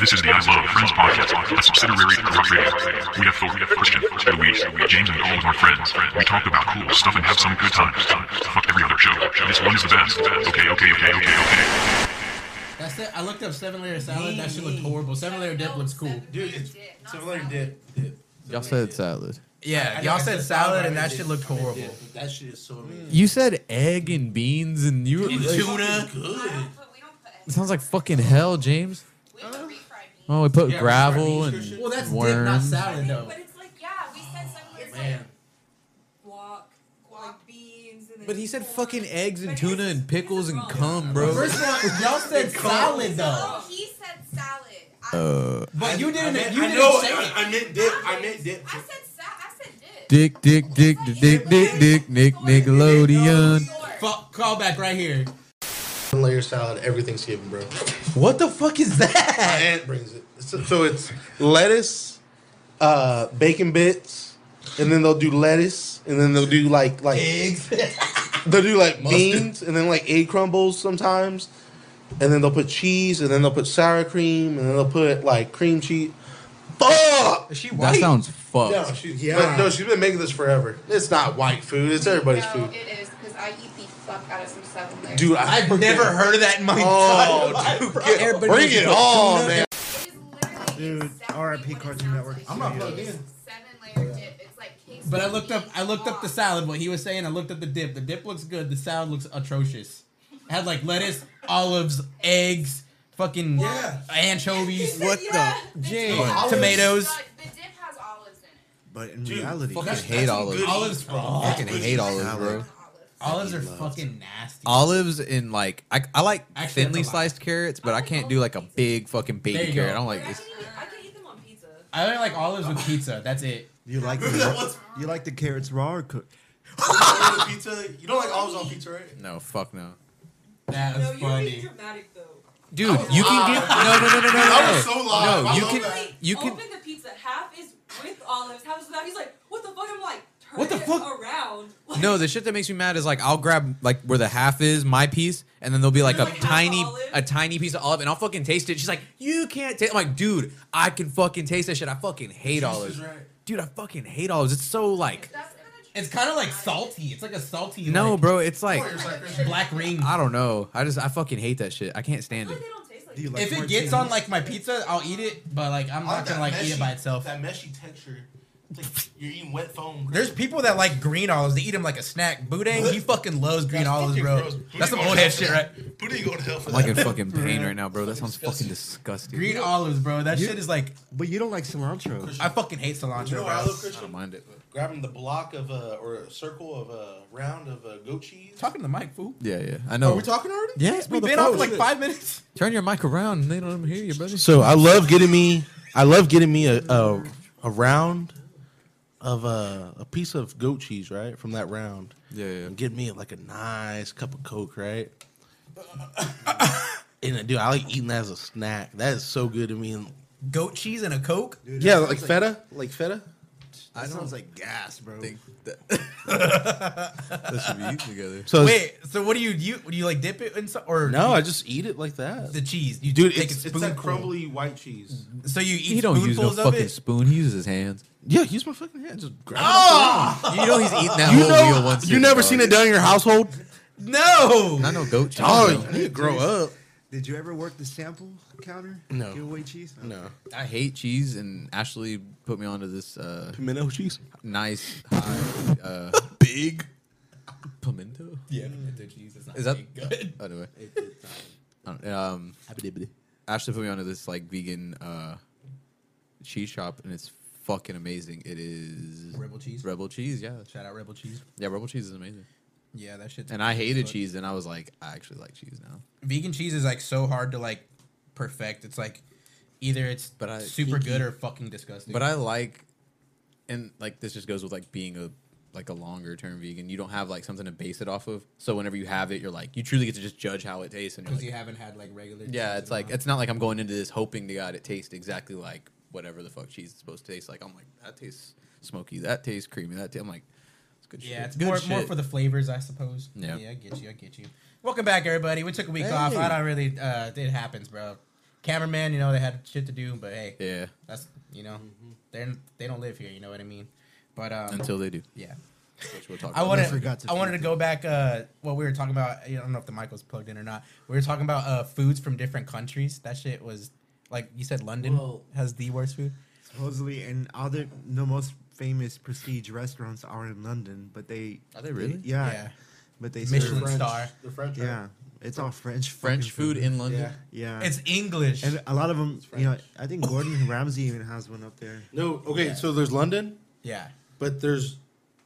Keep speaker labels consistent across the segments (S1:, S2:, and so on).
S1: This is the I Love Friends podcast, a subsidiary of Rock Radio. We have Thor, Christian, Luis, James, and all of our friends. We talk about cool stuff and have some good times. Fuck every other show. This one is the best. Okay, okay, okay, okay, okay.
S2: That's it. I looked up seven layer salad. That shit looked horrible. Seven layer dip looks cool.
S3: Dude, it's seven layer dip. dip.
S4: Y'all said salad.
S2: Yeah,
S3: I-
S2: y'all
S3: I
S2: said salad, and
S3: I
S2: that
S3: mean,
S2: shit looked
S3: I mean,
S2: horrible.
S3: dip. That shit is so
S2: Mm.
S3: amazing.
S4: You said egg and beans and you were like-
S2: Tuna.
S3: Good.
S4: It sounds like fucking hell, James. Oh, we put
S2: Yeah,
S4: gravel
S3: refried
S4: and
S3: meats and shit.
S2: Well, that's dip, not
S4: Worms.
S2: salad though.
S5: But it's like, yeah, we said something like
S3: Oh, Man.
S5: guac, guac beans, and then
S4: But he said
S5: corn.
S4: fucking eggs and
S5: But
S4: tuna
S5: his-
S4: and pickles
S5: his
S4: and
S5: is wrong.
S4: cum,
S2: But
S4: bro.
S2: First of all, y'all said salad though.
S5: Oh, he said salad. I,
S4: Uh,
S2: But you
S3: I
S2: didn't.
S3: meant-
S2: You
S3: I
S2: didn't
S3: know,
S2: say
S3: I,
S2: it.
S3: I meant dip. I meant dip.
S5: I said sa- I said dip.
S4: dick, dick, dick, dick, dick, dick, Nick, Nickelodeon.
S2: Fuck, call back right here.
S3: Seven layer salad. Everything's given, bro.
S4: What the fuck is
S3: My
S4: that?
S3: aunt brings it. So, so it's lettuce, uh, bacon bits, and then they'll do lettuce, and then they'll do like like They'll do like beans, and then like egg crumbles sometimes, and then they'll put cheese, and then they'll put sour cream, and then they'll put like cream cheese. Fuck.
S2: Is she
S4: That sounds
S3: No,
S4: fucked.
S3: she's, but no, she's been making this forever. It's not white food. It's everybody's
S6: no,
S3: food.
S6: it is because I eat the fuck out of some seven layers.
S3: Dude, I
S2: I've never heard of that in my
S3: Oh,
S2: entire life.
S3: dude,
S2: bro.
S3: get-
S4: Everybody
S3: bring
S4: knows you
S3: it
S4: put
S3: on,
S4: tuna-
S3: man.
S6: Dude, RIP Cartoon Network.
S2: I'm not plugged in.
S6: Seven layer dip. It's like queso
S2: But I looked up. I looked up the
S6: beans,
S2: salad. What he was saying. I looked up the dip. The dip looks good. The salad looks atrocious. It had like lettuce, olives, eggs, fucking
S7: Yeah.
S2: anchovies.
S7: What the-
S6: guac.
S4: Jay,
S6: It's olives.
S2: tomatoes.
S6: The, the dip has olives in it.
S7: But in reality,
S4: fucking
S7: that's-
S4: hate olives.
S2: Olives, bro.
S4: Fucking hate olives,
S7: Salad.
S4: bro.
S2: Olives
S7: He
S2: are
S7: loves-
S2: fucking nasty.
S4: Olives and like I, I like
S2: Actually,
S4: thinly
S2: that's a lot.
S4: sliced carrots, but I can't do like a big fucking
S2: There
S4: baby
S2: you
S4: carrot.
S2: go.
S4: I don't
S5: I
S4: like
S5: can,
S4: this.
S5: eat, I can eat them on pizza.
S2: I only like olives with pizza. That's it.
S7: you like the, you like the carrots raw or cooked?
S3: pizza. You don't like olives on pizza, right?
S4: No, fuck no.
S2: That was
S5: No, you're being
S2: funny.
S5: dramatic though.
S4: Dude, you can get no, no, no, no, no,
S3: Oh, I
S4: no.
S3: was so live.
S4: No,
S3: I
S4: you
S3: love
S4: can
S3: that.
S4: you can.
S5: open the pizza. Half is with olives, half is without. He's like, what the fuck? I'm like, turn
S2: What the
S5: it
S2: fuck?
S5: around. Like,
S4: No, the shit that makes me mad is like I'll grab like where the half is my piece, and then there'll be like a
S5: Like half
S4: tiny,
S5: olive?
S4: a tiny piece of olive, and I'll fucking taste it. She's like, "You can't taste." I'm like, "Dude, I can fucking taste that shit. I fucking hate olives, dude. I fucking hate olives. It's so like,
S6: That's kind of
S2: It's kind of like salty. It's like a salty.
S4: no,
S2: like,
S4: bro. It's like,
S2: Black ring.
S4: I don't know. I just, I fucking hate that shit. I can't
S5: I
S4: stand
S5: feel
S4: it.
S5: like they don't taste like.
S7: Do you like
S2: If it
S7: martinis?
S2: gets on like my pizza, I'll eat it. But like, I'm
S3: I
S2: not gonna like
S3: that
S2: eat it
S3: meshy-
S2: by itself.
S3: That meshy texture. It's like you're eating wet foam.
S2: There's people that like green olives. They eat them like a snack. Boudin, he fucking loves green
S3: That's
S2: olives,
S3: fucking
S2: bro.
S3: gross.
S2: That's
S3: Booty
S2: some
S3: going
S2: old
S3: hell
S2: head
S3: for
S2: shit, right?
S3: that. Booty going to hell for
S4: I'm like in
S3: that.
S4: fucking pain right now, bro. That sounds fucking
S3: Fucking
S4: disgusting.
S2: Green olives, bro. That
S7: You-
S2: shit is like,
S7: But you don't like cilantro.
S2: I fucking hate cilantro,
S3: You know where I
S2: bro.
S3: live,
S4: I
S3: Christian?
S4: don't mind it.
S3: Grabbing the block of a or a circle of a round of a goat cheese.
S2: Talking to Mike, fool.
S4: Yeah, yeah. I know.
S3: talking already?
S4: yes,
S2: We've
S4: motherfucker.
S2: been off for like five minutes.
S4: Turn your mic around and they don't even hear you, brother.
S3: So I love getting me. I love getting me a a, a round of a, a piece of goat cheese, right, from that round.
S4: Yeah, yeah.
S3: And get me like a nice cup of Coke, right? and uh, dude, I like eating that as a snack. That is so good to me. And,
S2: Goat cheese and a Coke.
S3: yeah, like feta, like feta.
S7: That sounds like gas, bro.
S4: that, that should be eaten together.
S3: So it's-
S2: Wait, so what do you you do you like dip it in some or
S3: no, I just eat it like that.
S2: the cheese? You
S3: Dude,
S2: take
S3: it's,
S2: a
S3: it's that
S2: spoonful.
S3: crumbly white cheese.
S2: So you eat
S4: He don't use no
S2: spoonfuls of
S4: fucking
S2: it.
S4: spoon. He uses his hands.
S3: Yeah, use my fucking hand. Just grab
S4: You know he's eaten that
S3: it.
S4: whole wheel once.
S3: you never seen it done in your household?
S2: no.
S4: Not no goat cheese.
S3: Oh,
S4: bro.
S3: you need to grow up.
S7: Did you ever work the sample counter?
S3: No.
S7: Give away cheese?
S3: No.
S4: I hate cheese, and Ashley put me onto this uh,
S3: Pimento cheese?
S4: nice high uh,
S3: Big.
S4: pimento.
S2: Yeah, the cheese is not
S4: Is that
S2: good?
S4: Anyway, I don't- um, Ashley put me onto this like vegan uh, cheese shop, and it's fucking amazing. It is
S2: Rebel cheese.
S4: Rebel cheese, yeah,
S2: Shout out Rebel Cheese.
S4: yeah. Rebel cheese is amazing.
S2: Yeah, that shit's
S4: And I hated
S2: But-
S4: cheese, and I was like, I actually like cheese now.
S2: vegan cheese is like so hard to like perfect. It's like either it's
S4: But I
S2: super
S4: think
S2: good or fucking disgusting.
S4: But I like, and like this just goes with like being a like a longer term vegan. You don't have like something to base it off of. So whenever you have it, you're like you truly get to just judge how it tastes. And you're
S2: because
S4: like,
S2: you haven't had like regular.
S4: yeah,
S2: cheese
S4: it's
S2: in a
S4: like
S2: while.
S4: it's not like I'm going into this hoping to God it tastes exactly like whatever the fuck cheese is supposed to taste like. I'm like that tastes smoky, that tastes creamy, that i I'm like it's good shit.
S2: yeah, it's
S4: good
S2: more,
S4: shit.
S2: more for the flavors, I suppose.
S4: Yeah.
S2: yeah, I get you, I get you. Welcome back, everybody. We took a week off. I don't really. Uh, it happens, bro. cameraman, you know, they had shit to do, but hey,
S4: Yeah.
S2: that's you know, they're they don't live here, you know what I mean? But um,
S4: Until they do,
S2: yeah.
S4: which we'll talk
S2: I
S4: about.
S2: wanted,
S8: forgot to
S2: I wanted to
S8: feed
S2: go back. Uh, what we were talking about. I don't know if the mic was plugged in or not. We were talking about uh, foods from different countries. That shit was like you said. London
S3: Well-
S2: has the worst food.
S8: Supposedly, and all the the most famous prestige restaurants are in London, but they
S4: Are they really?
S8: yeah,
S2: Yeah.
S8: but they
S2: Michelin
S8: serve-
S2: French star.
S3: The French. right?
S8: yeah, it's all French
S4: French
S8: fucking
S4: food in London.
S3: Yeah.
S8: yeah,
S2: It's English.
S8: and a lot of them. You know,
S3: French.
S8: I think Gordon Ramsay even has one up there.
S3: No. Okay.
S2: Yeah.
S3: So there's London,
S2: yeah,
S3: but there's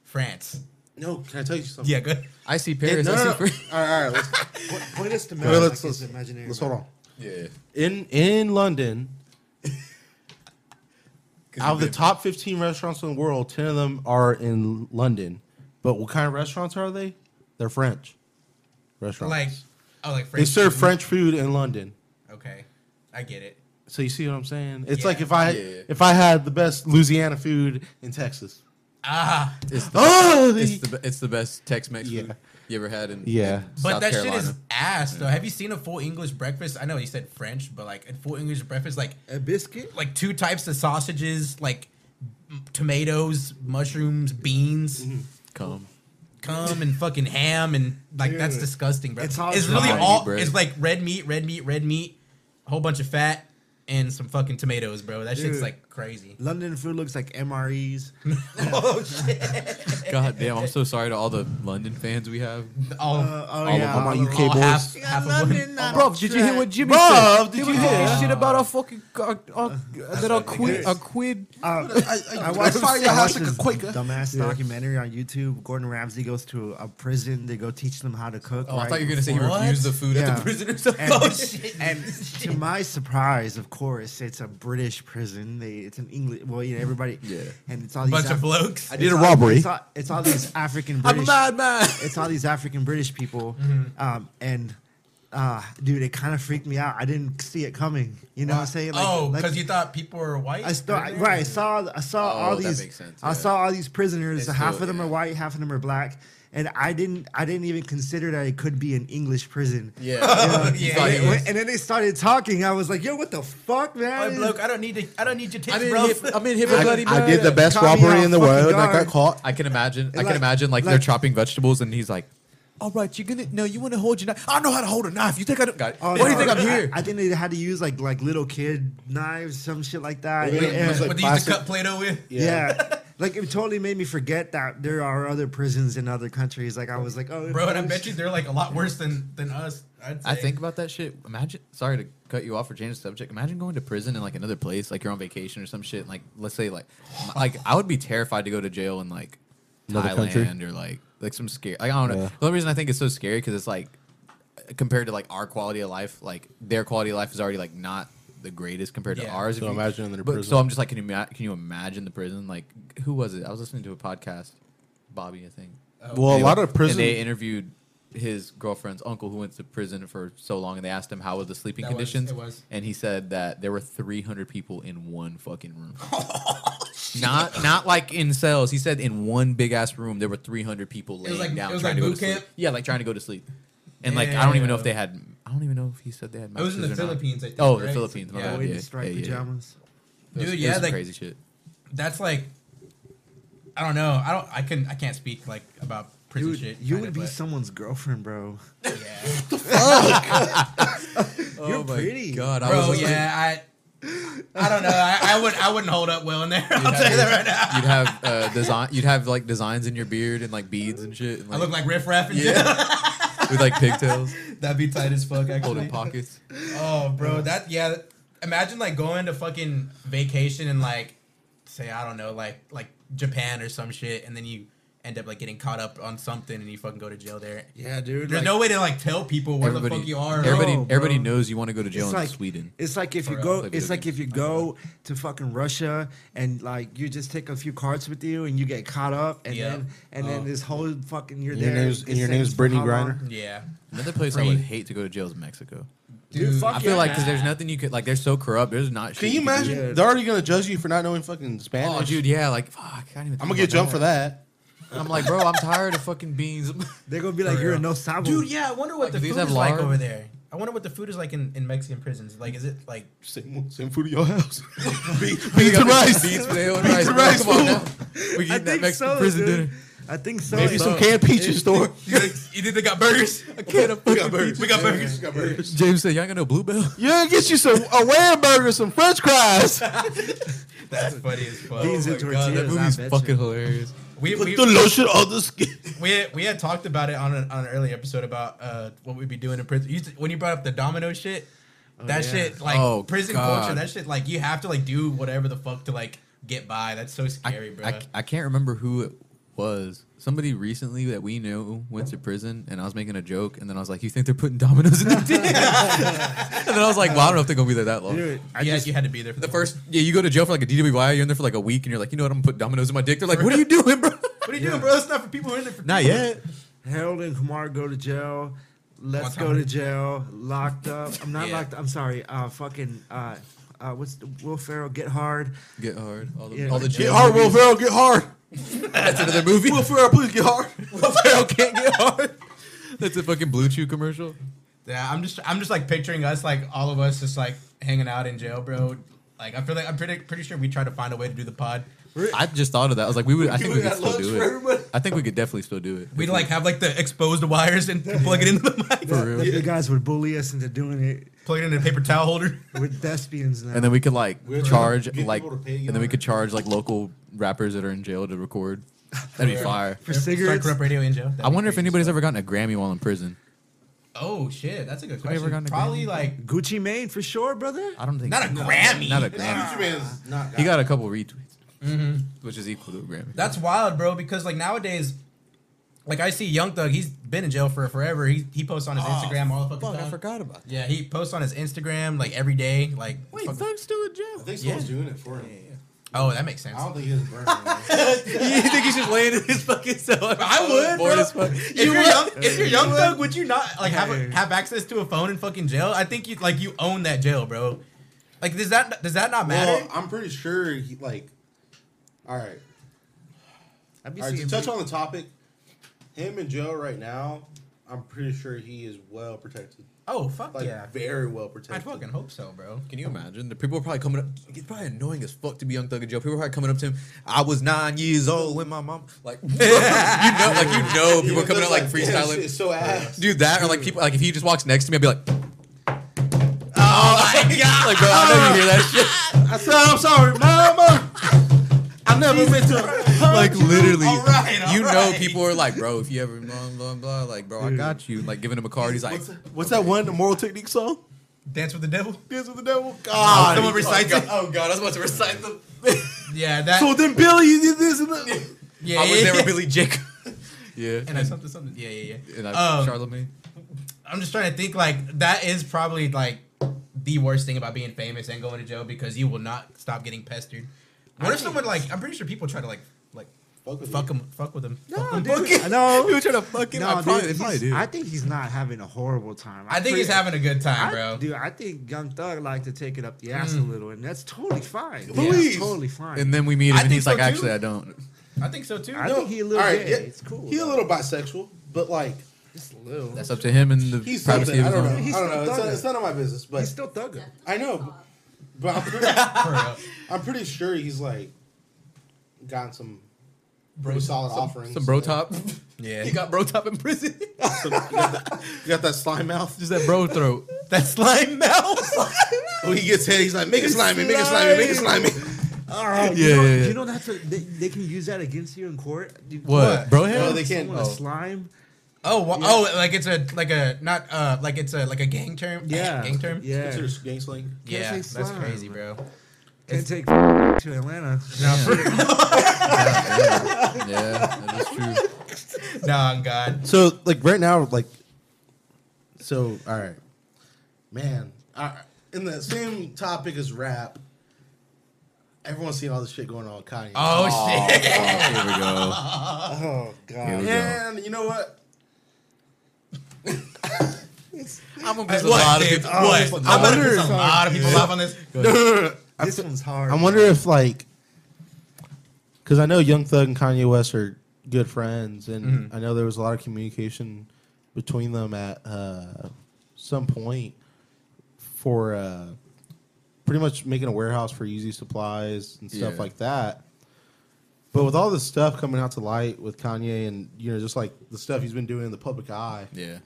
S2: France.
S3: no. Can I tell you something?
S2: Yeah, good.
S4: I see
S3: It-
S4: Paris.
S3: no, no, no.
S4: I
S3: All
S4: see
S3: right.
S4: French.
S3: All right. Let's,
S8: Point, point us to
S3: Wait,
S8: Mel.
S3: let's-
S8: Like
S3: let's-
S8: it's imaginary.
S3: let's hold on.
S4: Yeah.
S3: In in London, out of the top 15 restaurants in the world, 10 of them are in London. But what kind of restaurants are they? They're French restaurants.
S2: Like, oh, like French.
S3: they serve
S2: food.
S3: French food in London.
S2: Okay, I get it.
S3: So you see what I'm saying? It's
S2: Yeah.
S3: like if I
S4: Yeah.
S3: if I had the best Louisiana food in Texas.
S2: Ah,
S4: It's the,
S3: Oh,
S4: it's
S3: the-
S4: the be- it's the best Tex-Mex
S3: Yeah.
S4: food you ever had in
S3: Yeah.
S4: in
S2: but
S4: South
S2: that
S4: Carolina.
S2: shit is ass though. Have you seen a full English breakfast? I know you said French, but like a full English breakfast, like
S8: A biscuit.
S2: like two types of sausages, like m- tomatoes, mushrooms, beans.
S4: Mm-hmm. Come.
S2: cum and fucking ham and like that's disgusting, bro.
S8: It's
S2: It's,
S8: all
S2: really
S4: dry
S2: all.
S4: meat, bro.
S2: It's like red meat, red meat, red meat, a whole bunch of fat and some fucking tomatoes, bro. That shit's
S8: Dude.
S2: like crazy.
S8: London food looks like MREs.
S2: oh shit!
S4: God damn, I'm so sorry to all the London fans we have.
S2: All,
S8: Uh, oh
S4: of
S8: yeah,
S4: them.
S8: all
S3: All my UK boys.
S2: half, half of one.
S8: Bro,
S4: Jimmy
S3: Bruv, did you hear?
S4: shit about our fucking our, that our quid,
S8: our
S4: quid.
S8: Uh,
S3: I, I, I
S8: watched-
S3: fire your
S8: I
S3: house
S8: watched
S3: like a
S8: this
S3: quaker.
S8: dumbass documentary on YouTube. Gordon Ramsay goes to a prison. They go teach them how to cook.
S4: Oh, I
S8: right?
S4: thought you were gonna say he
S2: What?
S4: refused the food at
S8: Yeah.
S4: the prison or something.
S8: And,
S2: Oh shit!
S8: and to my surprise, of course, it's a British prison. They, it's an English. Well, you know, everybody.
S4: Yeah.
S8: And it's all these
S2: bunch of
S8: Af-
S2: blokes.
S3: I did a
S8: it's all-
S3: robbery.
S8: It's all, it's all these African British.
S4: madman.
S8: It's all these African British people. Um, and uh, dude, it kind of freaked me out. I didn't see it coming. You know what I'm saying?
S2: oh,
S8: like-
S2: because you thought people were white.
S8: I saw
S2: Right.
S8: right. I saw I saw
S4: Oh,
S8: all
S4: that
S8: these.
S4: makes sense,
S8: I
S4: yeah.
S8: saw all these prisoners.
S4: They
S8: half
S4: still-
S8: of them are
S4: yeah.
S8: white, half of them are black, and I didn't. I didn't even consider that it could be an English prison.
S4: Yeah.
S2: Oh,
S4: You
S2: yeah.
S4: thought
S8: And,
S4: he
S8: then-
S4: was-
S8: and then they started talking. I was like, "Yo, what the fuck, man?"
S2: Hey, bloke, I don't need to. I don't need your tits,
S4: I
S2: bro.
S4: didn't hit, I mean, hit my bloody
S3: I, I did the
S4: murder.
S3: best
S8: Caught me
S3: robbery
S8: off
S3: in the
S8: fucking
S3: world. and I
S8: guard.
S3: got caught.
S4: I can imagine. I
S8: like-
S4: can imagine like, they're
S8: like-
S4: chopping vegetables and he's like, "All right, you're gonna no, you want to hold your knife. I know how to hold a knife. You think I don't? Got
S8: Oh,
S4: Why
S8: no,
S4: do you think I'm
S8: I-
S4: here?
S8: I, think they had to use like like little kid knives, some shit like that.
S3: Yeah,
S8: Yeah,
S3: it was
S8: yeah.
S3: like-
S2: What they used to
S3: plastic-
S2: cut Play-Doh with.
S8: like it totally made me forget that there are other prisons in other countries. Like I was like, "Oh,
S2: Bro, and I
S8: was-
S2: bet you they're like a lot worse than than us. I'd say.
S4: I think about that shit. Imagine, sorry to cut you off or change the subject. Imagine going to prison in like another place, like you're on vacation or some shit. and, Like, let's say, like, m- like I would be terrified to go to jail in like
S3: Another
S4: Thailand
S3: country?
S4: or like like some scary. Like, I don't know.
S3: Yeah.
S4: The only reason I think it's so scary because it's like compared to like our quality of life, like their quality of life is already like not the greatest compared to
S2: Yeah.
S4: ours.
S3: So
S4: If
S3: imagine they're in
S4: but,
S3: prison.
S4: So I'm just like, can you ma- can you imagine the prison? Like, who was it? I was listening to a podcast, Bobby, I think.
S3: Well, a
S4: Anyway,
S3: lot of prison.
S4: And they interviewed his girlfriend's uncle who went to prison for so long, and they asked him how were the sleeping
S2: That was-
S4: conditions.
S2: it was.
S4: And he said that there were 300 people in one fucking room.
S2: Oh,
S4: not not like in cells. He said in one big ass room there were 300 people
S2: was
S4: laying
S2: like-
S4: down
S2: it was like
S4: trying to go
S2: boot
S4: to
S2: camp?
S4: sleep. Yeah, like trying to go to sleep. And like I don't even know
S2: Damn.
S4: if they had. I don't even know if he said they had.
S2: It was in the
S4: mattresses or not.
S2: Philippines, I think,
S4: Oh, the
S2: right?
S4: Philippines. My
S2: Yeah.
S4: bad.
S8: Boy in
S4: yeah,
S8: striped
S4: yeah, yeah.
S8: pajamas."
S4: It was-
S2: Dude,
S4: it
S2: yeah,
S4: was
S2: like-
S4: crazy shit.
S2: that's like I don't know. I don't. I can. I can't speak like about prison
S8: Dude,
S2: shit.
S8: you
S2: kinda,
S8: would be
S2: but-
S8: someone's girlfriend, bro.
S2: Yeah.
S8: You're
S2: oh
S8: pretty.
S4: Oh God, I
S2: Bro,
S4: was listening-
S2: yeah. I. I don't know. I, I would. I wouldn't hold up well in there. I'll
S4: have
S2: tell you that
S4: your-
S2: right now.
S4: You'd have uh, design. You'd have like designs in your beard and like beads and shit. And,
S2: I look like riff raff and
S4: yeah, with like pigtails,
S2: shit. That'd be tight as fuck.
S4: holding
S2: Actually.
S4: pockets.
S2: Oh, bro, that yeah. Imagine like going to fucking vacation and like say I don't know like like Japan or some shit, and then you end up like getting caught up on something and you fucking go to jail there.
S8: Yeah, dude.
S2: There's no way to like tell people where the
S4: Everybody,
S2: fuck you are.
S4: everybody,
S8: No, Oh, bro.
S4: everybody knows you want to go to jail
S8: It's
S4: in
S8: like
S4: Sweden.
S8: It's like if you
S2: For
S8: go.
S4: real.
S8: It's like if you go to fucking Russia and like you just take a few cards with you and you get caught up and
S2: Yeah.
S8: then and then this whole fucking you're
S3: Your
S8: there.
S3: name's-
S8: it
S3: and your
S8: says
S3: name's
S8: for
S3: Brittany
S8: how long.
S3: Griner?
S2: Yeah,
S4: Another place I
S2: Free.
S4: would hate to go to jail is Mexico.
S2: dude.
S8: fuck
S4: I feel
S8: yeah.
S4: like because there's nothing you could like. They're so corrupt. There's not. shit
S3: Can you
S4: could do.
S3: imagine?
S8: Yeah.
S3: They're already gonna judge you for not knowing fucking Spanish.
S4: Oh, dude, yeah, like fuck. I can't even
S3: I'm gonna get jumped for that.
S4: I'm like, bro, I'm tired of fucking beans.
S8: They're gonna be like
S2: For
S8: you're a
S2: real.
S8: no sabo.
S2: Dude, yeah, I wonder what
S4: Like,
S2: the
S4: do these
S2: food
S4: have
S2: is like
S4: lard?
S2: over there. I I wonder what the food is like in, in Mexican prisons. Like, is it like
S9: Same, same food at your house.
S4: Beans
S9: Beans and rice.
S4: Beans, potato, and rice.
S9: and rice,
S4: Come
S9: fool.
S4: on now. We can eat that Mexican prison
S8: dude.
S4: dinner.
S8: I think so.
S4: Maybe
S8: It's
S4: some
S8: all-
S4: canned
S9: peaches store.
S2: you think they got burgers? A can of
S9: We got burgers.
S2: We got burgers.
S9: We got burgers.
S4: James said, "Y'all got no bluebell."
S9: Yeah, get you some a wham burger, some French fries.
S2: That's funny as fuck.
S8: Beans and
S2: Oh my God,
S8: tortillas.
S2: that-
S4: That
S8: I
S4: movie's
S8: bet
S4: fucking
S8: you.
S4: hilarious.
S2: We, we,
S9: Put the lotion on the skin.
S2: we, had, we had talked about it on an, on an earlier episode about uh, what we'd be doing in prison. You used to- when you brought up the domino shit, that
S8: yeah.
S2: shit like
S4: Oh,
S2: prison
S4: God.
S2: culture. That shit like you have to like do whatever the fuck to like get by. That's so scary, bro.
S4: I, I can't remember who it was. Somebody recently that we knew went to prison, and I was making a joke, and then I was like, "You think they're putting dominoes in the dick?" and then I was like, "Well, I don't know if they're gonna be there that long."
S8: Dude, I
S2: yeah,
S8: just
S2: you had to be there for
S4: The first, yeah, you go to jail for like a DWI, you're in there for like a week, and you're like, "You know what? I'm gonna put dominoes in my dick." They're like, "What are you doing, bro?"
S2: What are you doing, bro? It's not for people who are in there for
S4: Not yet.
S8: Harold and Kumar go to jail. Let's
S2: What's
S8: go to jail. Locked up. I'm not
S2: Yeah.
S8: locked. I'm sorry. Uh, fucking. Uh, uh, what's the, Will Ferrell? Get hard.
S4: Get hard. All the,
S8: Yeah.
S4: all the
S8: Get
S4: jail
S9: Will
S4: movies.
S9: Ferrell, get hard.
S4: That's another movie.
S9: Will Ferrell, please get hard.
S4: Will Ferrell can't get hard. That's a fucking Blue Chew commercial.
S2: Yeah, I'm just I'm just like picturing us like all of us just like hanging out in jail, bro. Like I feel like I'm pretty pretty sure we try to find a way to do the pod.
S4: I just thought of that. I was like, we would. I think we
S9: Doing
S4: could
S9: that
S4: still
S9: lunch
S4: do
S9: for
S4: it.
S9: everybody.
S4: I think we could definitely still do it.
S2: We'd like have like the exposed wires and plug it into the mic.
S4: For real.
S8: The, the guys would bully us into doing it.
S2: Plug it into a paper towel holder.
S8: We're thespians now.
S4: and then we could like
S3: We're trying to
S4: charge
S3: get
S4: like,
S3: people to pay, you
S4: and then
S3: know?
S4: we could charge like local rappers that are in jail to record. That'd be fire.
S8: for
S2: Start
S8: cigarettes.
S2: corrupt radio in jail. That'd
S4: I
S2: be
S4: wonder if
S2: crazy.
S4: anybody's ever gotten a Grammy while in prison.
S2: Oh shit, that's a good
S4: Somebody ever
S2: question.
S4: gotten a
S2: Probably
S4: Grammy?
S2: like
S8: Gucci Mane for sure, brother.
S4: I don't think
S2: not a Grammy.
S4: Not a Grammy. Mm-hmm. He got a couple retweets, which is equal to a Grammy.
S2: That's wild, bro. Because like nowadays, like I see Young Thug, he's been in jail for forever. He he posts
S4: Oh,
S2: on his Instagram all the fucking time.
S4: about. That.
S2: Yeah, he posts on his Instagram like every day. Like
S4: Wait,
S2: fuck-
S4: Thug's still in jail.
S3: think someone's doing it for him.
S2: oh, that makes sense.
S3: I don't think he's burning.
S4: you think he's just laying in his fucking cell?
S2: I would,
S4: Bored
S2: bro.
S4: as fuck.
S2: If you are young, if you're young thug, would you not like have
S8: Hey.
S2: a, have access to a phone in fucking jail? I think you like you own that jail, bro. Like does that does that not matter?
S3: Well, I'm pretty sure he like. All right,
S8: I'd be
S3: all right. To
S8: seeing
S3: touch
S8: people-
S3: on the topic, him and Joe right now. I'm pretty sure he is well protected,
S2: oh fuck
S3: like
S2: yeah!
S3: very well
S2: I
S3: protected.
S2: fucking hope so, bro.
S4: Can you imagine? The people are probably coming up. It's probably annoying as fuck to be Young Thug in jail. People are probably coming up to him. I was nine years old when my mom like you know like you know people are coming out like freestyling.
S3: It's so ass.
S4: Dude, that or like people like if he just walks next to me, I'd be like, oh my god, like bro, I know you hear that shit.
S3: I said I'm sorry, mama. I never meant to.
S4: Like literally,
S2: All right, all
S4: you know,
S2: right.
S4: people are like, bro, if you ever blah blah blah, like bro, I got you. Like giving him a card, he's like,
S9: What's that one? The moral technique song?
S2: Dance with the devil.
S9: Dance with the devil. God.
S2: Someone recites it.
S4: oh god, I was about to recite them.
S2: Yeah, that.
S9: So then Billy, you did this and that.
S2: yeah,
S4: I was
S2: yeah,
S4: never
S2: yeah.
S4: Billy Jacob. Yeah,
S2: And I something something. Yeah, yeah, yeah.
S4: and I
S2: Um,
S4: Charlemagne.
S2: I'm just trying to think. Like that is probably like the worst thing about being famous and going to jail because you will not stop getting pestered. What if someone like? I'm pretty sure people try to like like
S3: Fuck with
S2: fuck him, fuck with them. fuck
S8: No,
S2: them.
S8: dude. I know.
S4: were trying to fuck him.
S8: No,
S4: I probably,
S8: dude,
S4: they probably
S8: he's-
S4: do.
S8: I think he's not having a horrible time.
S2: I think he's
S8: pretty-
S2: having a good time,
S8: I,
S2: bro. Mm.
S8: dude, I think Young Thug like to take it up the ass a little, and that's totally fine.
S2: Please.
S8: That's totally fine.
S4: and then we meet him,
S2: I
S4: and
S2: think
S4: he's like,
S2: so, too.
S4: actually, I don't.
S2: I think so too.
S8: I think he a little
S3: Alright,
S8: gay.
S3: yeah,
S8: It's cool.
S3: He a
S8: though.
S3: little bisexual, but like
S8: Just a little.
S4: That's up to him and the
S3: he's
S4: privacy of
S3: something. I
S4: his
S3: don't
S4: own.
S3: know.
S8: He's
S3: I don't
S8: still
S3: know. It's,
S8: thugging.
S3: not, it's none of my business,
S8: He's
S3: but
S8: still thugging.
S3: I know. But I'm pretty,
S2: For real.
S3: I'm pretty sure he's like gotten some
S2: Bro-
S3: pretty solid offerings.
S4: Some bro top.
S2: Yeah,
S4: He got bro top in prison.
S3: Some- you, got that, you got that slime mouth.
S4: Just that bro throat.
S2: that slime mouth.
S3: When he gets hit, he's like, make it slimy, make it slimy, make it slimy.
S4: yeah,
S8: Oh, you know,
S4: yeah, yeah.
S8: You know that's a, they, they can use that against you in court. You-
S4: What? Bro hair?
S3: No, they can't.
S8: Someone a
S3: Oh.
S8: slime.
S2: oh, wha- oh, like it's a like a not uh like it's a like a gang term.
S8: Yeah.
S2: gang term.
S8: Yeah.
S3: Consider
S8: Can't
S3: gang sling.
S2: yeah,
S8: say
S2: that's
S8: slime.
S2: crazy, bro.
S8: take to Atlanta.
S4: yeah, that is true.
S2: Nah, God.
S3: So like right now, like so all right, man. all right, in the same topic as rap, everyone's seen all this shit going on with Kanye.
S2: Oh shit.
S4: Here we go.
S8: Oh
S4: Here
S8: god.
S4: we go.
S3: and you know what?
S4: I'm gonna piss a
S2: What,
S4: lot of
S2: dude?
S4: people.
S2: What?
S4: What?
S2: I'm gonna
S3: wonder
S2: piss
S3: if-
S2: a lot of people off on this.
S8: This one's hard.
S3: I wonder if like, because I know Young Thug and Kanye West are good friends, and I know there was a lot of communication between them at uh, some point for uh, pretty much making a warehouse for easy supplies and stuff
S4: Yeah.
S3: like that. But with all this stuff coming out to light with Kanye and you know just like the stuff he's been doing in the public eye,
S4: Yeah.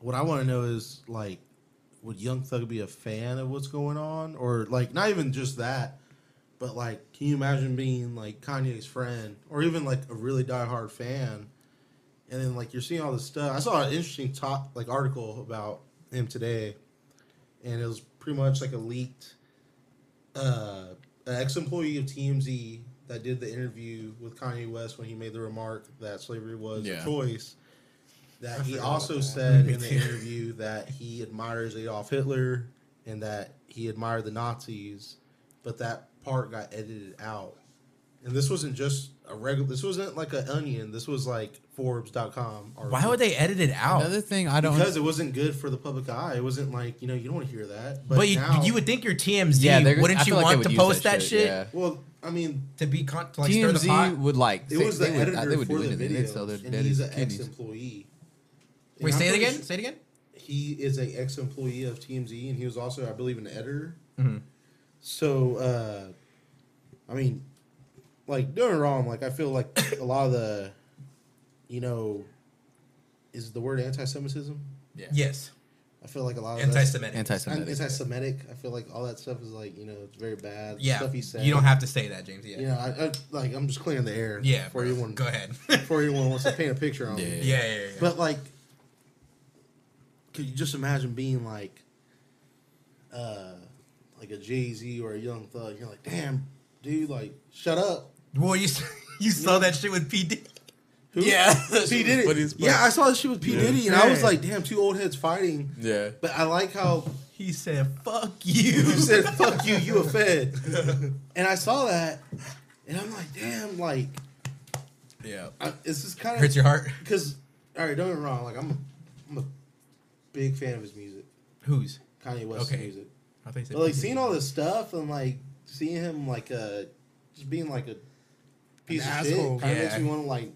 S3: what I want to know is like, would Young Thug be a fan of what's going on, or like not even just that, but like, can you imagine being like Kanye's friend, or even like a really diehard fan, and then like you're seeing all this stuff. I saw an interesting top like article about him today, and it was pretty much like a leaked, uh, an ex employee of TMZ that did the interview with Kanye West when he made the remark that slavery was
S4: Yeah.
S3: a choice. That he also said in the interview that he admires Adolf Hitler and that he admired the Nazis, but that part got edited out. And this wasn't just a regular. This wasn't like an onion. This was like Forbes.com. Or
S2: Why would they edit it out?
S4: Another thing I don't.
S3: Because it wasn't good for the public eye. It wasn't like you know you don't want to hear that. But,
S2: but you,
S3: now,
S2: you would think your TMZ
S4: yeah, they're- I
S2: wouldn't you
S4: feel like they
S2: want
S4: would
S2: to
S4: use
S2: post that, shit,
S4: yeah.
S3: Well, I mean,
S2: to be con- to like stir the pot?
S4: TMZ would like.
S3: it
S4: say-
S3: was
S4: they
S3: the
S4: would- uh,
S3: editor
S4: they would
S3: for
S4: do
S3: the
S4: anything. They'd
S3: videos,
S4: sell their
S3: and
S4: dead
S3: he's an
S4: kidneys.
S3: ex-employee. And
S2: Wait,
S3: I'm
S2: say it
S3: pretty
S2: again.
S3: sure
S2: Say it again.
S3: He is an ex-employee of TMZ, and he was also, I believe, an editor.
S2: Mm-hmm.
S3: So, uh, I mean, like, don't get me wrong. Like, I feel like a lot of the, you know, is the word anti-Semitism?
S4: Yeah.
S2: Yes,
S3: I feel like a lot of Oh, that's-
S2: anti-Semitic.
S4: Anti-Semitic.
S3: anti-Semitic. I feel like all that stuff is like you know it's very bad.
S2: yeah,
S3: stuff he said.
S2: you don't have to say that, James. Yeah,
S3: You know, I, I, like I'm just clearing the air.
S2: yeah.
S3: for
S2: bro.
S3: anyone,
S2: Go ahead.
S3: before anyone wants to paint a picture on
S4: Yeah.
S3: me.
S2: yeah, yeah, yeah, yeah.
S3: But like, could you just imagine being like, uh, like a Jay Z or a Young Thug? You're like, damn, dude, like, shut up.
S2: well, you s- you saw that shit with P D.
S3: Who? P Diddy. Yeah, I saw this shit with P Diddy, and I was like, damn, two old heads fighting.
S4: Yeah.
S3: But I like how
S2: He said, "Fuck
S3: you
S2: you."
S3: said fuck you, you a fed. And I saw that, and I'm like, damn, like,
S4: Yeah.
S3: I, it's just kind of
S2: Hurts your heart.
S3: Because, all right, don't get me wrong. Like, I'm a, I'm a big fan of his music,
S2: Who's?
S3: Kanye West's
S2: Okay.
S3: music.
S2: I think
S3: But, like, seeing all this stuff and, like, seeing him, like, uh, just being, like, a piece
S8: An
S3: of shit
S8: asshole.
S3: kind of makes
S2: Yeah.
S3: me want to, like,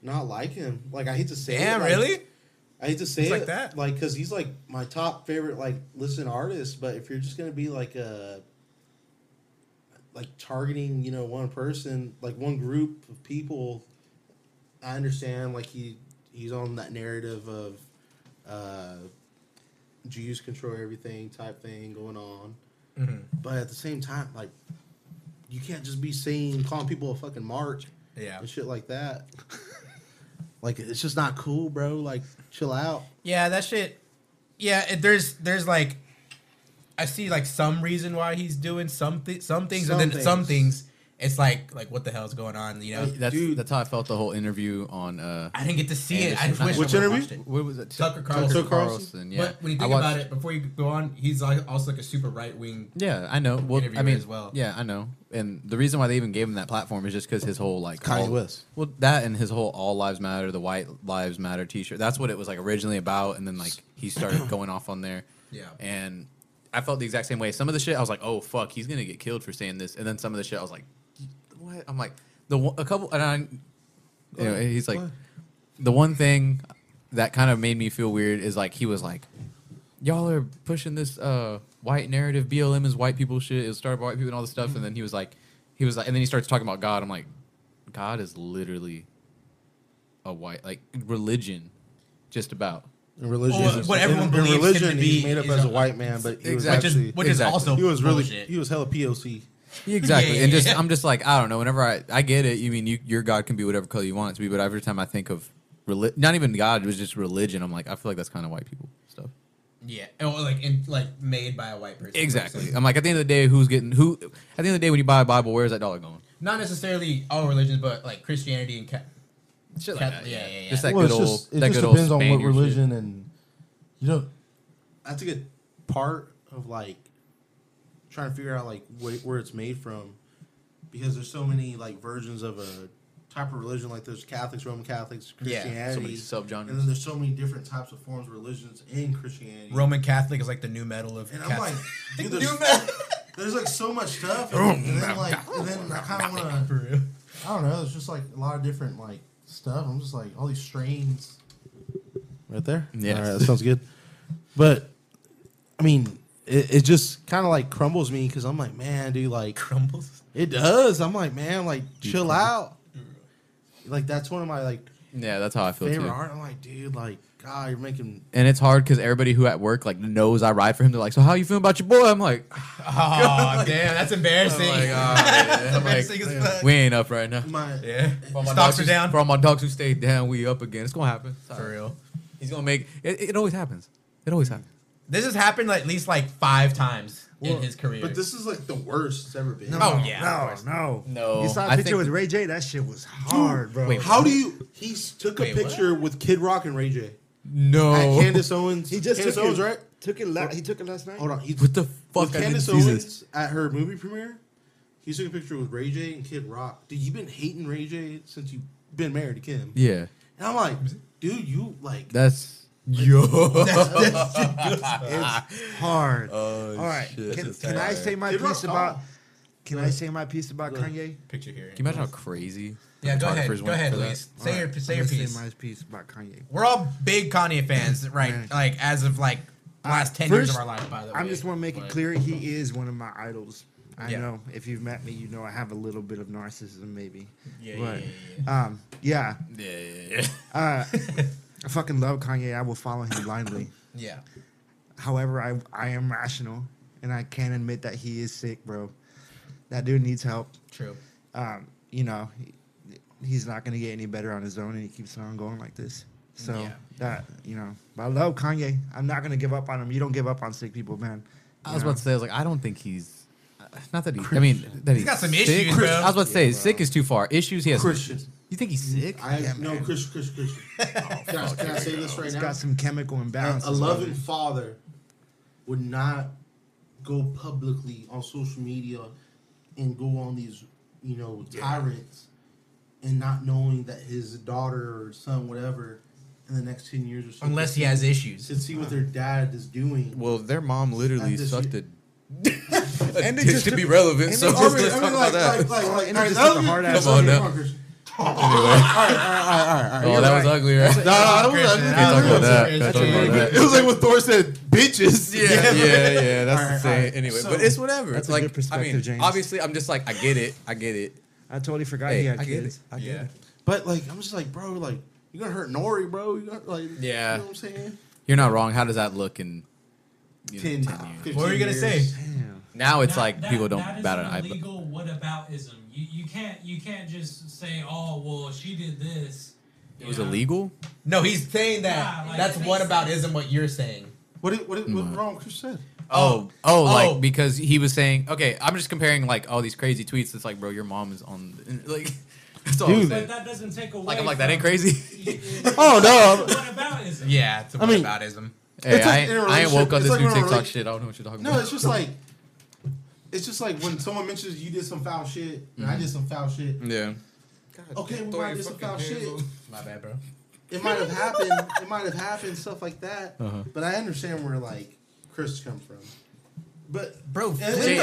S3: not like him. Like, I hate to say
S2: Damn,
S3: it. like,
S2: really?
S3: I hate to say
S2: He's
S3: it
S2: like that?
S3: like, because he's, like, my top favorite, like, listen artist. But if you're just going to be, like, a. Like targeting, you know, one person, like one group of people, I understand like he he's on that narrative of uh Jews control everything type thing going on.
S2: Mm-hmm.
S3: But at the same time, like you can't just be saying calling people a fucking march
S2: Yeah.
S3: and shit like that. like it's just not cool, bro. Like chill out.
S2: Yeah, that shit. Yeah, it, there's there's like, I see like some reason why he's doing something, some things,
S3: Some
S2: and then some
S3: things.
S2: things. It's like like what the hell's going on? You know,
S4: That's
S3: Dude.
S4: that's how I felt the whole interview on. Uh,
S2: I didn't get to see it. I
S4: Anderson.
S2: just wish
S3: Which
S2: I would've
S3: interview?
S2: watched it.
S4: what was it?
S2: Tucker Carlson.
S4: Tucker
S3: Tucker Carlson?
S4: Carlson. Yeah.
S2: But when you
S4: I
S2: think
S4: watched-
S2: about it, before you go on, he's like also like a super right wing.
S4: Yeah, I know. Well, I
S2: interviewer
S4: mean,
S2: as well.
S4: yeah, I know. And the reason why they even gave him that platform is just because his whole like
S3: Kanye
S4: all-
S3: West.
S4: Well, that and his whole "All Lives Matter," the White Lives Matter T-shirt. That's what it was like originally about, and then like he started going off on there.
S2: Yeah.
S4: And I felt the exact same way. Some of the shit I was like, "Oh fuck, he's gonna get killed for saying this," and then some of the shit I was like, "What?" I'm like, the one, a couple, and I anyway, he's like,
S3: What?
S4: the one thing that kind of made me feel weird is like he was like, y'all are pushing this uh, white narrative. BLM is white people shit. It was started by white people and all this stuff. And then he was like, he was like, and then he starts talking about God. I'm like, God is literally a white like religion, just about.
S3: In religion,
S2: Or what everyone
S3: in,
S2: believes
S3: in
S2: him to
S3: religion, he's
S2: be
S3: made up
S2: is
S3: as a
S2: a-
S3: white man, but he was
S4: Exactly.
S2: Which is which
S3: actually
S2: is
S4: Exactly.
S2: also
S3: he was really
S2: bullshit.
S3: he was hella POC.
S4: Exactly.
S2: Yeah,
S4: and
S2: yeah,
S4: just
S2: yeah.
S4: I'm just like I don't know. Whenever I I get it, you mean you, your God can be whatever color you want it to be. But every time I think of reli- not even God, it was just religion. I'm like I feel like that's kind of white people stuff.
S2: yeah, and, well, like in, like made by a white person.
S4: Exactly.
S2: So
S4: I'm like at the end of the day, who's getting who? At the end of the day, when you buy a Bible, where's that dollar going?
S2: Not necessarily all religions, but like Christianity and. Ca-
S4: Shit
S2: like that, yeah, yeah, yeah.
S4: Just that
S10: well,
S4: good
S10: it's
S4: old.
S10: just, it
S4: that
S10: just
S4: good old
S10: depends on what
S4: Spaniard shit.
S10: religion and you know.
S3: I think a part of like trying to figure out like wh- where it's made from because there's so many like versions of a type of religion like there's Catholics, Roman Catholics,
S2: Yeah,
S3: Christianity,
S4: so many subgenres.
S3: and then there's so many different types of forms of religions in Christianity.
S2: Roman Catholic is like the new metal of
S3: and I'm
S2: Catholic.
S3: like, dude, there's, there's like so much stuff, and, and then like, and then I kind of want to,
S2: for real.
S3: I don't know, there's just like a lot of different like stuff. I'm just like all these strains. Right there.
S4: Yes.
S3: All right, that sounds good. But I mean, it, it just kind of like crumbles me because I'm like, man, dude, like
S2: Crumbles.
S3: it does. I'm like, man, like chill out. Like that's one of my like
S4: Yeah, that's how I feel
S3: favorite
S4: too.
S3: art. I'm like, dude, like God, you're making
S4: And it's hard because everybody who at work like knows I ride for him. They're like, "So how you feeling about your boy?" I'm like,
S2: Oh damn, that's embarrassing.
S4: Oh
S2: that's embarrassing as fuck.
S4: "We ain't up right now."
S3: my
S2: Yeah,
S4: For all my dogs
S2: stocks are
S4: who-
S2: down.
S4: For all my dogs who stayed down, we up again. It's gonna happen.
S2: For real.
S4: He's gonna make it. It always happens. It always happens.
S2: This has happened like, at least like five times in his career.
S3: But this is like the worst it's ever been.
S8: No,
S2: Oh, yeah, of course.
S8: no, no,
S4: No,
S8: You saw a
S4: I
S8: picture
S4: think-
S8: with Ray J. That shit was hard, bro.
S4: wait,
S3: How do you? He s- took
S2: Wait,
S3: a
S2: what?
S3: picture with Kid Rock and Ray J.
S4: No.
S3: At Candace Owens.
S8: he just
S3: Candace
S8: took
S3: Owens,
S8: it,
S3: right?
S8: Took it. La- he took it last night.
S3: Hold on. He,
S4: What the fuck?
S3: with
S4: I didn't
S3: Candace
S4: see
S3: Owens
S4: this.
S3: at her movie premiere, he took a picture with Ray J and Kid Rock. Dude, you've been hating Ray J since you've been married to Kim.
S4: Yeah,
S3: And I'm like, dude, you like
S4: that's yo.
S8: It's hard. All right.
S4: Oh, shit.
S8: Can,
S4: That's
S8: can I say my
S3: Kid Rock
S8: piece about?
S3: tall.
S8: Can I say my piece about
S3: Go ahead.
S8: Kanye?
S2: picture here.
S4: Can you imagine how crazy?
S2: Yeah, go ahead.
S4: photographers
S2: Go
S4: went
S2: ahead,
S4: for that?
S2: Luis. Say
S8: All
S2: your
S8: right,
S2: say
S8: I'm
S2: your
S8: gonna
S2: piece.
S8: Say my piece about Kanye.
S2: We're all big Kanye fans, right?
S8: Right.
S2: Like as of like last ten years of
S8: first,
S2: our life. By the way,
S8: I just want to make it
S2: But-
S8: clear he is one of my idols. I
S2: Yeah.
S8: know if you've met me, you know I have a little bit of narcissism, maybe.
S2: Yeah, yeah,
S8: But,
S2: yeah,
S8: Um, yeah,
S4: Yeah, yeah, yeah.
S8: uh, I fucking love Kanye. I will follow him blindly.
S2: yeah.
S8: However, I I am rational, and I can admit that he is sick, bro. That dude needs help.
S2: True.
S8: um, you know, he, he's not going to get any better on his own, and he keeps on going like this. So
S2: Yeah.
S8: that you know, but I love Kanye. I'm not going to give up on him. You don't give up on sick people, man.
S4: I
S8: You
S4: was
S8: know?
S4: about to say, I was like, I don't think he's. Not that he. I mean, that he's,
S2: got some
S4: sick.
S2: issues, bro.
S4: I was about to say, sick is too far. Issues he has.
S3: Christian.
S4: You think he's sick?
S3: I no Christian, Christian, Christian. can, I, can I say this right
S8: He's
S3: now?
S8: got some chemical imbalance.
S3: a loving father would not go publicly on social media and go on these, you know, tyrants and not knowing that his daughter or son, whatever, in the next 10 years or so,
S2: Unless he has
S3: to
S2: issues.
S3: see what their dad is doing.
S4: Well, their mom literally
S3: At this
S4: sucked
S3: year-
S4: it. and
S8: it just
S4: to
S8: took-
S4: be relevant,
S8: and
S4: so
S8: it
S4: just
S8: just
S4: let's
S8: took-
S4: talk about that.
S8: and it just took a hard ass
S4: Come on now.
S3: Christian.
S4: Oh, that was ugly, right?
S3: No, no, that was
S2: Christian,
S3: ugly.
S4: Can't talk about that.
S2: That's
S4: Can't
S2: a
S4: talk
S2: really
S4: about
S2: good-
S4: that.
S3: It was like what Thor said, bitches.
S4: Yeah, yeah, yeah. That's the
S3: all
S4: same.
S3: right.
S4: Anyway,
S3: So-
S4: but it's whatever.
S8: That's a
S4: like,
S8: good perspective,
S4: I mean,
S8: James.
S4: obviously, I'm just like, I get it. I get it.
S8: I totally forgot he
S4: Hey,
S8: had
S4: I get it.
S8: kids.
S4: I get
S2: Yeah.
S4: it.
S3: But like, I'm just like, bro, like, you're gonna hurt Nori, bro. You're gonna, like,
S4: Yeah.
S3: you know what I'm saying?
S4: You're not wrong. How does that look in you know,
S3: 10,
S4: 10 years?
S3: 15
S2: What were you gonna
S3: years.
S2: say?
S8: Damn.
S4: Now it's
S11: That-
S4: like
S11: that-
S4: people don't
S11: that is
S4: bat
S11: an
S4: an eye. but-
S11: Illegal whataboutism. You you can't you can't just say oh well she did this.
S4: It
S11: you
S4: was
S11: know?
S4: illegal.
S2: No, he's saying that.
S11: Yeah, like-
S2: That's what about isn't what you're saying.
S3: What did, what did, what wrong with Chris said?
S4: Oh, oh,
S2: oh.
S4: like because he was saying, okay, I'm just comparing like all these crazy tweets. It's like, bro, your mom is on. the- Like, that's all I'm
S3: Dude.
S4: saying.
S11: But that doesn't take away.
S4: Like, I'm like, that
S11: from-
S4: ain't crazy.
S3: Oh no.
S11: Whataboutism.
S2: Yeah, it's a
S3: I mean-
S2: whataboutism.
S4: Hey,
S3: It's like
S4: I, ain't- I ain't woke up
S3: interrelation-
S4: this
S3: it's
S4: new
S3: like
S4: TikTok
S3: interrelation-
S4: shit. I don't know what you're talking
S3: No,
S4: about.
S3: it's just like it's just like when someone mentions you did some foul shit and I did some foul shit.
S4: yeah.
S3: Okay, we might have did some foul shit.
S2: My bad, bro.
S3: It might have happened. It might have happened. Stuff like that. But I understand where like Chris come from. But
S2: Bro,
S3: and-
S2: flip
S3: and-
S2: the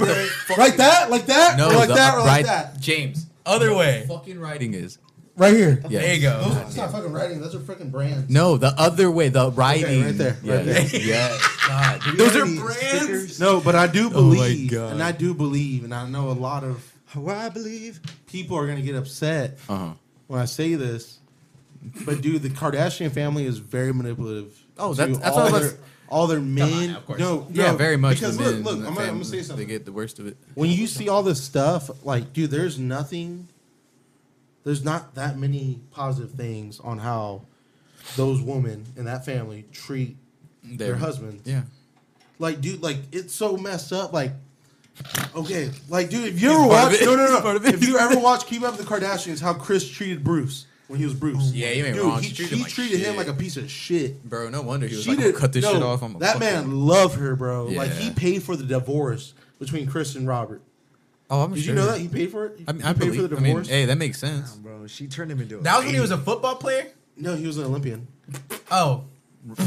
S2: mic.
S3: and- like that, like that,
S4: No,
S3: or like
S4: the-
S3: that, or like
S4: right,
S3: that.
S4: James.
S2: Other way.
S4: Fucking writing is.
S3: Right here.
S4: Yeah.
S2: There you go.
S3: Those, it's not fucking writing. Those are freaking brands.
S4: No, the other way, the writing.
S3: right there,
S4: Yeah,
S3: right there.
S4: yeah. God.
S3: Those are
S8: Any
S3: brands.
S8: stickers?
S3: No, but I do
S4: Oh my
S3: believe,
S4: God.
S3: and I do believe, and I know a lot of
S8: Well, Oh, I believe.
S3: people are gonna get upset
S4: Uh huh.
S3: when I say this, but dude, the Kardashian family is very manipulative.
S4: Oh,
S3: to
S4: that's- that's
S3: all
S4: what I was-
S3: their all their men.
S2: now, of course.
S3: No,
S4: Yeah,
S3: no,
S4: very much.
S3: Because
S4: the
S3: look,
S4: men
S3: look,
S4: and the
S3: I'm, gonna, I'm gonna
S4: families,
S3: say
S4: They
S3: something.
S4: get the worst of it.
S3: when you see all this stuff, like, dude, there's nothing. There's not that many positive things on how those women in that family treat their,
S4: Their-
S3: husbands.
S4: Yeah.
S3: Like, dude, like it's so messed up. Like, okay, like, dude, if you ever
S4: part of
S3: watch,
S4: it.
S3: no, no,
S4: He's
S3: no,
S4: part of it.
S3: if you ever watch Keep Up with the Kardashians, how Chris treated Bruce when he was Bruce.
S4: Yeah, you ain't
S3: dude,
S4: wrong.
S3: he,
S4: She treated
S3: he
S4: him like
S3: treated him
S4: shit.
S3: like a piece of shit.
S4: Bro, no wonder he was
S3: She
S4: like, "I'm
S3: did
S4: gonna cut this
S3: no,
S4: shit off. I'm a
S3: that
S4: fucking-
S3: man loved her, bro. Like
S4: Yeah.
S3: he paid for the divorce between Chris and Robert.
S4: Oh, I'm
S3: Did
S4: sure.
S3: you know that he paid for it?
S4: I mean,
S3: He
S4: I
S3: paid
S4: believe.
S3: for the
S4: I mean,
S3: divorce.
S4: hey, that makes sense.
S8: Oh, bro, she turned him into. A
S2: That was when he was a football player.
S3: no, he was an Olympian.
S2: Oh,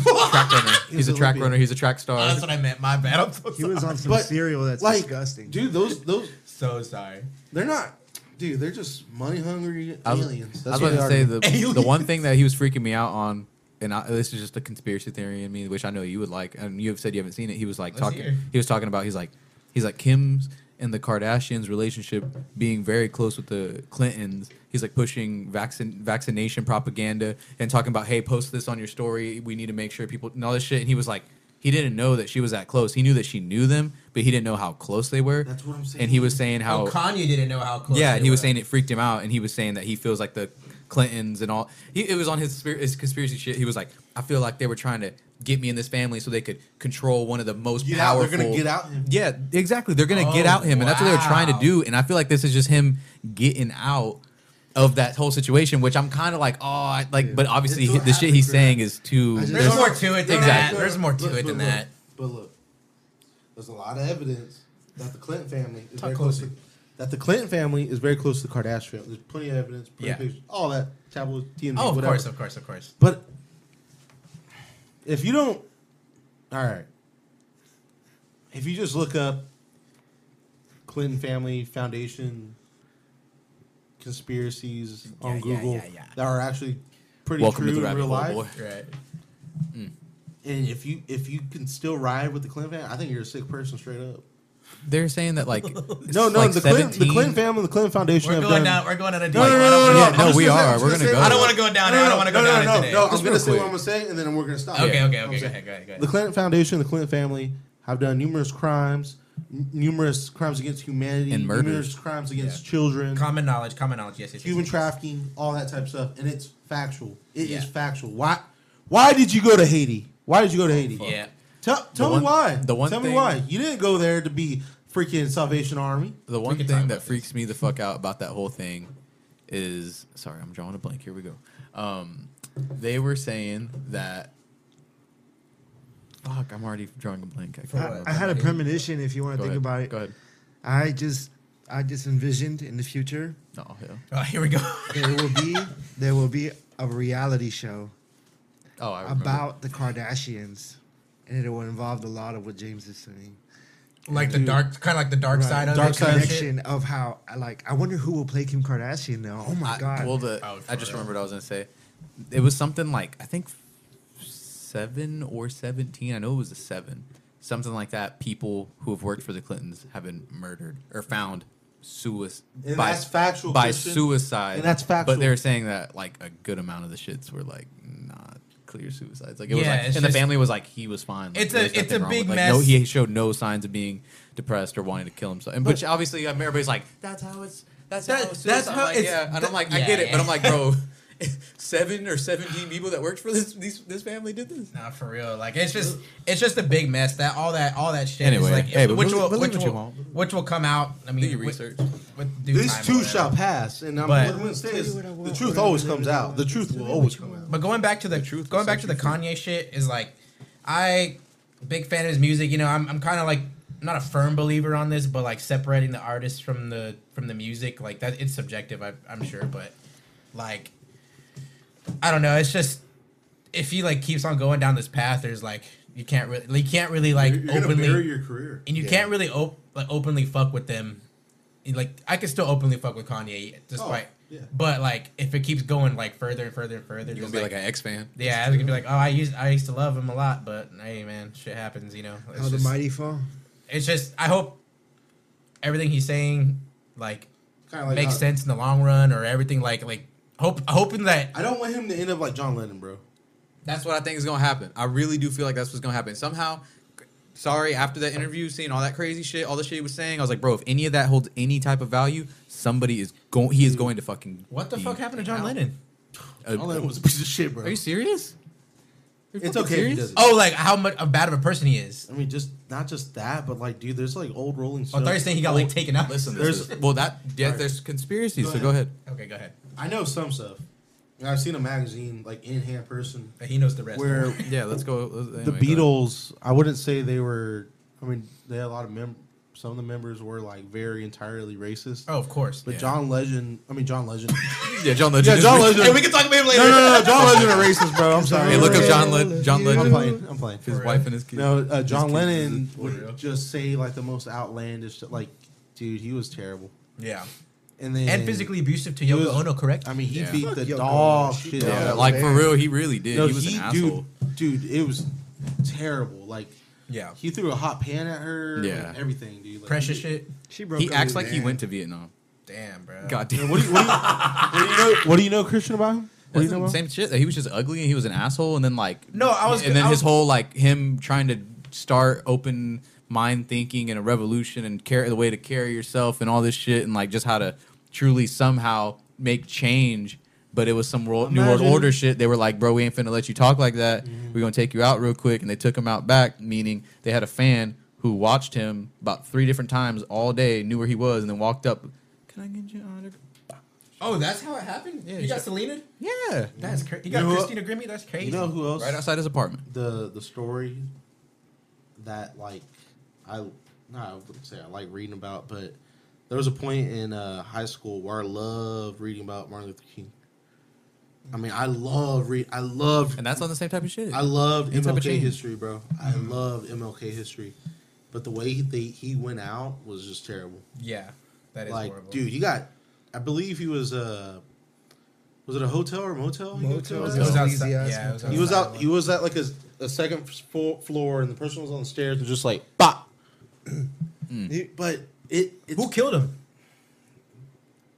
S4: Track runner. He's a track
S3: Olympian.
S4: runner. He's a track star.
S2: that's what I meant. My bad. I'm so sorry.
S8: He was on some
S3: But,
S8: cereal that's
S3: like,
S8: disgusting.
S3: Dude, those those
S2: so sorry.
S3: they're not. Dude, they're just money hungry
S4: I was,
S3: aliens.
S4: I was
S3: what
S4: about to
S3: they
S4: say the,
S3: are.
S4: the one thing that he was freaking me out on and I, this is just a conspiracy theory in me, which I know you would like, and you have said you haven't seen it. He was like
S2: Let's hear.
S4: talking. He was talking about he's like he's like Kim's and the Kardashians' relationship being very close with the Clintons. He's like pushing vaccine vaccination propaganda and talking about hey, post this on your story. We need to make sure people and all this shit. And he was like. He didn't know that she was that close. He knew that she knew them, but he didn't know how close they were. That's what I'm saying. And he was saying how
S2: Oh, Kanye didn't know how close.
S4: yeah,
S2: they
S4: and he was
S2: were.
S4: saying it freaked him out, and he was saying that he feels like the Clintons and all. He, it was on his, spir- his conspiracy shit. He was like, I feel like they were trying to get me in this family so they could control one of the most
S3: Get out,
S4: powerful.
S3: they're gonna get out him.
S4: Yeah, exactly. They're gonna get
S3: Oh,
S4: out him, and that's what they were trying to
S3: wow.
S4: do. And I feel like this is just him getting out of that whole situation, which I'm kind of like, oh, I, like, but obviously he, the shit he's saying is too.
S2: There's more to it than that. There's more to it than that.
S3: But look, there's a lot of evidence that the Clinton family is
S2: Talk
S3: very close. To, that the Clinton family is very close to the Kardashian. There's plenty of evidence, plenty of
S2: Yeah.
S3: pictures, all that tabloid TMZ.
S2: Oh, of
S3: whatever.
S2: course, of course, of course.
S3: But if you don't, all right. If you just look up Clinton Family Foundation conspiracies
S2: Yeah,
S3: on
S2: yeah,
S3: Google
S2: yeah, yeah.
S3: that are actually pretty
S4: Welcome to
S3: true
S4: the
S3: in
S4: rabbit
S3: real life,
S4: hole, boy.
S2: Right.
S3: and if you if you can still ride with the Clinton family, I think you're a sick person straight up.
S4: They're saying that like
S3: No, no,
S4: like
S3: the, Clinton, the
S4: 17
S3: Clinton family, the Clinton Foundation.
S2: We're
S3: have
S2: going
S3: done-
S2: down- we're going on a
S3: No,
S2: deep-
S3: no,
S2: I don't
S3: no, no,
S2: wanna-
S3: no,
S2: Yeah,
S3: I'm
S2: no,
S3: just
S2: we
S3: gonna
S2: are.
S3: say- I'm
S2: We're
S3: just
S2: gonna
S3: say-
S2: go. I don't wanna go down
S3: No,
S2: it. I
S3: no,
S2: don't wanna go
S3: no,
S2: down it
S3: no,
S2: today.
S3: No, no, I'm
S2: Just
S3: gonna
S2: real
S3: say what
S2: quick.
S3: I'm gonna say, and then we're gonna stop.
S2: Okay,
S3: Yeah.
S2: okay,
S3: I'm
S2: okay,
S3: saying-
S2: okay. Go ahead, go ahead.
S3: The Clinton Foundation, the Clinton family have done numerous crimes, n- numerous crimes against humanity,
S4: And murders.
S3: numerous crimes against children,
S2: Common knowledge. Common knowledge. Yes. yes, yes,
S3: human
S2: yes.
S3: trafficking, all that type of stuff, and it's factual. It is
S2: Yeah.
S3: factual. Why? Why did you go to Haiti? Why did you go to Haiti?
S2: Yeah.
S3: Tell, tell
S4: one-
S3: me why.
S4: the one
S3: tell me
S4: thing-
S3: why. You didn't go there to be freaking Salvation Army.
S4: The one
S2: can talk
S4: thing
S2: about
S4: that freaks me the fuck out about that whole thing is sorry, I'm drawing a blank. Here we go. Um, they were saying that. Fuck, I'm already drawing a blank. I, can't
S8: I,
S4: remember.
S8: I had a premonition. If you want
S4: Go
S8: to think
S4: ahead.
S8: about it,
S4: Go ahead.
S8: I just I just envisioned in the future
S4: No, yeah.
S2: Oh, here we go.
S8: there will be there will be a reality show
S4: Oh, I remember.
S8: about the Kardashians, and it will involve a lot of what James is saying.
S2: Like the dark, kind of like the dark
S8: Right.
S2: side of
S8: dark
S2: it.
S8: side
S2: kinda shit.
S8: connection of how I like. I wonder who will play Kim Kardashian now. Oh my
S4: I-
S8: god!
S4: Well, the
S2: Oh, for
S4: I just
S2: real.
S4: remembered what I was gonna say. It was something like I think seven or seventeen. I know it was a seven, something like that. People who have worked for the Clintons have been murdered or found suicide
S3: And that's factual,
S4: by
S3: Christian.
S4: suicide.
S3: And that's
S4: But
S3: factual.
S4: they're saying that like a good amount of the shits were like not clear suicides. Like it was
S2: Yeah,
S4: like, and
S2: it's
S4: the
S2: just-
S4: family was like he was fine. Like,
S2: It's a-
S4: there was
S2: it's
S4: nothing
S2: a
S4: wrong with-
S2: big
S4: like, No,
S2: mess.
S4: he showed no signs of being depressed or wanting to kill himself. And which obviously I mean, everybody's like that's how it's. That's
S2: That-
S4: how, it's
S2: that's
S4: suicide.
S2: how
S4: like,
S2: it's-
S4: yeah, and I'm like, I
S2: yeah,
S4: get it, but
S2: yeah.
S4: I'm like, bro, seven or seventeen people that worked for this these, this family did this.
S2: Nah, for real. Like it's just it's just a big mess. That all that all that shit.
S4: Anyway,
S2: is like,
S4: hey, but
S2: which
S4: believe-
S2: will
S4: believe
S2: which
S4: what you
S2: will
S4: want.
S2: which will come out. I mean,
S4: Do your
S2: with-
S4: research.
S2: With due
S3: These
S2: time or
S3: two
S2: whatever.
S3: shall pass, and I'm,
S2: But-
S3: what I'm gonna say is
S8: what I
S3: the
S8: want,
S3: truth
S8: whatever,
S3: always
S8: whatever
S3: comes
S8: I
S3: out.
S8: want.
S3: The truth will always come out.
S2: But going back to the,
S4: truth
S2: going
S4: will
S2: back
S4: set
S2: to the
S4: you free.
S2: Kanye shit is like, I big fan of his music. You know, I'm I'm kind of like not a firm believer on this, but like separating the artist from the from the music, like that it's subjective. I, I'm sure, but like, I don't know. It's just if he like keeps on going down this path, there's like you can't really you can't really like
S3: You're, you're gonna
S2: openly
S3: bury your career.
S2: and you can't really op- like openly fuck with them. And, Like I can still openly fuck with Kanye, despite.
S3: Oh, yeah.
S2: But like, if it keeps going like further and further and further,
S4: You're
S2: just,
S4: gonna be like an X fan.
S2: yeah, I was gonna be like, oh, I used I used to love him a lot, but hey, man, shit happens, you know. It's,
S8: how the
S2: just,
S8: mighty fall.
S2: it's just I hope everything he's saying like,
S3: Kinda like uh,
S2: makes
S3: how-
S2: sense in the long run, or everything like like hope hoping that
S3: I don't want him to end up like John Lennon, bro.
S4: That's what I think is gonna happen. I really do feel like that's what's gonna happen. Somehow, sorry, after that interview, seeing all that crazy shit, all the shit he was saying, I was like, bro, if any of that holds any type of value, somebody is going. He is going to fucking.
S2: what the
S4: be
S2: fuck happened to John
S4: out.
S2: Lennon?
S4: Uh,
S3: John Lennon was a piece of shit, bro.
S4: are you serious? You're
S3: It's
S4: fucking
S3: okay if he does it.
S2: Oh, like how much how bad of a person he is.
S3: I mean, just not just that, but like, dude, there's like old
S2: Oh,
S3: Rolling
S2: I
S3: Stones.
S2: thought you were saying he got like taken out.
S4: Listen,
S3: There's-
S4: there's well that yeah, there's conspiracy. so go ahead.
S2: Okay, go ahead.
S3: I know some stuff. And I've seen a magazine like in hand person
S2: But he knows the rest.
S3: where
S4: Yeah, let's go. anyway,
S2: Oh
S3: the
S4: go ahead.
S3: Beatles. I wouldn't say they were. I mean, they had a lot of mem. Some of the members were like very entirely racist.
S2: Oh, of course.
S3: But
S4: yeah.
S3: John Legend. I mean, John Legend.
S4: Yeah, John Legend.
S3: Yeah,
S4: is
S3: John
S4: racist.
S3: Legend.
S2: Hey, we can talk about him later.
S3: no, no, no, no, John Legend are racist, bro. I'm sorry.
S4: Hey, look up John Le- John
S3: I'm
S4: Legend.
S3: playing. I'm playing.
S4: His wife and his kids.
S3: No, uh, John
S4: kids
S3: Lennon
S4: is-
S3: would just say like the most outlandish. Like, dude, he was terrible.
S2: Yeah.
S3: And then
S2: And physically abusive to
S3: he
S2: Yoko
S3: was-
S2: Ono, correct?
S3: I mean, he
S2: Yeah.
S3: beat
S2: Fuck
S3: the
S2: Yoko Ono.
S3: dog
S2: She
S3: shit.
S2: did.
S3: out
S2: Yeah,
S3: of
S2: like,
S3: him.
S2: for real, he really did. He was an asshole.
S3: Dude, dude, it was terrible. Like,
S2: yeah,
S3: he threw a hot pan at her.
S4: Yeah.
S3: Yeah, everything, dude. Like,
S2: Precious
S3: he-
S2: shit.
S8: She
S4: he acts like he went to Vietnam.
S2: Damn, bro.
S4: God damn.
S3: What do you- what do you- What do you know? What do you know, Christian, about him? What do you
S4: That's
S3: know
S4: the
S3: about him?
S4: same shit. He was just ugly and he was an asshole. And then like
S2: No, I was-
S4: And then
S2: I
S4: his
S2: was-
S4: whole like him trying to start open mind thinking and a revolution and carry the way to carry yourself and all this shit and like just how to truly somehow make change. But it was some world, new world
S3: Imagine-
S4: order shit. They were like, "Bro, we ain't finna let you talk like that.
S2: Mm-hmm.
S4: We're gonna take you out real quick." And they took him out back, meaning they had a fan who watched him about three different times all day, knew where he was, and then walked up. Can I get you an autograph?
S2: Oh, that's how it happened. Yeah, you
S4: he
S2: got
S4: got-
S2: Selena.
S4: Yeah,
S2: That's crazy. You
S3: You
S2: got
S3: know what-
S2: Christina Grimmie. That's crazy.
S3: You know who else?
S4: right outside his apartment.
S3: the the story that like I no, I wouldn't say I like reading about, but there was a point in uh, high school where I loved reading about Martin Luther King. I mean, I love read. I loved.
S4: And that's on the same type of shit.
S3: I loved
S4: Any type of
S3: MLK
S4: change.
S3: history, bro. I loved MLK history, but the way they, he went out was just terrible.
S2: Yeah, that is
S3: like,
S2: horrible.
S3: dude, he got. I believe he was uh, was it a hotel or motel? he
S8: Motel.
S3: was
S2: it was outside.
S8: Sleazy ass
S2: Yeah, it was
S3: he was
S8: hotel.
S2: outside
S3: out.
S2: of
S3: He was at like a, a second f- fo- floor, and the person was on the stairs and just like bop. He- But it. It's,
S2: one. Who killed him?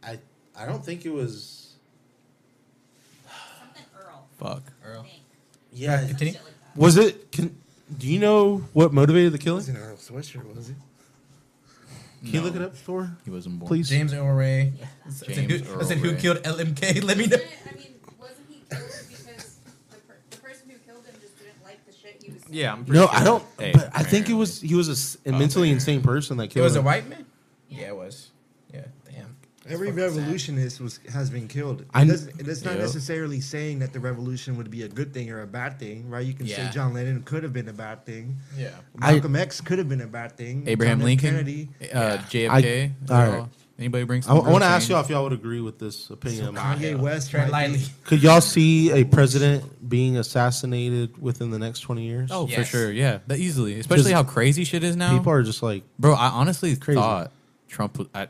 S3: I I don't think it was.
S5: Something Earl.
S4: Fuck.
S2: Earl.
S5: Think.
S3: Yeah.
S2: Continue.
S5: Shit like that.
S3: Was it? Can do you know what motivated the killing?
S8: wasn't Earl Sweatshirt, was it?
S3: Can you look it up for?
S4: He wasn't born.
S3: Please.
S2: James Earl Ray.
S5: Yeah,
S2: I
S5: that's-
S2: said, who,
S4: James Earl
S2: I said, who
S4: Ray.
S2: killed LMK? Let me know.
S6: Wasn't it- I mean, wasn't he killed because the, per- the person who killed him just didn't like the shit he was saying?
S4: Yeah, I'm pretty
S3: No,
S4: sure. Oh,
S3: I don't.
S4: Hey,
S3: but I think it was.
S4: apparently.
S3: He was a s- a mentally insane person that
S2: It
S3: killed.
S2: was a
S3: him.
S2: white man. Yeah, it was. Yeah, damn. That's
S8: Every
S2: fucking sad.
S8: revolutionist was has been killed.
S3: I
S8: It
S3: kn-
S8: doesn't, it's not
S4: Yeah.
S8: necessarily saying that the revolution would be a good thing or a bad thing, right? You can
S2: Yeah.
S8: say John Lennon could have been a bad thing.
S2: Yeah.
S3: I-
S8: Malcolm X could have been a bad thing.
S4: Abraham
S8: John F.
S4: Lincoln,
S8: Kennedy.
S4: uh,
S2: Yeah.
S4: JFK.
S3: I- all
S4: y'all-
S3: right.
S4: Anybody bring?
S3: I,
S4: Some real
S3: want to ask
S4: change?
S3: y'all if y'all would agree with this opinion. of mine.
S8: Kanye West.
S2: Tread
S8: might be-
S2: lightly.
S3: Could y'all see a president being assassinated within the next twenty years?
S4: Oh, for
S2: Yes.
S4: sure. Yeah, that easily. Especially how crazy shit is now.
S3: People are just like,
S4: Bro, I honestly
S3: Crazy.
S4: thought Trump was. I,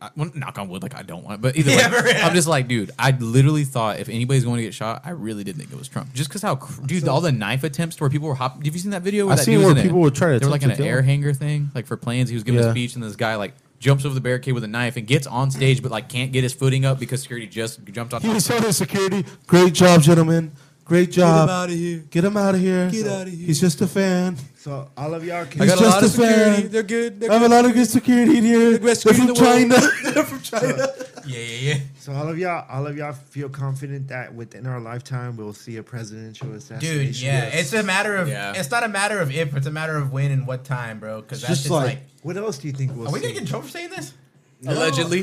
S4: I, well, knock on wood, like I don't want it, but either way,
S2: Yeah, for real.
S4: I'm just like, dude, I literally thought if anybody's going to get shot, I really did think it was Trump, just because how, cr- dude, all the knife attempts where people were hop. Have you seen that video? Where
S3: I've
S4: that
S3: seen
S4: dude was
S3: where
S4: in a-
S3: people would try to
S4: They were like in
S3: attempt
S4: an
S3: to kill
S4: air
S3: him.
S4: hanger thing, like for planes. He was giving
S3: Yeah.
S4: a speech, and this guy like jumps over the barricade with a knife and gets on stage, but like can't get his footing up because security just jumped on.
S3: he
S4: top of
S3: was
S4: him.
S3: telling security, "Great job, gentlemen. Great job.
S4: of here.
S3: Get him out of here.
S4: Get outta here.
S3: He's just a fan.
S8: So all of y'all
S4: I
S8: can.
S4: got a
S3: just
S4: lot of
S3: a fan.
S4: security. They're good. They're
S3: I have a
S4: good.
S3: lot of good security in here. They're
S4: best
S3: from
S4: security in
S3: China.
S4: the
S3: They're from China.
S2: Yeah, yeah, yeah.
S8: So all of y'all, all of y'all feel confident that within our lifetime we'll see a presidential assassination.
S2: Dude, yeah. It's a matter of.
S4: Yeah.
S2: It's not a matter of if. It's a matter of when and what time, bro. Because that's
S3: just
S2: just
S3: like-
S2: like.
S8: What else do you think we'll
S2: Are we
S8: see?
S2: gonna get in trouble for saying this?
S4: Allegedly,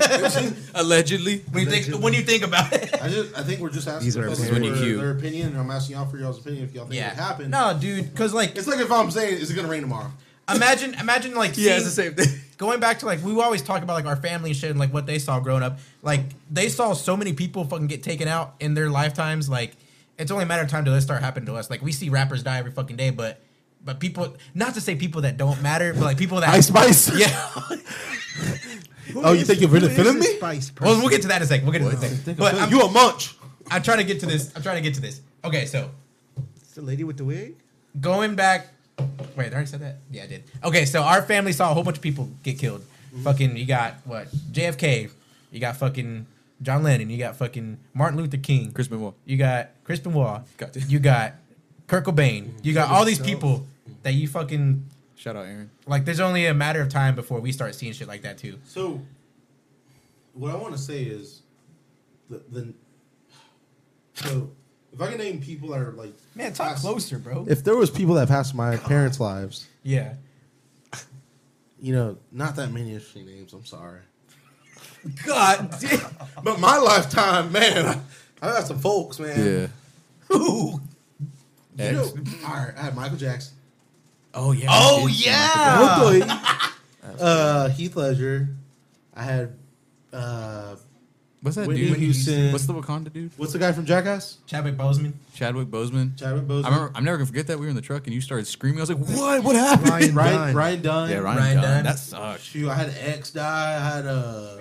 S4: allegedly.
S2: When you think when you think about it.
S3: I just, I think we're just asking
S8: These are
S3: people
S8: opinions.
S3: for
S4: When you cue.
S3: their opinion, and I'm asking y'all for y'all's opinion if y'all think
S2: Yeah.
S3: it happened.
S2: No, dude. Because like,
S3: It's like if I'm saying, is it gonna rain tomorrow?
S2: imagine, imagine like.
S4: Yeah, it's
S2: seeing-
S4: the same thing.
S2: going back to like we always talk about like our family and shit and like what they saw growing up. Like they saw so many people fucking get taken out in their lifetimes. Like it's only a matter of time till this start happening to us. Like we see rappers die every fucking day, but but people not to say people that don't matter, but like people that
S3: Ice Spice.
S2: yeah.
S3: Oh, you think you're really feeling me?
S8: Spice
S2: well,
S8: person?
S2: we'll get to that in a second. We'll get to that. in a second. But I'm,
S3: you a munch.
S2: I'm trying to get to this. I'm trying to get to this. Okay, so
S8: It's the lady with the wig.
S2: going back. Wait, I already said that. Yeah, I did. Okay, so our family saw a whole bunch of people get killed. Fucking, you got what? JFK. You got fucking John Lennon. You got fucking Martin Luther King.
S4: Chris Benoit.
S2: You got Crispin Wall.
S4: Got it.
S2: you got Kurt Cobain. You got all these people that you fucking
S4: Shout out, Aaron.
S2: like. There's only a matter of time before we start seeing shit like that too.
S3: So, what I want to say is, the, the so if I can name people that are like
S2: Man, talk
S3: passed-
S2: closer, bro.
S3: If there was people that passed my parents' lives,
S2: Yeah.
S3: you know, not that many interesting names. I'm sorry,
S2: God damn.
S3: but my lifetime, man, I, I got some folks, man.
S2: Ooh.
S3: Yeah. You know, all right, I had Michael Jackson.
S4: Oh yeah.
S2: Oh
S4: It's-
S2: yeah.
S3: What the- uh, Heath Ledger. I had. Uh,
S4: What's that
S3: Whitney
S4: dude?
S3: Houston.
S4: What's the Wakanda dude?
S3: what's the guy from Jackass?
S2: Chadwick Boseman.
S4: Chadwick Boseman.
S3: Chadwick Boseman.
S4: I remember. I'm never gonna forget that we were in the truck and you started screaming. I was like, "What? What happened?"
S8: Ryan
S3: Ryan,
S8: Dunn.
S3: Ryan Dunn.
S4: Yeah, Ryan,
S2: Ryan
S4: Dunn.
S2: Dunn.
S4: That sucks.
S3: Shoot, I had an ex die. I had a uh,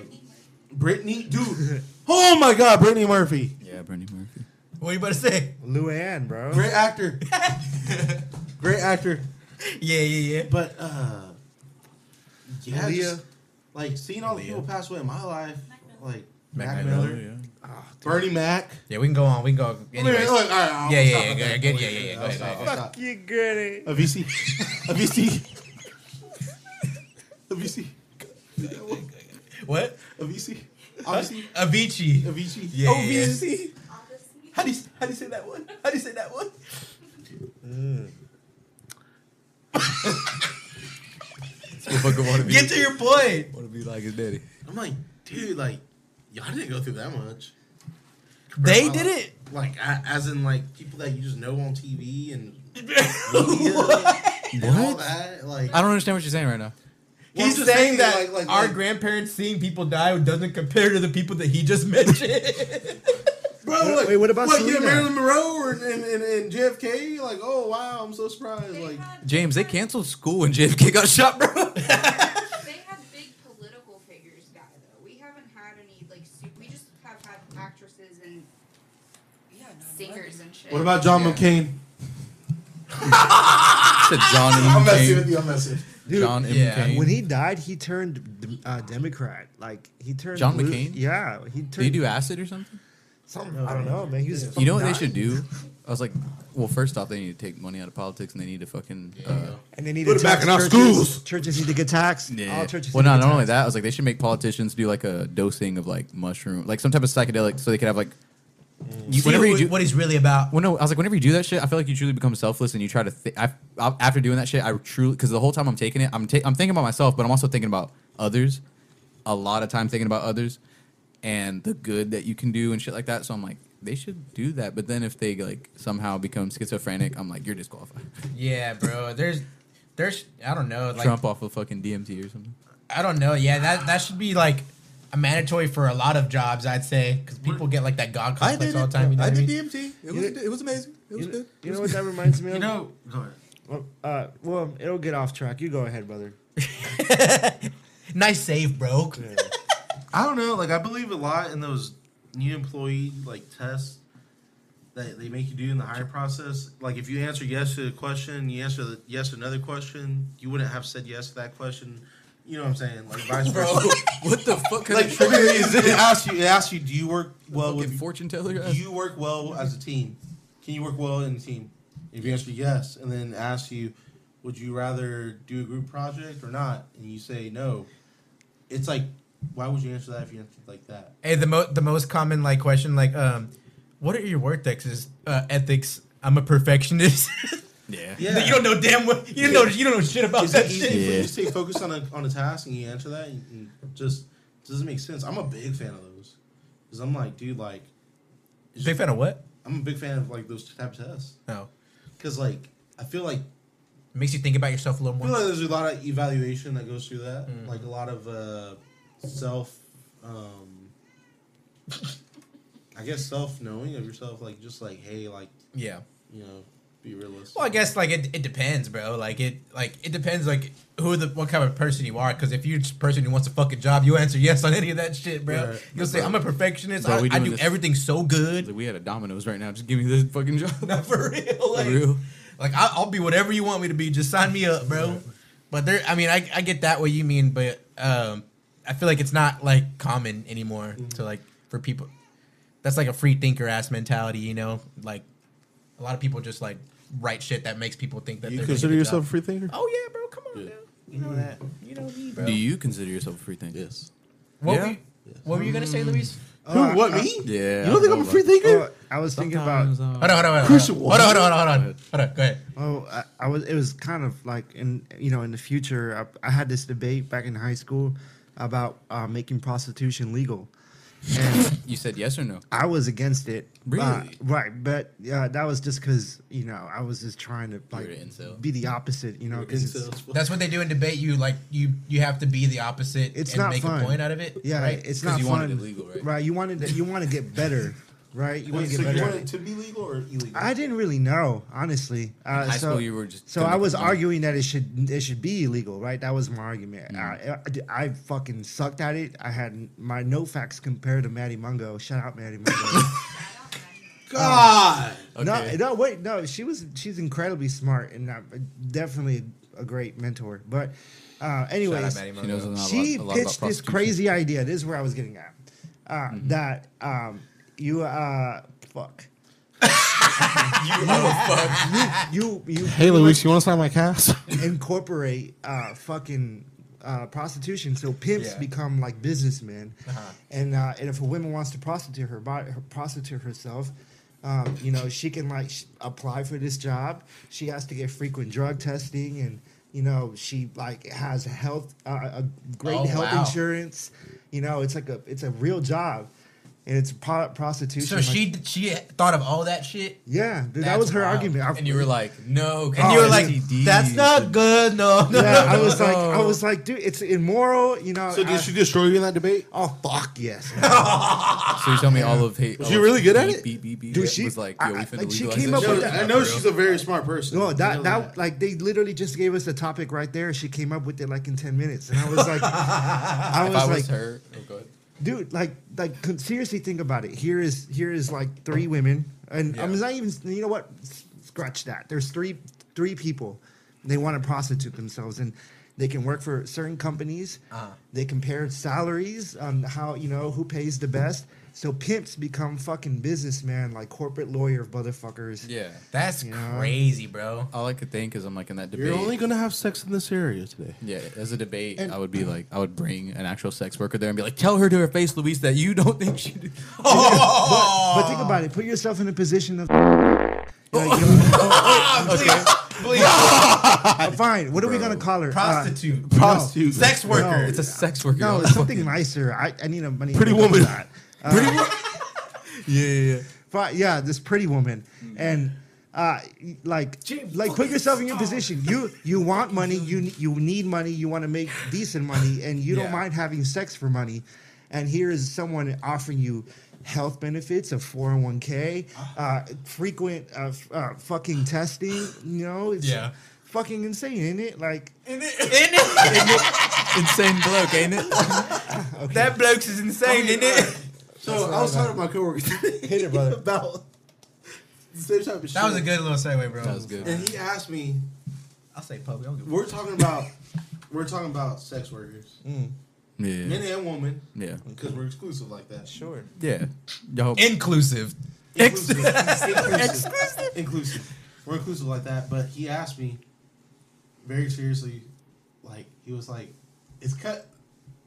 S3: Brittany, dude. oh my God, Brittany Murphy.
S4: Yeah, Brittany Murphy.
S2: What you about to say?
S8: Luann, bro.
S3: Great actor. Great actor.
S2: Yeah, yeah, yeah.
S3: But uh, yeah,
S8: Aaliyah.
S3: just, like seeing all the people pass away in my life, like
S2: Mac
S3: Mac,
S2: Miller,
S3: Miller,
S8: Ah, dude.
S3: Bernie Mac.
S2: Yeah, we can go on. We can go. Anyways.
S3: Look, all right, I'll
S2: Yeah, yeah,
S3: stop.
S2: yeah,
S3: Okay,
S2: go ahead,
S3: okay,
S2: yeah, yeah, yeah, go
S3: I'll
S2: ahead,
S3: stop,
S2: go
S3: I'll stop.
S8: you gritty.
S3: A VC. A VC. A VC.
S2: What?
S3: A VC. Obviously.
S2: Avicii.
S3: A VC.
S2: Yeah,
S3: Oh,
S2: yeah, yeah.
S3: VC.
S6: Obviously.
S2: How do you how do you say that one? How do you say that one? Mm.
S4: want to be,
S2: Get to your point.
S4: want to be like his daddy.
S3: I'm like, dude, like, y'all didn't go through that much.
S2: They
S3: Bro,
S2: did it.
S3: Like, a- as in, like, people that you just know on TV and media
S2: What?
S3: and all
S4: What?
S3: that. Like,
S4: I don't understand what you're saying right now.
S3: Well, I'm
S2: He's
S3: just
S2: saying,
S3: saying
S2: that
S3: like- like-
S2: our
S3: like-
S2: grandparents seeing people die doesn't compare to the people that he just mentioned.
S3: Bro,
S8: Wait,
S3: like,
S8: wait, what about
S3: what, you
S8: Selena?
S3: know, Marilyn Monroe or, and, and, and JFK? Like, oh, wow, I'm so surprised.
S6: They
S3: Like,
S6: had-
S4: James, they canceled school when JFK got shot, bro.
S6: They had big political figures die though. We haven't had any like. Su- we just have had actresses and
S5: Yeah, no,
S6: singers and shit.
S3: what about John
S4: Yeah.
S3: McCain?
S4: Said John
S10: I'm
S4: M.
S10: messing
S4: Cain.
S10: with you. I'm messing. with you.
S8: Dude,
S4: John M.
S2: yeah,
S4: Cain.
S8: When he died, he turned dem- uh, Democrat. Like he turned
S4: John
S8: blue-
S4: McCain?
S8: Yeah, he
S4: Did he
S8: turned.
S4: do acid or something?
S8: something. I don't know, man. He was.
S4: You know what they should do? I was like, well, first off, they need to take money out of politics and they need to fucking. Uh,
S8: And they need
S3: Put
S8: to
S3: it back
S8: tax
S3: in our
S8: churches.
S3: schools.
S8: Churches need to get taxed.
S4: yeah.
S8: All churches.
S4: Well,
S8: need to
S4: no,
S8: get
S4: not only
S8: taxed.
S4: that, I was like, they should make politicians do like a dosing of like mushroom, like some type of psychedelic, so they could have like. You, whenever you do,
S2: what he's really about.
S4: Well, no, I was like, whenever you do that shit, I feel like you truly become selfless, and you try to. Th- I, I, after doing that shit, I truly because the whole time I'm taking it, I'm ta- I'm thinking about myself, but I'm also thinking about others. A lot of time thinking about others, and the good that you can do and shit like that. So I'm like, they should do that. But then if they like somehow become schizophrenic, I'm like, you're disqualified.
S2: Yeah, bro. There's there's I don't know. Like
S4: Trump off of fucking DMT or something.
S2: I don't know. Yeah, that that should be like a mandatory for a lot of jobs. I'd say because people get like that god
S10: I
S2: complex
S10: did
S2: all
S10: it.
S2: the time. You know
S10: I
S2: what I
S10: did
S2: mean?
S10: DMT. It was, it was amazing. It was
S8: You know,
S10: good.
S8: you know what that reminds me of?
S3: You know, go ahead.
S8: Well, uh, well, it'll get off track. You go ahead, brother.
S2: nice save, bro.
S8: Yeah.
S3: I don't know. Like I believe a lot in those new employee like tests that they make you do in the hiring process. Like if you answer yes to a question, you answer the, yes to another question, you wouldn't have said yes to that question. You know what I'm saying? Like vice versa.
S4: what the fuck?
S3: like
S4: Like,
S3: it asks you, it asks you, do you work well
S4: fucking
S3: with?
S4: fortune teller.
S3: Do you work well as a team? Can you work well in a team? If you answer yes, and then asks you, would you rather do a group project or not? And you say no. It's like, why would you answer that if you answered like that?
S2: Hey, the most the most common like question like um, what are your work ethics? Uh, ethics. I'm a perfectionist.
S4: yeah.
S3: Yeah.
S2: you don't know damn what you don't know you don't know shit about
S3: Is
S2: that
S3: it easy
S2: shit.
S3: for you
S4: Yeah.
S3: to stay focused on a on a task and you answer that? You can just it doesn't make sense. I'm a big fan of those because I'm like, dude, like, it's
S2: Big
S3: just-
S2: fan of what?
S3: I'm a big fan of like those type of tests
S2: No,
S3: because like I feel like
S2: it makes you think about yourself a little
S3: I feel like
S2: more.
S3: there's a lot of evaluation that goes through that, like a lot of uh, self, um, I guess self knowing of yourself, like just like, hey, like
S2: Yeah.
S3: you know, be realistic.
S2: Well, I guess like it, it depends, bro. Like it like it depends like who the what kind of person you are. Because if you're just a person who wants a fucking job, you answer yes on any of that shit, bro.
S3: Right.
S2: You'll say I'm a perfectionist.
S4: Bro,
S2: I,
S4: we
S2: I
S4: doing
S2: do
S4: this-
S2: everything so good.
S4: we had a Domino's right now. Just give me this fucking job.
S2: Not for real. Like,
S4: For real.
S2: like I, I'll be whatever you want me to be. Just sign me up, bro. But there, I mean, I I get that what you mean, but um, I feel like it's not like common anymore
S4: Mm-hmm.
S2: to like for people. That's like a free thinker ass mentality, you know. Like a lot of people just like write shit that makes people think that they're doing a good job.
S3: free thinker?
S2: Oh yeah, bro. Come on,
S3: Yeah.
S2: now. You know that. You know me, bro.
S4: Do you consider yourself a free thinker?
S3: Yes.
S2: What,
S4: Yeah.
S2: were you, what were you gonna say, Luis?
S8: Oh,
S3: Who? What
S8: I-
S3: me?
S4: Yeah,
S3: You don't think
S4: I
S3: I'm a
S4: know
S3: free
S4: about-
S3: thinker?
S8: Oh, I was thinking about.
S2: Hold on, hold on, hold on.
S3: Christian
S2: hold on, hold on, hold on, hold on, hold on. Go ahead.
S8: Oh, I, I was. It was kind of like in you know in the future. I, I had this debate back in high school about uh, making prostitution legal, and
S4: You said yes or no?
S8: I was against it. Uh,
S4: Really?
S8: right, but uh, that was just because you know I was just trying to like
S4: were an incel.
S8: be the opposite. You know, 'cause it's-
S2: That's what they do in debate. You like you you have to be the opposite
S8: It's
S2: and
S8: not
S2: make
S8: fun.
S2: a point out of it.
S8: yeah,
S2: right?
S8: it's
S4: 'Cause
S8: not
S4: you
S8: fun.
S4: wanted it legal, right?
S8: You wanted to, you want to get better. right? You want
S3: Wait,
S8: to
S3: so
S8: get better.
S3: you
S8: at
S3: want
S8: it.
S3: it to be legal or illegal?
S8: I didn't really know, honestly. Uh,
S4: high
S8: so,
S4: school, you were just
S8: so
S4: gonna
S8: I was
S4: consume.
S8: arguing that it should it should be illegal, right? That was my argument.
S4: Mm.
S8: Uh, I, I, I fucking sucked at it. I had my note facts compared to Maddie Mungo. Shout out Maddie Mungo.
S3: God.
S8: No,
S4: Okay.
S8: no, wait, no. She was she's incredibly smart and uh, definitely a great mentor. But uh, anyways,
S2: Maddie Mungo.
S4: She knows a lot,
S8: she
S4: a lot about
S8: pitched this
S4: prostitution.
S8: crazy idea. This is where I was getting at. Uh,
S4: Mm-hmm.
S8: That um, you uh, fuck. you, you, you, you,
S3: Hey, Luis, you want to sign my cast?
S8: incorporate uh, fucking uh, prostitution. So pimps
S2: Yeah. Uh-huh.
S8: become like businessmen, and uh, and if a woman wants to prostitute her body, her, prostitute herself. Um, you know, she can like sh- apply for this job. She has to get frequent drug testing, and you know, she like has health, uh, a great
S2: Oh,
S8: health
S2: wow.
S8: insurance. You know, it's like a it's a real job, and it's pro- prostitution.
S2: So
S8: like-
S2: she she thought of all that shit.
S8: yeah, dude, that
S2: That's
S8: was her
S2: wild.
S8: argument. I-
S4: And you were like, no.
S2: And you
S8: Oh,
S2: were like,
S4: STDs
S2: that's not
S4: and-
S2: good. No, no.
S8: yeah, I was like, I
S4: No.
S8: was like, dude, it's immoral. You know,
S3: So
S8: I-
S3: did she destroy you in that debate?
S8: Oh fuck yes,
S4: So you tell me all of hate.
S3: Was she really good at it?
S4: Beep, beep, beep,
S8: Dude,
S4: beep,
S8: she-
S4: was like,
S8: I-
S4: yo, we
S8: I-
S4: finna
S8: like, she
S4: legalize
S8: came
S4: this
S8: up
S4: shit.
S8: with
S3: I know she's a very smart person.
S8: No,
S3: I know
S8: that that like they literally just gave us a topic right there. She came up with it like in ten minutes, and I was like, I
S4: If
S8: was
S4: I
S8: like,
S4: was her, oh, go ahead.
S8: dude, like like con- seriously, think about it. Here is here is like three women, and I'm not even. You know what? S- Scratch that. There's three three people. They want to prostitute themselves, and they can work for certain companies. They compare salaries on how you know who pays the best. So pimps become fucking businessmen, like corporate lawyer motherfuckers.
S4: Yeah.
S2: That's
S8: Yeah.
S2: crazy, bro.
S4: All I could think is I'm like in that debate.
S3: You're only gonna have sex in this area today.
S4: yeah, as a debate, I would be like, I would bring an actual sex worker there and be like, tell her to her face, Luis, that you don't think she did.
S8: But think about it. Put yourself in a position of. oh, Like, you know,
S2: Please,
S8: uh, fine. What are we
S4: Bro.
S8: gonna call her? Uh,
S2: prostitute,
S3: Prostitute.
S2: sex worker.
S4: It's a sex worker.
S8: no,
S4: I'm
S8: it's something
S4: fucking-
S8: nicer. I, I need a money.
S3: Pretty woman.
S8: pretty woman.
S4: Yeah, yeah, yeah.
S8: But Uh, yeah, this pretty woman and. Uh, y- like, like, put yourself in your position. You you want money. You ne- you need money. You want to make decent money, and you don't
S4: Yeah.
S8: mind having sex for money. And here is someone offering you health benefits of four hundred one k, frequent uh, f- uh, fucking testing. You know, it's
S2: Yeah.
S8: fucking insane, isn't it? Like,
S2: In it, in it.
S4: Insane bloke, ain't it?
S2: That bloke's is insane, isn't it?
S3: So I was talking to my coworker today
S8: Hit it, brother.
S3: about the same type of shit.
S2: That was a good little segue, bro.
S4: That was good.
S3: And he asked me,
S2: I'll say public. I don't give a
S3: "We're talking about, we're talking about sex workers, men
S4: Yeah.
S3: and women,
S4: Yeah.
S3: because we're exclusive like that.
S8: sure.
S4: Yeah. Yo,
S2: Inclusive.
S3: Inclusive. inclusive. Inclusive. We're inclusive like that. But he asked me very seriously, like he was like, "It's cut."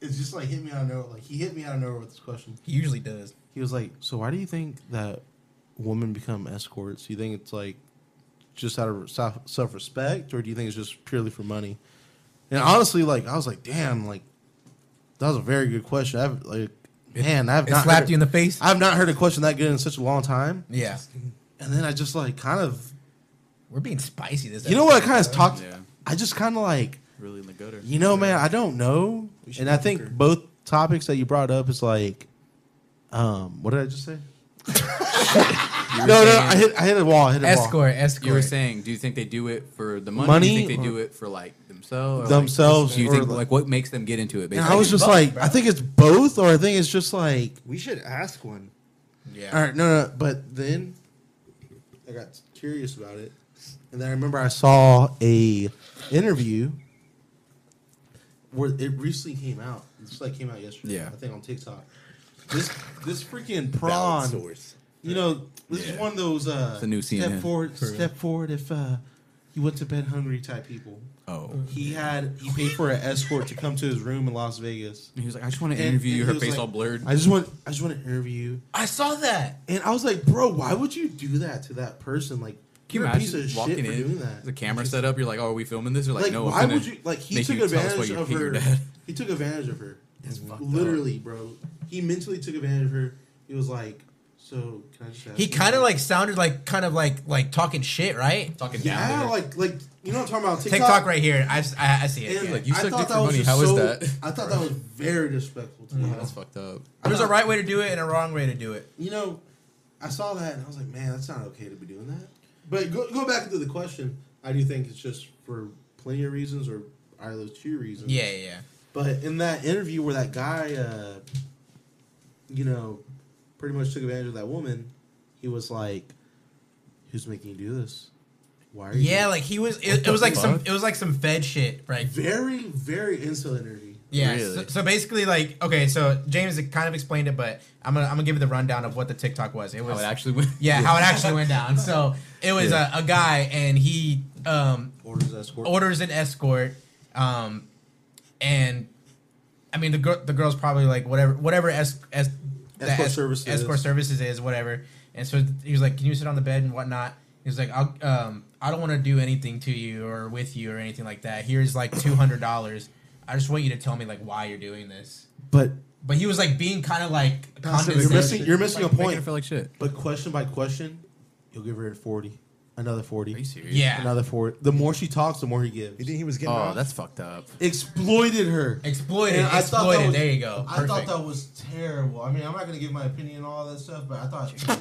S3: It's just like hit me out of nowhere. Like he hit me out of nowhere with this question.
S2: He usually does.
S3: He was like, "So why do you think that women become escorts? Do you think it's like just out of self- self-respect, or do you think it's just purely for money?" And honestly, like I was like, "Damn, like that was a very good question." I've like, man, I've
S2: It
S3: not
S2: slapped
S3: heard-
S2: you in the face.
S3: I've not heard a question that good in such a long time.
S2: Yeah,
S3: And then I just like kind of,
S2: we're being spicy this.
S3: you know what? I kind of talked.
S4: Yeah.
S3: I just kind of like,
S4: really in the gutter.
S3: you know, man, I don't know. And I think both topics that you brought up is like, um, what did I just say? no, no, I hit, I hit a wall. I hit a wall.
S2: Escort, escort.
S4: You were saying, do you think they do it for the money?
S3: Money
S4: do you think they
S3: or-
S4: do it for like themselves? or, like,
S3: Themselves
S4: do you
S3: or,
S4: think
S3: like-
S4: like, what makes them get into it?
S3: And
S4: Basically,
S3: I was just like, I think it's both, or I think it's just like,
S8: We should ask one.
S2: yeah.
S3: all right, no, no. But then I got curious about it, and then I remember I saw a interview where it recently came out. This like came out yesterday.
S4: Yeah.
S3: I think on TikTok. This this freaking prawn. You know, this is
S4: Yeah.
S3: one of those uh,
S4: It's a new
S3: step
S4: CNN.
S3: forward, step forward if uh, you went to bed hungry type people.
S4: oh,
S3: He had he paid for an escort to come to his room in Las Vegas.
S4: he was like, I just want to
S3: And-
S4: interview
S3: and
S4: you.
S3: he
S4: Her
S3: was
S4: face
S3: like,
S4: all blurred.
S3: I just want I just want to interview you.
S2: I saw that.
S3: And I was like, bro, why would you do that to that person? Like,
S4: Can
S3: you're
S4: you
S3: a piece of
S4: imagine
S3: shit
S4: walking
S3: for
S4: in,
S3: doing that.
S4: the camera set up? You're like, "Oh, are we filming this?" You're like,
S3: Like,
S4: "No." I'm
S3: why
S4: gonna
S3: would you? Like, he
S4: make
S3: took
S4: you tell us why
S3: advantage
S4: you
S3: of
S4: hate your
S3: her.
S4: dad.
S3: He took advantage of her.
S4: fucked up.
S3: Literally, bro. He mentally took advantage of her. He was like, so can I just? Ask
S2: He
S3: you
S2: kind of
S3: something?"
S2: like sounded like kind of like like talking shit, right?
S4: talking down.
S3: yeah,
S4: to her.
S3: like like you know what I'm talking about
S2: TikTok, right here. I, s- I- I see it.
S3: And
S2: Yeah.
S4: like, you
S3: I
S4: suck
S3: thought
S4: dick
S3: that
S4: for
S3: was
S4: money.
S3: just
S4: How is
S3: so-
S4: that? Mm-hmm.
S3: I thought that was very disrespectful to me.
S4: That's fucked up.
S2: There's a right way to do it and a wrong way to do it.
S3: You know, I saw that and I was like, man, that's not okay to be doing that. But go, go back to the question. I do think it's just for plenty of reasons, or are those two reasons?
S2: Yeah, yeah, yeah.
S3: But in that interview where that guy, uh, you know, pretty much took advantage of that woman, he was like, "Who's making you do this? Why are you?"
S2: Yeah,
S3: doing-"
S2: like he was.
S3: What
S2: It, it
S3: the
S2: was like some.
S3: fuck?
S2: It was like some Fed shit, right?
S3: very, very insular energy.
S2: Yeah. So, so basically, like, okay, so James kind of explained it, but I'm gonna I'm gonna give you the rundown of what the TikTok was. It was
S4: Oh, it actually went-
S2: Yeah, how it actually went down. So it was
S4: Yeah.
S2: a, a guy, and he um,
S3: orders escort.
S2: orders an escort, um, and I mean the girl the girl's probably like whatever whatever es- es- the
S3: Escort services.
S2: escort services is whatever. And so he was like, "Can you sit on the bed and whatnot?" He was like, I'll, um, "I don't want to do anything to you or with you or anything like that. Here's like two hundred dollars. I just want you to tell me like why you're doing this."
S3: But
S2: But he was like being kind of like
S3: Passive
S2: condescending.
S3: You're missing- you're missing a
S4: making
S3: point.
S4: her feel like shit.
S3: But question by question, you'll give her forty, another forty. Are you serious?
S2: Yeah.
S3: another forty. The more she talks, the more he gives.
S8: You think he was
S4: Oh,
S8: getting off?
S4: that's fucked up.
S3: exploited her.
S2: Exploited,
S3: And I thought that
S2: exploited,
S3: was-
S2: there you go.
S3: I thought
S2: Perfect.
S3: that was terrible. I mean, I'm not gonna give my opinion on all that stuff, but I thought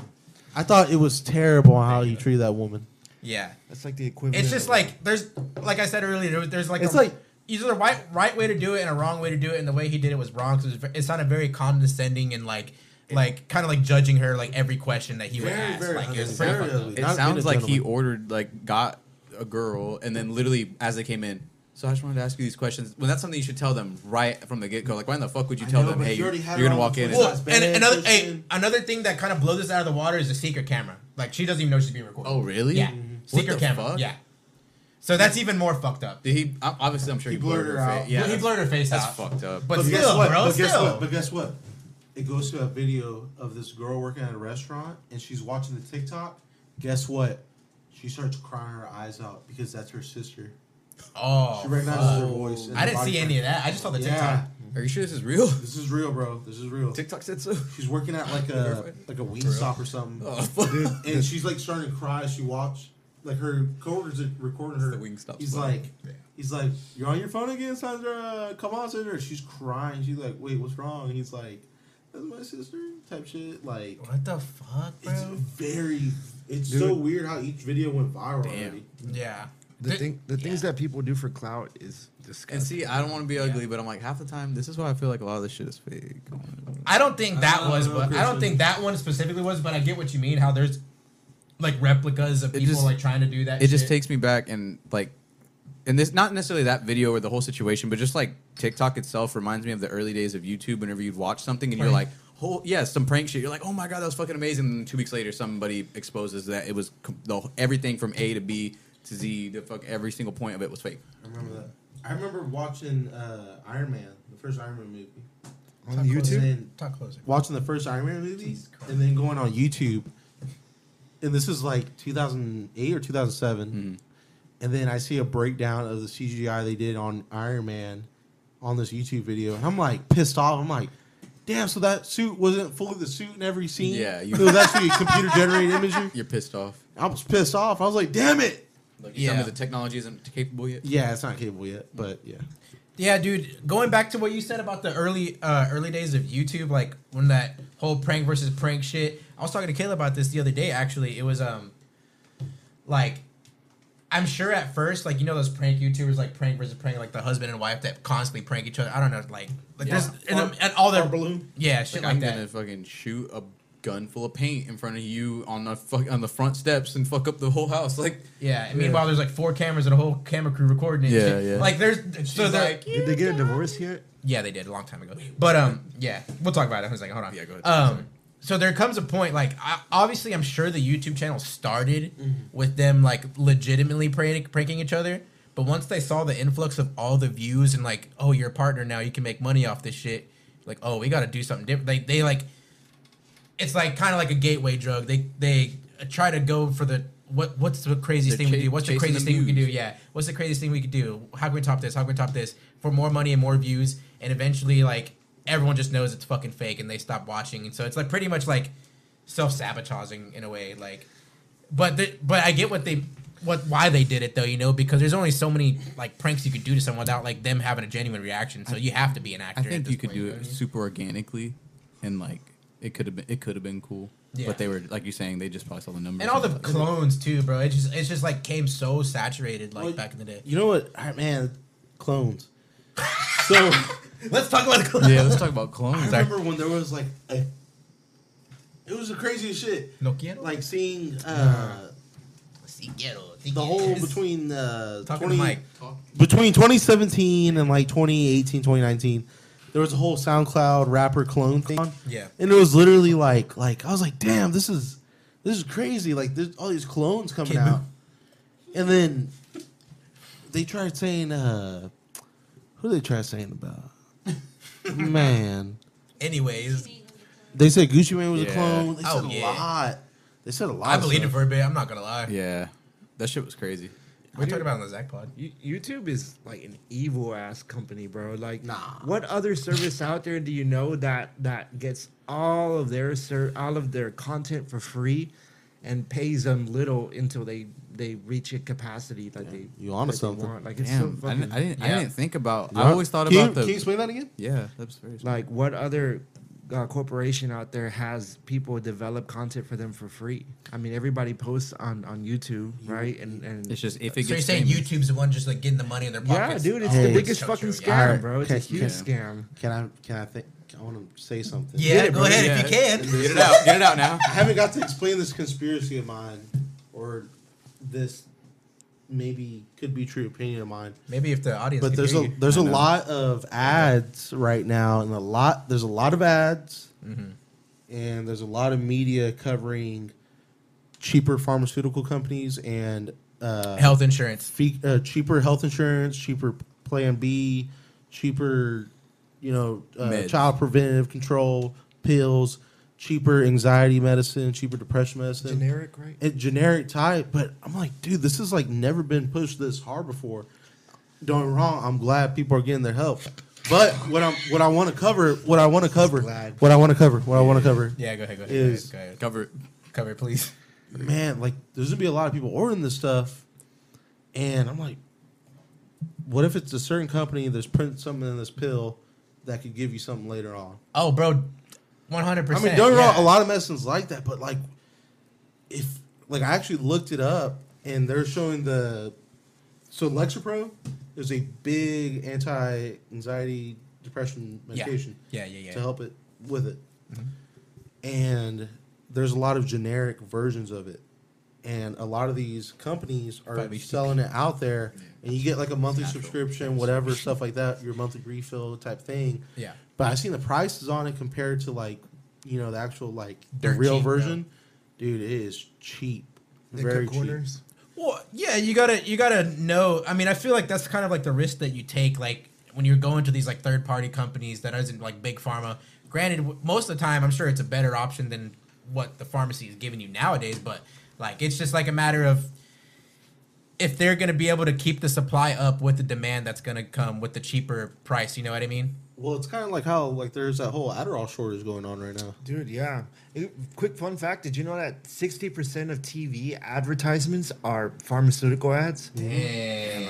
S3: I thought it was terrible how he treated that woman.
S2: Yeah.
S8: That's like the equivalent.
S2: It's just
S8: of-
S2: like there's like I said earlier, there was- there's like
S3: It's
S2: a,
S3: like-
S2: either the right right way to do it and a wrong way to do it, and the way he did it was wrong. So it, was, ve- it sounded very condescending and like like kind of like judging her like every question that he would
S3: Very,
S2: ask.
S3: very
S2: like it was
S3: very
S2: pretty fucked up.
S3: ugly.
S4: It
S3: Not being
S4: sounds
S3: a
S4: like he
S3: gentleman.
S4: ordered, like, got a girl, and then literally as they came in. So I just wanted to ask you these questions. Well, that's something you should tell them right from the get go. Like, why in the fuck would you
S3: I
S4: tell
S3: know,
S4: them,
S3: but
S4: hey,
S3: you
S4: you are
S3: already had her
S4: gonna
S3: on
S4: walk
S3: the
S4: in? and-
S3: phone.
S2: Well, and
S3: bad
S2: another hey,
S3: person.
S2: another thing that kind of blows this out of the water is the secret camera. Like she doesn't even know she's being recorded.
S4: Oh, really?
S2: Yeah,
S3: Mm-hmm.
S4: Mhm.
S2: secret
S4: What the
S2: camera.
S4: fuck?
S2: Yeah. So that's even more fucked up.
S4: Did he? ob- Obviously, I'm sure he, blurred, her out.
S2: Yeah, he blurred her face
S4: That's
S2: out.
S4: fucked up.
S2: But,
S3: But
S2: still,
S3: guess what?
S2: bro,
S3: but
S2: still.
S3: guess what? But guess what? It goes to a video of this girl working at a restaurant, and she's watching the TikTok. Guess what? She starts crying her eyes out because that's her sister.
S2: oh,
S3: She recognizes her voice. and
S2: I
S3: her
S2: didn't
S3: body
S2: see any of that. I just saw the
S3: Yeah.
S2: TikTok.
S4: are you sure this is real?
S3: This is real, bro. This is real.
S4: TikTok said so.
S3: She's working at like a like a weed stop or something,
S4: Oh, fuck.
S3: and she's like starting to cry. as She watched like her coworkers are recording her.
S4: the Wingstop
S3: He's
S4: song.
S3: like, he's like, you're on your phone again, Sandra. Come on, Sandra. She's crying. She's like, wait, what's wrong? And he's like, that's my sister. Type shit. Like,
S2: What the fuck, bro?
S3: it's very. It's so weird how each video went viral
S4: Damn.
S3: already.
S2: yeah.
S8: the thing. The things that people do for clout is disgusting.
S4: And see, I don't want to be ugly, but I'm like half the time. This is why I feel like a lot of this shit is fake.
S2: I don't think that
S3: I don't
S2: was,
S3: know,
S2: but I don't
S3: Christian.
S2: think that one specifically was. But I get what you mean. How there's like replicas of
S4: It
S2: people
S4: just-
S2: like trying to do that.
S4: It just
S2: shit.
S4: takes me back and like, and this not necessarily that video or the whole situation, but just like TikTok itself reminds me of the early days of YouTube. Whenever you'd watch something and you're like,
S2: Prank.
S4: oh yeah, some prank shit. You're like, oh my god, that was fucking amazing. And then two weeks later, somebody exposes that it was com- the, whole- everything from A to B to Z. The fuck every single point of it was fake.
S3: I remember that. I remember watching uh, Iron Man, the first Iron Man movie.
S8: on YouTube.
S3: And
S2: Talk closer.
S3: watching the first Iron Man movie and then going on YouTube. And this is like 2008 or 2007. And then I see a breakdown of the CGI they did on Iron Man on this YouTube video. And I'm like pissed off. I'm like, damn, so that suit wasn't fully the suit in every scene?
S4: Yeah, you-
S3: You- it was actually a computer generated imagery.
S4: You're pissed off.
S3: I was pissed off. I was like, damn it.
S4: Like, you yeah.
S2: Yeah.
S4: tell me the technology isn't capable yet.
S3: Yeah, it's not capable yet, but yeah.
S2: Yeah, dude. Going back to what you said about the early uh, early days of YouTube, like when that whole prank versus prank shit. I was talking to Caleb about this the other day. Actually, it was um, like, I'm sure at first, like you know those prank YouTubers, like prank versus prank, like the husband and wife that constantly prank each other. I don't know, like like
S3: Yeah.
S2: there's and, um, and all their
S3: Fart balloon.
S2: yeah shit
S4: Like,
S2: like,
S4: I'm
S2: that.
S4: gonna fucking shoot a gun full of paint in front of you on the fuck on the front steps and fuck up the whole house. Like
S2: Yeah. And meanwhile, there's like four cameras and a whole camera crew recording. It and
S4: Yeah,
S2: shit.
S4: yeah.
S2: Like there's so they're like,
S8: Did they get a divorce yet?
S2: yeah, they did a long time ago. But um, yeah, we'll talk about it in a second. Hold on.
S4: Yeah, go ahead. Sorry.
S2: Um, so there comes a point like I, obviously I'm sure the YouTube channel started with them like legitimately prank, pranking each other, but once they saw the influx of all the views and like, oh, you're a partner now, you can make money off this shit. Like, oh, we got to do something different. They they like it's like kind of like a gateway drug. They they uh, try to go for the what what's the craziest
S4: They're
S2: thing we
S4: cha-
S2: do? What's the
S4: chasing
S2: craziest
S4: the
S2: thing we can do?
S4: muse.
S2: Yeah, what's the craziest thing we could do? How can we top this? How can we top this for more money and more views? And eventually, like everyone just knows it's fucking fake, and they stop watching. And so it's like pretty much like self sabotaging in a way. Like, but the, but I get what they what why they did it though, you know, because there's only so many like pranks you could do to someone without like them having a genuine reaction. So you have to be an actor.
S4: I
S2: at
S4: think
S2: this
S4: you could
S2: point,
S4: do
S2: know what I
S4: it
S2: mean?
S4: super organically and like it could have been it could have been cool.
S2: Yeah.
S4: But they were like you're saying they just probably saw the number.
S2: and all the clones too, bro. It just it's just like came so saturated like
S3: Well,
S2: back in the day.
S3: You know what, Ah, man? Clones. So
S2: let's talk about clones.
S4: Yeah, let's talk about clones.
S3: I
S4: Sorry.
S3: remember when there was like a. It was the craziest shit.
S2: No quiero.
S3: Like seeing uh,
S2: Si quiero, si
S3: the whole
S2: quieres.
S3: between uh,
S2: Talking to
S3: 20
S2: Mike.
S3: between 2017 and like 2018 2019 there was a whole soundcloud rapper clone thing on,
S2: Yeah.
S3: and it was literally like like i was like damn this is this is crazy like there's all these clones coming
S2: Kid Boo.
S3: out and then they tried saying uh who they tried saying about man
S2: Anyways,
S3: they said gucci man was a
S4: Yeah.
S3: clone they
S2: Oh,
S3: said
S2: yeah.
S3: a lot they said a lot
S2: I
S3: of
S2: believed it
S3: stuff.
S2: for a bit. I'm not gonna lie.
S4: Yeah, that shit was crazy.
S2: We talked about it on the Zach pod.
S8: You- YouTube is like an evil ass company, bro. Like,
S3: Nah.
S8: what other service out there do you know that that gets all of their ser- all of their content for free, and pays them little until they they reach a capacity that they
S3: You onto
S8: that they
S3: something.
S8: want. Like, it's
S4: Damn, I
S8: so fucking,
S4: didn't, I didn't, I
S2: Yeah.
S4: didn't think about.
S3: Yeah.
S4: I always thought
S3: Can you-
S4: about the.
S3: can you explain that again
S4: yeah, that's very.
S8: like what other uh, corporation out there has people develop content for them for free? I mean, everybody posts on on YouTube, right? And and
S4: It's just if it
S2: So you're
S4: gets
S2: saying
S4: famous-
S2: YouTube's the one just like getting the money in their
S8: yeah,
S2: pockets? Oh,
S8: dude, it's
S3: Hey.
S8: the biggest
S2: Cho-
S8: fucking
S2: cho-
S8: scam,
S2: yeah.
S3: Alright,
S8: bro. It's a
S3: okay,
S8: huge
S3: Oh, yeah.
S8: scam.
S3: can i can i think i want to say something
S2: Yeah,
S4: Get it,
S2: go
S4: bro.
S2: ahead
S4: Yeah.
S2: if you can.
S4: Get it out. Get it out now.
S3: I haven't got to explain this conspiracy of mine, or this maybe could be true opinion of mine.
S2: Maybe if the audience.
S3: But
S2: could
S3: there's
S2: hear
S3: a
S2: you.
S3: there's a
S4: I know.
S3: lot of ads right now, and a lot there's a lot of ads,
S4: Mm-hmm.
S3: and there's a lot of media covering cheaper pharmaceutical companies and uh,
S2: health insurance.
S3: fe- uh, cheaper health insurance, cheaper Plan B, cheaper, you know, uh,
S4: Meds.
S3: child preventative control pills, cheaper anxiety medicine, cheaper depression medicine,
S8: Generic, right?
S3: and generic type. But I'm like, dude, this is like never been pushed this hard before. Don't get me wrong. I'm glad people are getting their help. But what I'm what I want to cover, what I want to cover,
S8: glad.
S3: what I want to cover, what I want to cover,
S2: Yeah, go ahead. Go ahead.
S3: Is-
S2: go ahead, go ahead.
S4: cover. it.
S2: Cover it, please.
S3: man, like there's gonna be a lot of people ordering this stuff, and I'm like, what if it's a certain company that's printing something in this pill that could give you something later on?
S2: Oh, bro, 100.
S3: I
S2: percent
S3: mean, don't get me wrong, a lot of medicines like that, but like, if like I actually looked it up, and they're showing the so Lexapro is a big anti-anxiety depression
S2: Yeah.
S3: medication
S2: Yeah, yeah, Mm-hmm. yeah.
S3: to help it with it. And there's a lot of generic versions of it. And a lot of these companies are
S2: Probably
S3: selling it out there, and you get like a monthly
S2: natural.
S3: subscription, whatever stuff like that, your monthly refill type thing.
S2: Yeah.
S3: But I've seen the prices on it compared to like, you know, the actual like the
S2: Dirt
S3: real
S2: cheap, bro.
S3: version. Dude, it is cheap, very cheap.
S2: Well, yeah, you gotta you gotta know. I mean, I feel like that's kind of like the risk that you take, like when you're going to these like third party companies that isn't like big pharma. Granted, w- most of the time, I'm sure it's a better option than what the pharmacy is giving you nowadays. But like, it's just like a matter of if they're gonna be able to keep the supply up with the demand that's gonna come with the cheaper price. You know what I mean?
S3: Well, it's kind of like how like there's that whole Adderall shortage going on right now.
S8: Dude, yeah. It- quick fun fact: Did you know that sixty percent of TV advertisements are pharmaceutical ads?
S2: Damn, I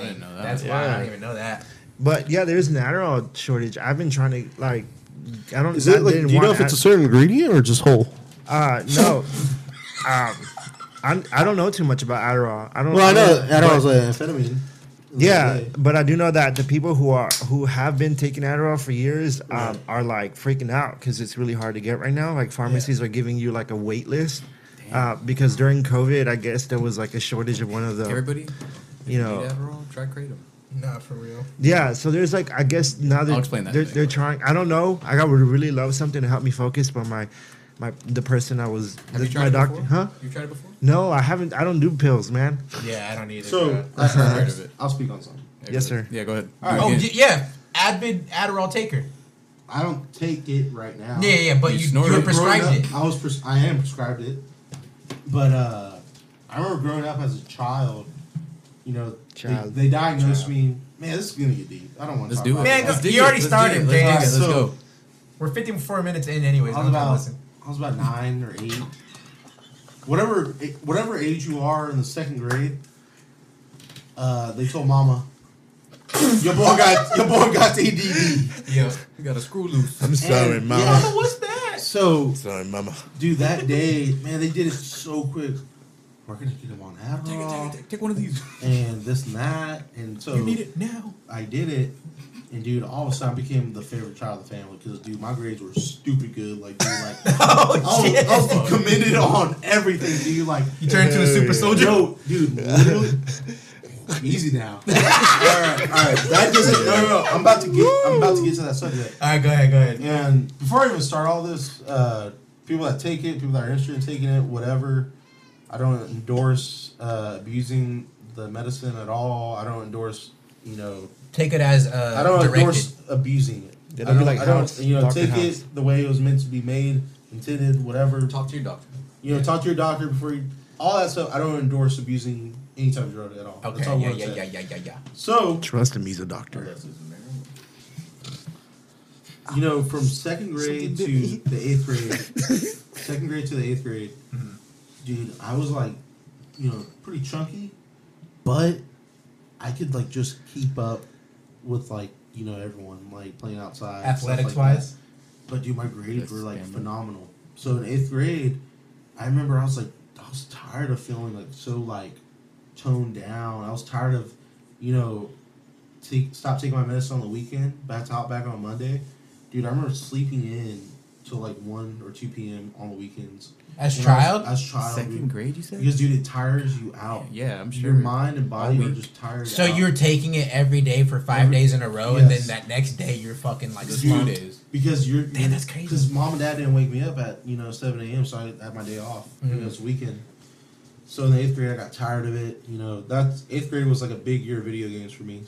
S2: didn't
S4: know that.
S2: That's why I
S8: Yeah.
S2: didn't even know that.
S8: But yeah, there's an Adderall shortage. I've been trying to like, I don't.
S3: Is it
S8: I
S3: like? Do
S8: didn't
S3: you know
S8: want
S3: if it's a
S8: Ad-
S3: certain ingredient or just whole?
S8: Uh, no. um, I'm, I don't know too much about Adderall. I don't.
S3: Well, I know
S8: don't-
S3: Adderall's an amphetamine.
S8: Yeah,
S3: Okay.
S8: but I do know that the people who are who have been taking Adderall for years um, are like freaking out because it's really hard to get right now. Like pharmacies are giving you like a wait list uh, because during COVID, I guess there was like a shortage of one of the
S4: Everybody,
S8: you
S4: eat
S8: know
S4: Adderall. Try kratom.
S2: Nah, for real.
S8: yeah. So there's like I guess now they're
S4: I'll explain that
S8: they're,
S4: later.
S8: they're trying. I don't know. I got would really love something to help me focus, but my my the person I was
S4: Have
S8: the,
S4: you
S8: my
S4: tried it
S8: doctor,
S4: before?
S8: huh?
S4: You tried it before?
S8: No, I haven't. I don't do pills, man.
S2: Yeah, I don't either.
S3: So uh,
S2: bro.
S4: heard of it.
S3: I'll speak on something.
S4: Yeah,
S8: Yes,
S4: go ahead.
S8: sir.
S4: Yeah, go ahead.
S2: oh
S4: Again.
S2: y- yeah, Advid Adderall taker.
S3: I don't take it right now.
S2: Yeah, yeah, yeah, but
S4: You
S2: you, you,
S4: snorted
S2: were
S4: it.
S2: prescribed
S3: Growing
S2: it.
S3: up, I was pres- I am prescribed it, but uh, I remember growing up as a child. You know, they-
S8: Child.
S3: They, diagnosed me. Man, this is gonna get deep. I don't want to.
S4: Let's
S3: talk
S4: do it.
S3: about
S2: Man,
S3: this.
S2: go-
S4: Let's dig
S2: you
S4: it.
S2: already
S4: Let's
S2: started,
S4: dig it. Let's
S2: Jay.
S4: do it. Let's
S3: So-
S4: go.
S2: We're 54 minutes in, anyways.
S3: I
S2: I'm
S3: was
S2: about,
S3: about
S2: listen.
S3: I was about nine or eight. Whatever whatever age you are in the second grade, uh, they told mama, your boy got your boy got ADD.
S2: Yeah.
S4: We got a screw loose.
S9: I'm sorry,
S3: And-
S9: mama.
S3: yeah.
S2: What's that?
S3: So
S9: sorry, mama.
S3: Dude, that day, man, they did it so quick. We're gonna get him on Adderall.
S2: Take it, take it, take- take one of these.
S3: And this and that, and so
S2: You need it now.
S3: I did it, and dude, all of a sudden I became the favorite child of the family because dude, my grades were stupid good. Like, dude, like
S2: Oh,
S3: I, was, I was committed on everything, dude. Like,
S2: You turned into a super soldier.
S3: Yo, dude, literally. Easy now. all right, all right. That doesn't. No, no, no. I'm about to get. I'm about to get to that subject.
S2: All right, go ahead, go ahead.
S3: And before I even start all this, uh, people that take it, people that are interested in taking it, whatever, I don't endorse uh, abusing the medicine at all. I don't endorse, you know,
S2: Take it as uh,
S3: I don't
S2: directed.
S3: endorse abusing it.
S2: Yeah,
S3: I
S2: that'd be
S3: don't,
S2: like
S3: I don't
S2: House,
S3: you know,
S2: Dr.
S3: take
S2: House.
S3: it the way it was meant to be made, intended, whatever.
S4: Talk to your doctor.
S3: You know, talk to your doctor before you. All that stuff. I don't endorse abusing any type of drug at all.
S2: Okay,
S3: That's all I
S2: yeah,
S3: wanted to
S2: yeah,
S3: say.
S2: yeah, yeah, yeah, yeah.
S3: So
S8: Trust him, he's a doctor.
S3: you know, from second grade to the eighth grade, second grade to the eighth grade, dude, I was like, you know, pretty chunky, but I could like just keep up with like you know everyone like playing outside, stuff like
S2: Athletics-wise?
S3: that. But dude, my grades were like
S2: Expanded.
S3: phenomenal. So in eighth grade, I remember I was like, I was tired of feeling like so like toned down. I was tired of, you know, take stop taking my medicine on the weekend. Back to out back on Monday, dude. I remember sleeping in till like one or two p.m. on the weekends.
S2: As
S3: When I was-
S2: child?
S3: as child,
S4: Second
S3: dude.
S4: grade, you said?
S3: Because dude, it tires you out.
S4: Yeah, I'm sure.
S3: Your mind and body
S4: All
S3: are
S4: week.
S3: just tired.
S2: So
S3: out.
S2: you were taking it every day for five days in a row, and
S3: Yes.
S2: then that next day you're fucking like
S3: Dude,
S2: slumped.
S3: Because you're
S2: Damn, that's crazy.
S3: Because mom and dad didn't wake me up at you know seven a.m. So I had my day off. You
S2: Mm-hmm.
S3: know, it's weekend. So in the eighth grade, I got tired of it. You know, that's eighth grade was like a big year of video games for me.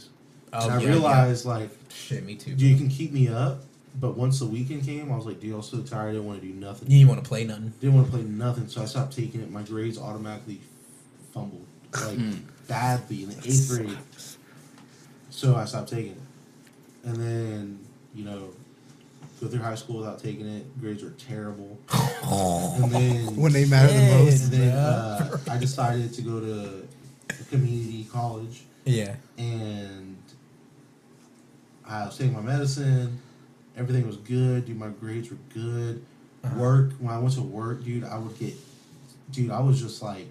S2: Oh,
S3: and I
S2: yeah,
S3: realized like,
S2: Shit, me too.
S3: dude, you can keep me up, but once the weekend came, I was like, dude, I'm so tired. I didn't want to do nothing.
S2: You didn't want to play nothing.
S3: Didn't want to play nothing, so I stopped taking it. My grades automatically fumbled like badly in the eighth grade. So I stopped taking it, and then you know, go through high school without taking it. Grades were terrible. and then
S8: When they matter the
S3: Yeah,
S8: most.
S3: then uh, I decided to go to a community college.
S2: Yeah.
S3: and I was taking my medicine. Everything was good. Dude, my grades were good. Work. When I went to work, dude, I would get, dude, I was just like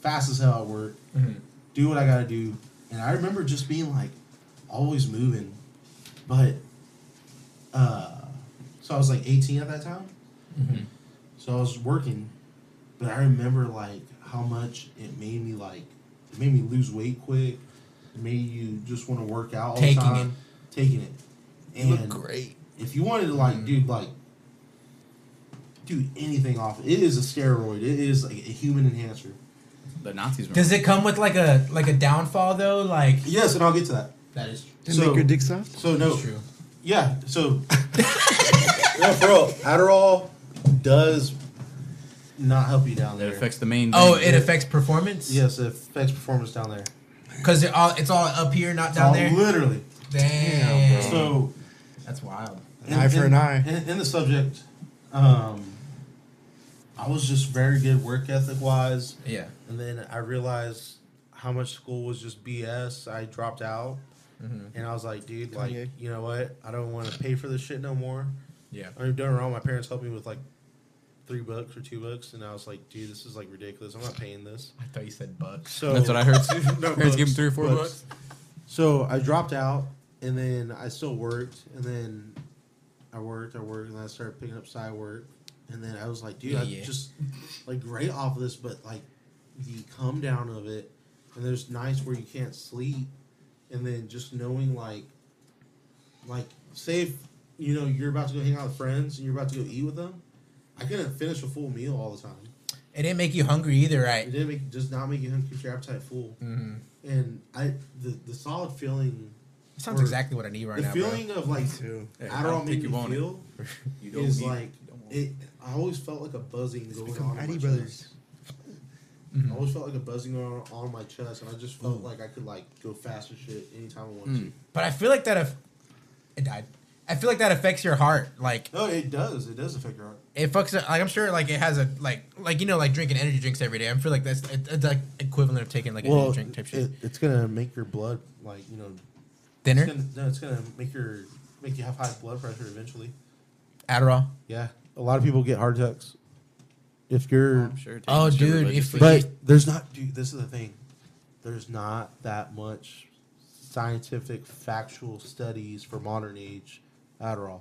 S3: fast as hell at work.
S2: Mm-hmm.
S3: Do what I gotta do, and I remember just being like always moving, but uh, so I was like 18 at that time.
S2: Mm-hmm.
S3: So I was working, but I remember like how much it made me like it made me lose weight quick. It made you just want to work out all
S2: Taking
S3: the time. Taking it. And
S2: You look great.
S3: If you wanted to like
S2: Mm-hmm.
S3: dude like do anything off it is a steroid. It is like a human enhancer.
S4: The Nazis.
S2: Does it come with like a like a downfall though? Like
S3: Yes, and I'll get to that.
S2: that is
S8: Did it make your dick soft?
S3: So no.
S2: true.
S3: Yeah, so no, for real, Adderall does not help you down
S4: That
S3: there.
S4: affects the main.
S2: Oh,
S4: thing.
S2: it affects performance.
S3: Yes, it affects performance down there.
S2: Cause it all it's all up here, not down
S3: All-
S2: there.
S3: Literally.
S2: Damn.
S3: So
S2: That's wild.
S8: An eye for an eye.
S3: In, in the subject, um, I was just very good work ethic wise,
S2: Yeah.
S3: and then I realized how much school was just BS. I dropped out, and I was like, dude, like,
S8: Kanye.
S3: you know what? I don't want to pay for this shit no more.
S2: Yeah.
S3: I mean, don't get me wrong. My parents helped me with like three bucks or two bucks, and I was like, dude, this is like ridiculous. I'm not paying this.
S2: I thought you said bucks.
S3: So
S4: That's what I heard. too.
S3: No,
S4: Parents give him
S3: bucks,
S4: three or four
S3: bucks.
S4: bucks.
S3: So I dropped out, and then I still worked, and then I worked, I worked, and then I started picking up side work, and then I was like, dude,
S2: Yeah.
S3: I'm just like great off of this, but like the come down of it, and there's nights where you can't sleep, and then just knowing like, like say if, you know you're about to go hang out with friends and you're about to go eat with them, I couldn't finish a full meal all the time.
S2: It didn't make you hungry either,
S3: It
S2: right?
S3: didn't make, does not make you hungry, keeps your appetite full.
S2: Mm-hmm.
S3: And I the the solid feeling
S2: Sounds
S3: Or-
S2: exactly what I need right
S3: the
S2: now, bro.
S3: feeling of like
S8: too.
S3: I
S4: Yeah, I
S3: Adderall
S4: don't
S3: made
S4: think
S3: me
S4: you want it.
S3: feel
S4: You don't
S3: is
S4: need-
S3: like
S4: you don't want
S3: it. I always felt like a buzzing going
S8: become
S3: on. in
S8: Addy
S3: my
S8: Brothers.
S3: chest.
S4: Mm-hmm.
S3: I always felt like a buzzing going on on my chest, and I just
S4: Mm.
S3: felt like I could like go faster shit anytime I want to.
S2: But I feel like that if it died. I feel like that affects your heart. Like
S3: No, it does. It does affect your heart.
S2: it fucks. Like I'm sure. Like it has a like like you know like drinking energy drinks every day. I feel like that's it, it's like equivalent of taking like an energy drink type shit.
S3: it's gonna make your blood like you know.
S2: Dinner
S3: It's gonna, no, it's gonna make your make you have high blood pressure eventually.
S2: Adderall.
S3: Yeah, a lot of people get heart attacks. If you're,
S4: sure it takes Oh, shit dude, if religiously.
S3: but
S4: you-
S3: there's not, dude. This is the thing. There's not that much scientific, factual studies for modern age Adderall.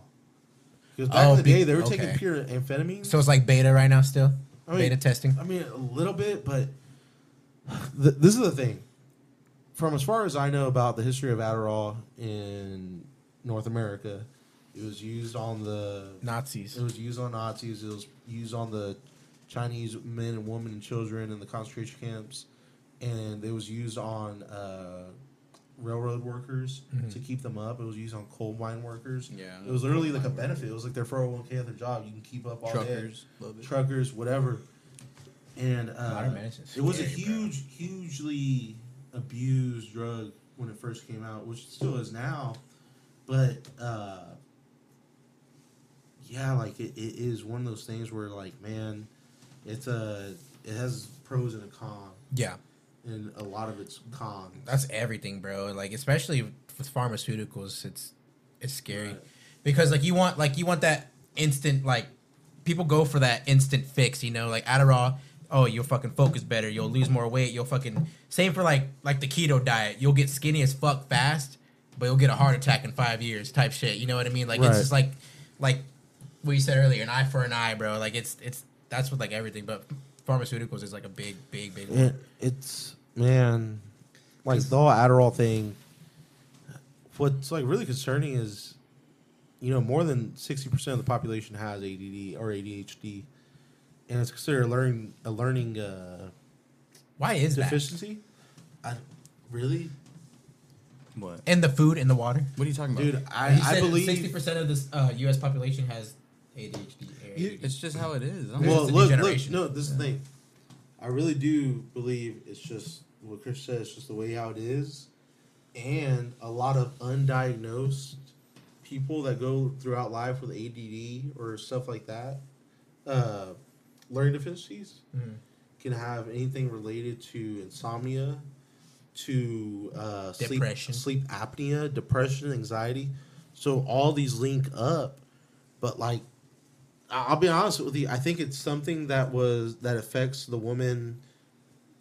S3: Because back
S2: Oh,
S3: in the
S2: be-
S3: day, they were
S2: okay.
S3: taking pure amphetamines.
S2: So it's like beta right now still?
S3: I mean-
S2: beta testing?
S3: I mean, a little bit, but th- this is the thing. From as far as I know about the history of Adderall in North America, it was used on the
S2: Nazis.
S3: It was used on Nazis. It was used on the Chinese men and women and children in the concentration camps, and it was used on uh, railroad workers
S4: Mhm.
S3: to keep them up. It was used on coal mine workers.
S4: Yeah.
S3: it was literally
S4: Coal
S3: like a
S4: mine
S3: benefit. It was like their four hundred one k at their job. You can keep up all
S4: Truckers,
S3: day.
S4: love it.
S3: Truckers, whatever. And uh,
S4: Modern medicine's
S3: it was a
S4: scary,
S3: huge, hugely abused drug when it first came out, which it still is now. But uh, yeah, like it, it is one of those things where, like, man, it's a it has pros and a con.
S2: Yeah.
S3: and a lot of it's cons.
S2: That's everything, bro. Like especially with pharmaceuticals, it's it's scary because like you want like you want that instant like people go for that instant fix. You know, like Adderall. Oh, you'll fucking focus better. You'll lose more weight. You'll fucking same for like like the keto diet. You'll get skinny as fuck fast, but you'll get a heart attack in five years type shit. You know what I mean? Like
S3: Right.
S2: it's just like like what you said earlier, an eye for an eye, bro. Like it's it's that's what like everything, but pharmaceuticals is like a big big big.
S3: It, it's man, like the whole Adderall thing. What's like really concerning is, you know, more than sixty percent of the population has ADD or ADHD, and it's considered a learning a learning. Uh,
S2: Why is that?
S3: deficiency? I really,
S4: What?
S2: And the food and the water.
S4: What are you talking
S3: dude. I, I believe
S2: sixty percent of this uh, U.S. population has ADHD.
S4: It's just how it is. I don't
S3: Well,
S4: know.
S3: look, look, no, this is the thing. I really do believe it's just what Chris said. It's just the way how it is, and a lot of undiagnosed people that go throughout life with ADD or stuff like that, uh, learning deficiencies,
S2: Mhm.
S3: can have anything related to insomnia, to uh, sleep-
S2: Depression.
S3: sleep apnea, depression, anxiety. So all these link up, but like I- I'll be honest with you. I think it's something that was that affects the woman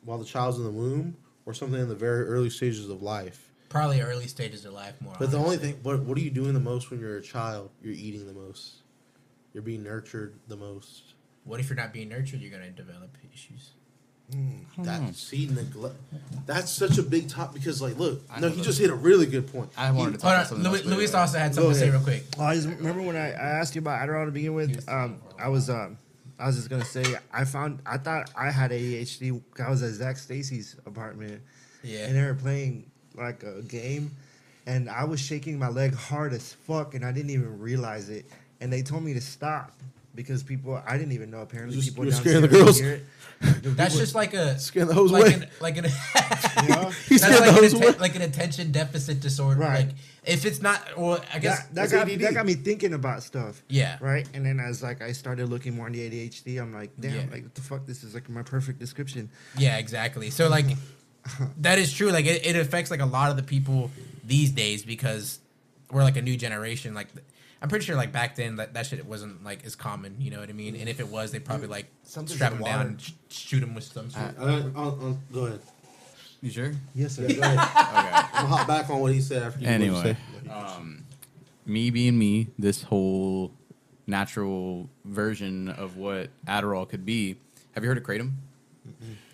S3: while the child's in the womb, or something in the very early stages of life.
S2: Probably early stages of life more.
S3: But the only
S2: honestly.
S3: thing, what what are you doing the most when you're a child? You're eating the most. You're being nurtured the most.
S2: what if you're not being nurtured? You're gonna develop issues.
S3: That
S4: Mm.
S3: see neglect. That's such a big top because like, look,
S4: I
S3: no,
S4: know
S3: he
S4: those-
S3: just hit a really good point.
S4: I wanted to talk
S2: Hold
S4: about
S2: on,
S4: something
S2: Louis,
S4: else later.
S2: Luis also had something to say real quick.
S8: Oh, I just remember when I, I asked you about Adderall to begin with. Um, I was um, I was just gonna say I found I thought I had ADHD. I was at Zach Stacy's apartment.
S2: Yeah.
S8: And they were playing like a game, and I was shaking my leg hard as fuck, and I didn't even realize it. And they told me to stop because people I didn't even know. Apparently,
S3: You just-
S8: people
S3: you were
S8: downstairs
S3: scaring the girls.
S8: hear it.
S2: That's just like a
S3: Scared the hose
S2: like
S3: away.
S2: An, like an,
S3: He
S2: that's like,
S3: scared the
S2: an
S3: hose away.
S2: atten- like an attention deficit disorder.
S8: Right.
S2: Like if it's not, well, I guess
S8: that, that
S3: it's
S8: got
S3: ADD.
S8: that got me thinking about stuff.
S2: Yeah.
S8: Right. And then as like I started looking more into ADHD, I'm like, damn,
S2: Yeah.
S8: like what the fuck, this is like my perfect description.
S2: Yeah, exactly. So like that is true. Like it, it affects like a lot of the people these days because we're like a new generation. Like th- I'm pretty sure like back then that, that shit wasn't like as common. You know what I mean? And if it was, they probably like
S3: Something's
S2: strap
S3: in
S2: him
S3: the
S2: down
S3: water.
S2: and sh- shoot him with some shit.
S4: I-
S3: Uh, I'll, I'll, go ahead.
S4: You sure?
S8: Yes, sir.
S3: Yeah, go ahead.
S4: Okay.
S3: I'll hop back on what he said after. You
S4: Anyway, Uh,
S3: what you said.
S4: me being me, this whole natural version of what Adderall could be. Have you heard of kratom?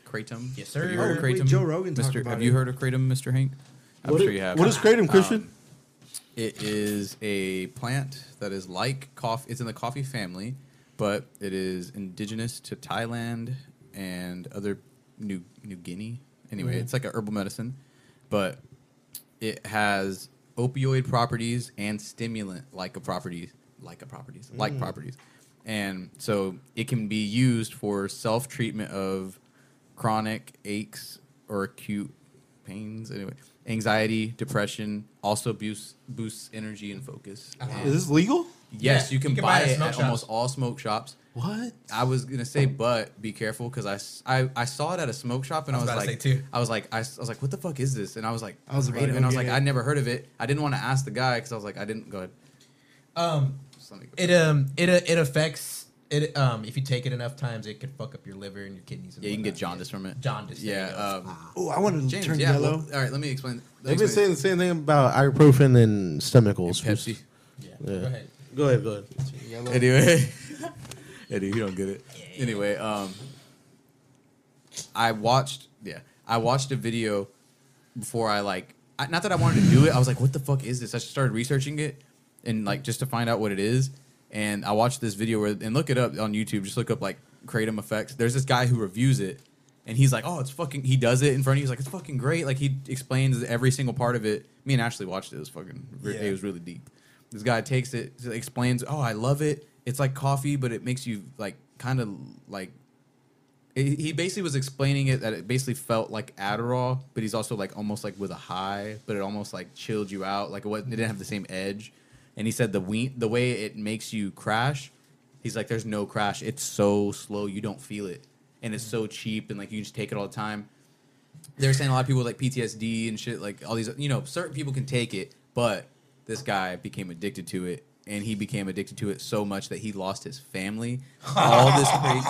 S4: Kratom.
S2: Yes,
S4: Have
S2: sir.
S4: you heard
S8: Oh,
S4: of
S8: wait,
S4: kratom?
S8: Joe Rogan talked
S4: Mister,
S8: about
S4: have
S8: it.
S4: you heard of kratom, Mister Hank? I'm
S3: What
S4: sure
S3: i-
S4: you have. Um, Uh,
S3: What is kratom, Christian?
S4: It is a plant that is like coffee. It's in the coffee family, but it is indigenous to Thailand and other New New Guinea. Anyway, it's like a herbal medicine, but it has opioid properties and stimulant like a properties, like a properties, like properties, and so it can be used for self treatment of chronic aches or acute pains. Anyway, anxiety, depression also boosts boosts energy and focus. And
S3: is this legal?
S4: yes,
S2: Yeah,
S4: Uh-huh. you can, buy,
S2: at
S4: it
S2: smoke
S4: at
S2: shops.
S4: almost all smoke shops.
S3: What?
S4: I was gonna say, but be careful because I, s- I- I saw it at a smoke shop and I
S2: I
S4: was,
S2: was about to
S4: like,
S2: say, too.
S4: I was like, I, s- I was like, what the fuck is this? And I was like,
S8: I was about to
S4: "Kratom,"
S8: go
S4: and I was
S8: get
S4: like,
S8: it.
S4: I never heard of it. I didn't want to ask the guy because I was like, I didn't go ahead.
S2: Um,
S4: Just let me go.
S2: it um it uh, it affects it um if you take it enough times, it could fuck up your liver and your kidneys. And
S4: Yeah, you can get
S2: whatnot.
S4: jaundice from it.
S2: Jaundice. there
S4: Yeah.
S2: you go.
S4: Um,
S8: Oh, I want to
S4: James,
S8: turn
S4: yeah,
S8: yellow.
S4: well, all right, let me explain.
S3: They've
S4: let
S3: been
S4: me explain
S3: saying the same thing about ibuprofen and stomach ulcers.
S4: Pepsi.
S3: Yeah.
S2: Go ahead.
S3: Go ahead. Go ahead.
S4: Anyway, Eddie, you don't get it. Anyway, um, I watched. Yeah, I watched a video before I like. I, not that I wanted to do it. I was like, "What the fuck is this?" I just started researching it and like just to find out what it is. And I watched this video where and look it up on YouTube. Just look up like kratom effects. There's this guy who reviews it, and he's like, "Oh, it's fucking." He does it in front of you. He's like, "It's fucking great." Like he explains every single part of it. Me and Ashley watched it. It was fucking. It
S2: Yeah.
S4: was really deep. This guy takes it, explains, "Oh, I love it. It's like coffee, but it makes you like kind of like he he basically was explaining it that it basically felt like Adderall, but he's also like almost like with a high, but it almost like chilled you out. Like it, wasn't, it didn't have the same edge. And he said the we- the way it makes you crash, he's like, there's no crash. It's so slow, you don't feel it, and it's so cheap, and like you can just take it all the time. They were saying a lot of people with, like PTSD and shit, like all these, you know, certain people can take it, but this guy became addicted to it, and he became addicted to it so much that he lost his family. All this crazy.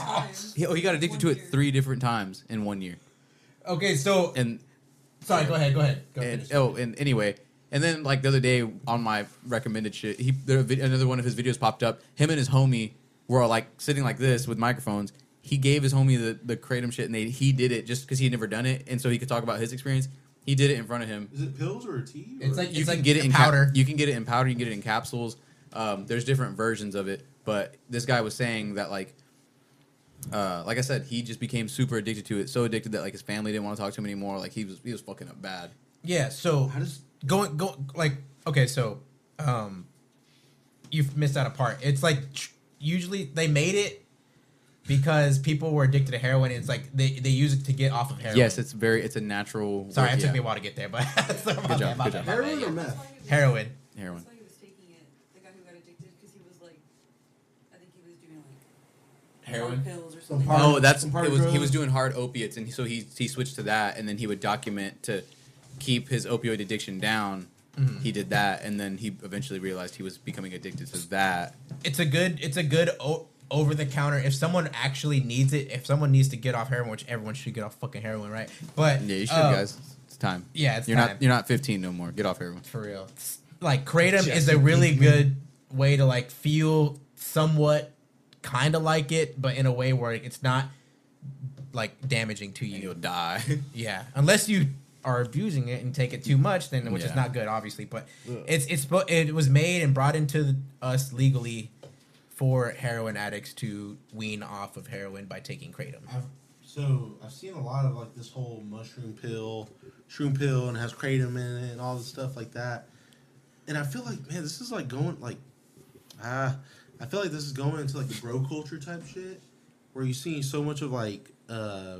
S4: He, oh, he got addicted to it three different times in one year.
S2: Okay, so
S4: And
S2: sorry. Go ahead. Go ahead. Go
S4: and
S2: finish.
S4: oh, and anyway, and then like the other day on my recommended shit, he there, vid- another one of his videos popped up. Him and his homie were like sitting like this with microphones. He gave his homie the the kratom shit, and they he did it just because he had never done it, and so he could talk about his experience. He did it in front of him.
S3: Is it pills or tea?
S2: It's like
S4: You
S2: it's
S4: can
S2: like
S4: get it
S2: a
S4: in cap-
S2: powder.
S4: you can get it in powder. You can get it in capsules. Um, there's different versions of it, but this guy was saying that like uh, like I said, he just became super addicted to it. So addicted that like his family didn't want to talk to him anymore. Like he was he was fucking up bad.
S2: Yeah, so
S3: How does-
S2: going go like okay, so um you've missed out a part. It's like tr- usually they made it because people were addicted to heroin. It's like they, they use it to get off of heroin.
S4: Yes, it's very it's a natural.
S2: sorry, it
S4: yeah.
S2: took me a while to get there, but sorry, my
S4: Good
S2: bad,
S4: job,
S2: my
S4: good
S2: bad,
S4: job.
S2: my bad,
S3: Heroin
S2: yeah.
S3: or meth?
S5: That's why he was-
S2: Heroin.
S4: Heroin.
S5: That's why he was taking it. The guy who got addicted because he was like, I think he was doing like
S4: Heroin?
S5: pills or something.
S3: hard-
S4: Oh, that's
S3: some hard
S4: it was. He
S3: drugs.
S4: was doing hard opiates, and he, so he he switched to that, and then he would document to keep his opioid addiction down.
S2: Mm-hmm.
S4: He did that, and then he eventually realized he was becoming addicted to that.
S2: It's a good it's a good o- over the counter if someone actually needs it, if someone needs to get off heroin, which everyone should get off fucking heroin, right? But
S4: Yeah, you should,
S2: uh,
S4: guys. It's time.
S2: Yeah, it's
S4: you're
S2: time.
S4: not you're not 15 no more. Get off heroin.
S2: for real. Like kratom is a really good way to like feel somewhat kind of like it, but in a way where it's not like damaging to
S4: You'll
S2: you.
S4: die.
S2: Yeah, unless you are abusing it and take it too much, then which
S4: Yeah.
S2: is not good, obviously. But it's it's spo- it was made and brought into us legally for heroin addicts to wean off of heroin by taking kratom.
S3: I've, so I've seen a lot of like this whole mushroom pill, shroom pill, and it has kratom in it and all this stuff like that. And I feel like man, this is like going like, ah, I feel like this is going into like the bro culture type shit, where you're seeing so much of like, uh,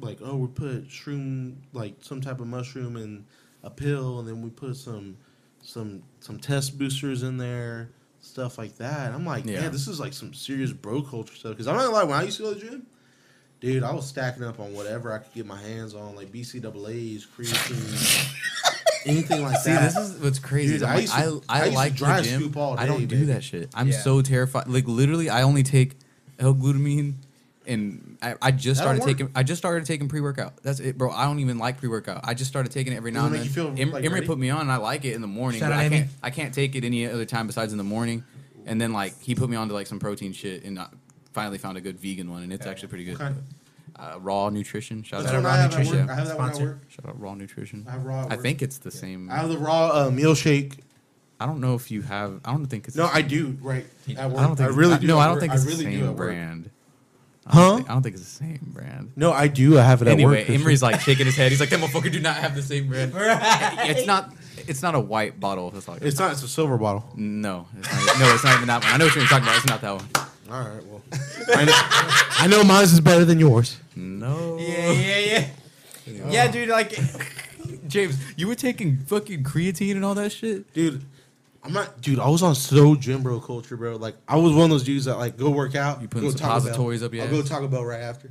S3: like oh we put shroom like some type of mushroom in a pill, and then we put some, some some test boosters in there. Stuff like that, and I'm like,
S4: Yeah.
S3: man, this is like some serious bro culture stuff. Because I'm not gonna lie, when I used to go to the gym, Dude, I was stacking up on whatever I could get my hands on, like BCAA's, creatine, anything like
S4: See,
S3: that.
S4: this is what's crazy.
S3: Dude,
S4: is I'm
S3: I
S4: like,
S3: used
S4: I,
S3: to-
S4: I,
S3: I used to
S4: like
S3: dry
S4: the gym.
S3: scoop all
S4: I don't
S3: day,
S4: do
S3: baby.
S4: that shit. I'm
S2: Yeah.
S4: so terrified. Like literally, I only take L-glutamine, and I, I just
S3: That'll
S4: started
S3: work.
S4: taking. I just started taking pre-workout. That's it, bro. I don't even like pre-workout. I just started taking it every
S3: Does
S4: now
S3: it
S4: and
S3: make
S4: then.
S3: you feel,
S4: Em-
S3: like,
S4: Emery
S3: ready?
S4: put me on. and I like it in the morning,
S2: Shout
S4: but
S2: out,
S4: I can't.
S2: Amy.
S4: I can't take it any other time besides in the morning. And then like he put me on to like some protein shit, and I finally found a good vegan one, and it's actually pretty good.
S3: Kind of-
S4: Uh, raw nutrition. Shout
S3: That's
S4: out
S3: what
S4: raw
S3: I have at
S4: nutrition.
S3: work. I have that one at
S2: Sponsor.
S3: work.
S4: Shout out raw nutrition.
S3: I have raw at
S4: I
S3: work.
S4: think it's the same.
S3: I have the raw uh, meal shake.
S4: I don't know if you have. I don't think it's.
S3: No, I do. Right at work.
S4: I don't think.
S3: really
S4: I-
S3: do.
S4: No, I
S3: at
S4: don't
S3: work.
S4: think it's
S3: really
S4: the
S3: do
S4: same
S3: at work.
S4: brand. I don't
S3: Huh?
S4: thi- I don't think it's the same brand.
S3: No, I do. I have it
S4: Anyway,
S3: at work.
S4: Emery's like shaking his head. He's like, "That motherfucker do not have the same brand. It's not. It's not a white bottle. That's all. I-
S3: It's not. It's a silver bottle.
S4: no, it's not, no, it's not even that one. I know what you're talking about. It's not that one.
S3: All right. Well, I know, I know mine is better than yours.
S4: No.
S2: Yeah, yeah, yeah. Yeah, dude, like
S4: James, you were taking fucking creatine and all that shit.
S3: dude. I'm not, dude. I was on so gym bro culture, bro. Like I was one of those dudes that like go work out.
S4: You putting
S3: go Taco Bell.
S4: suppositories up your
S3: I'll go
S4: ass?
S3: Taco Bell right after.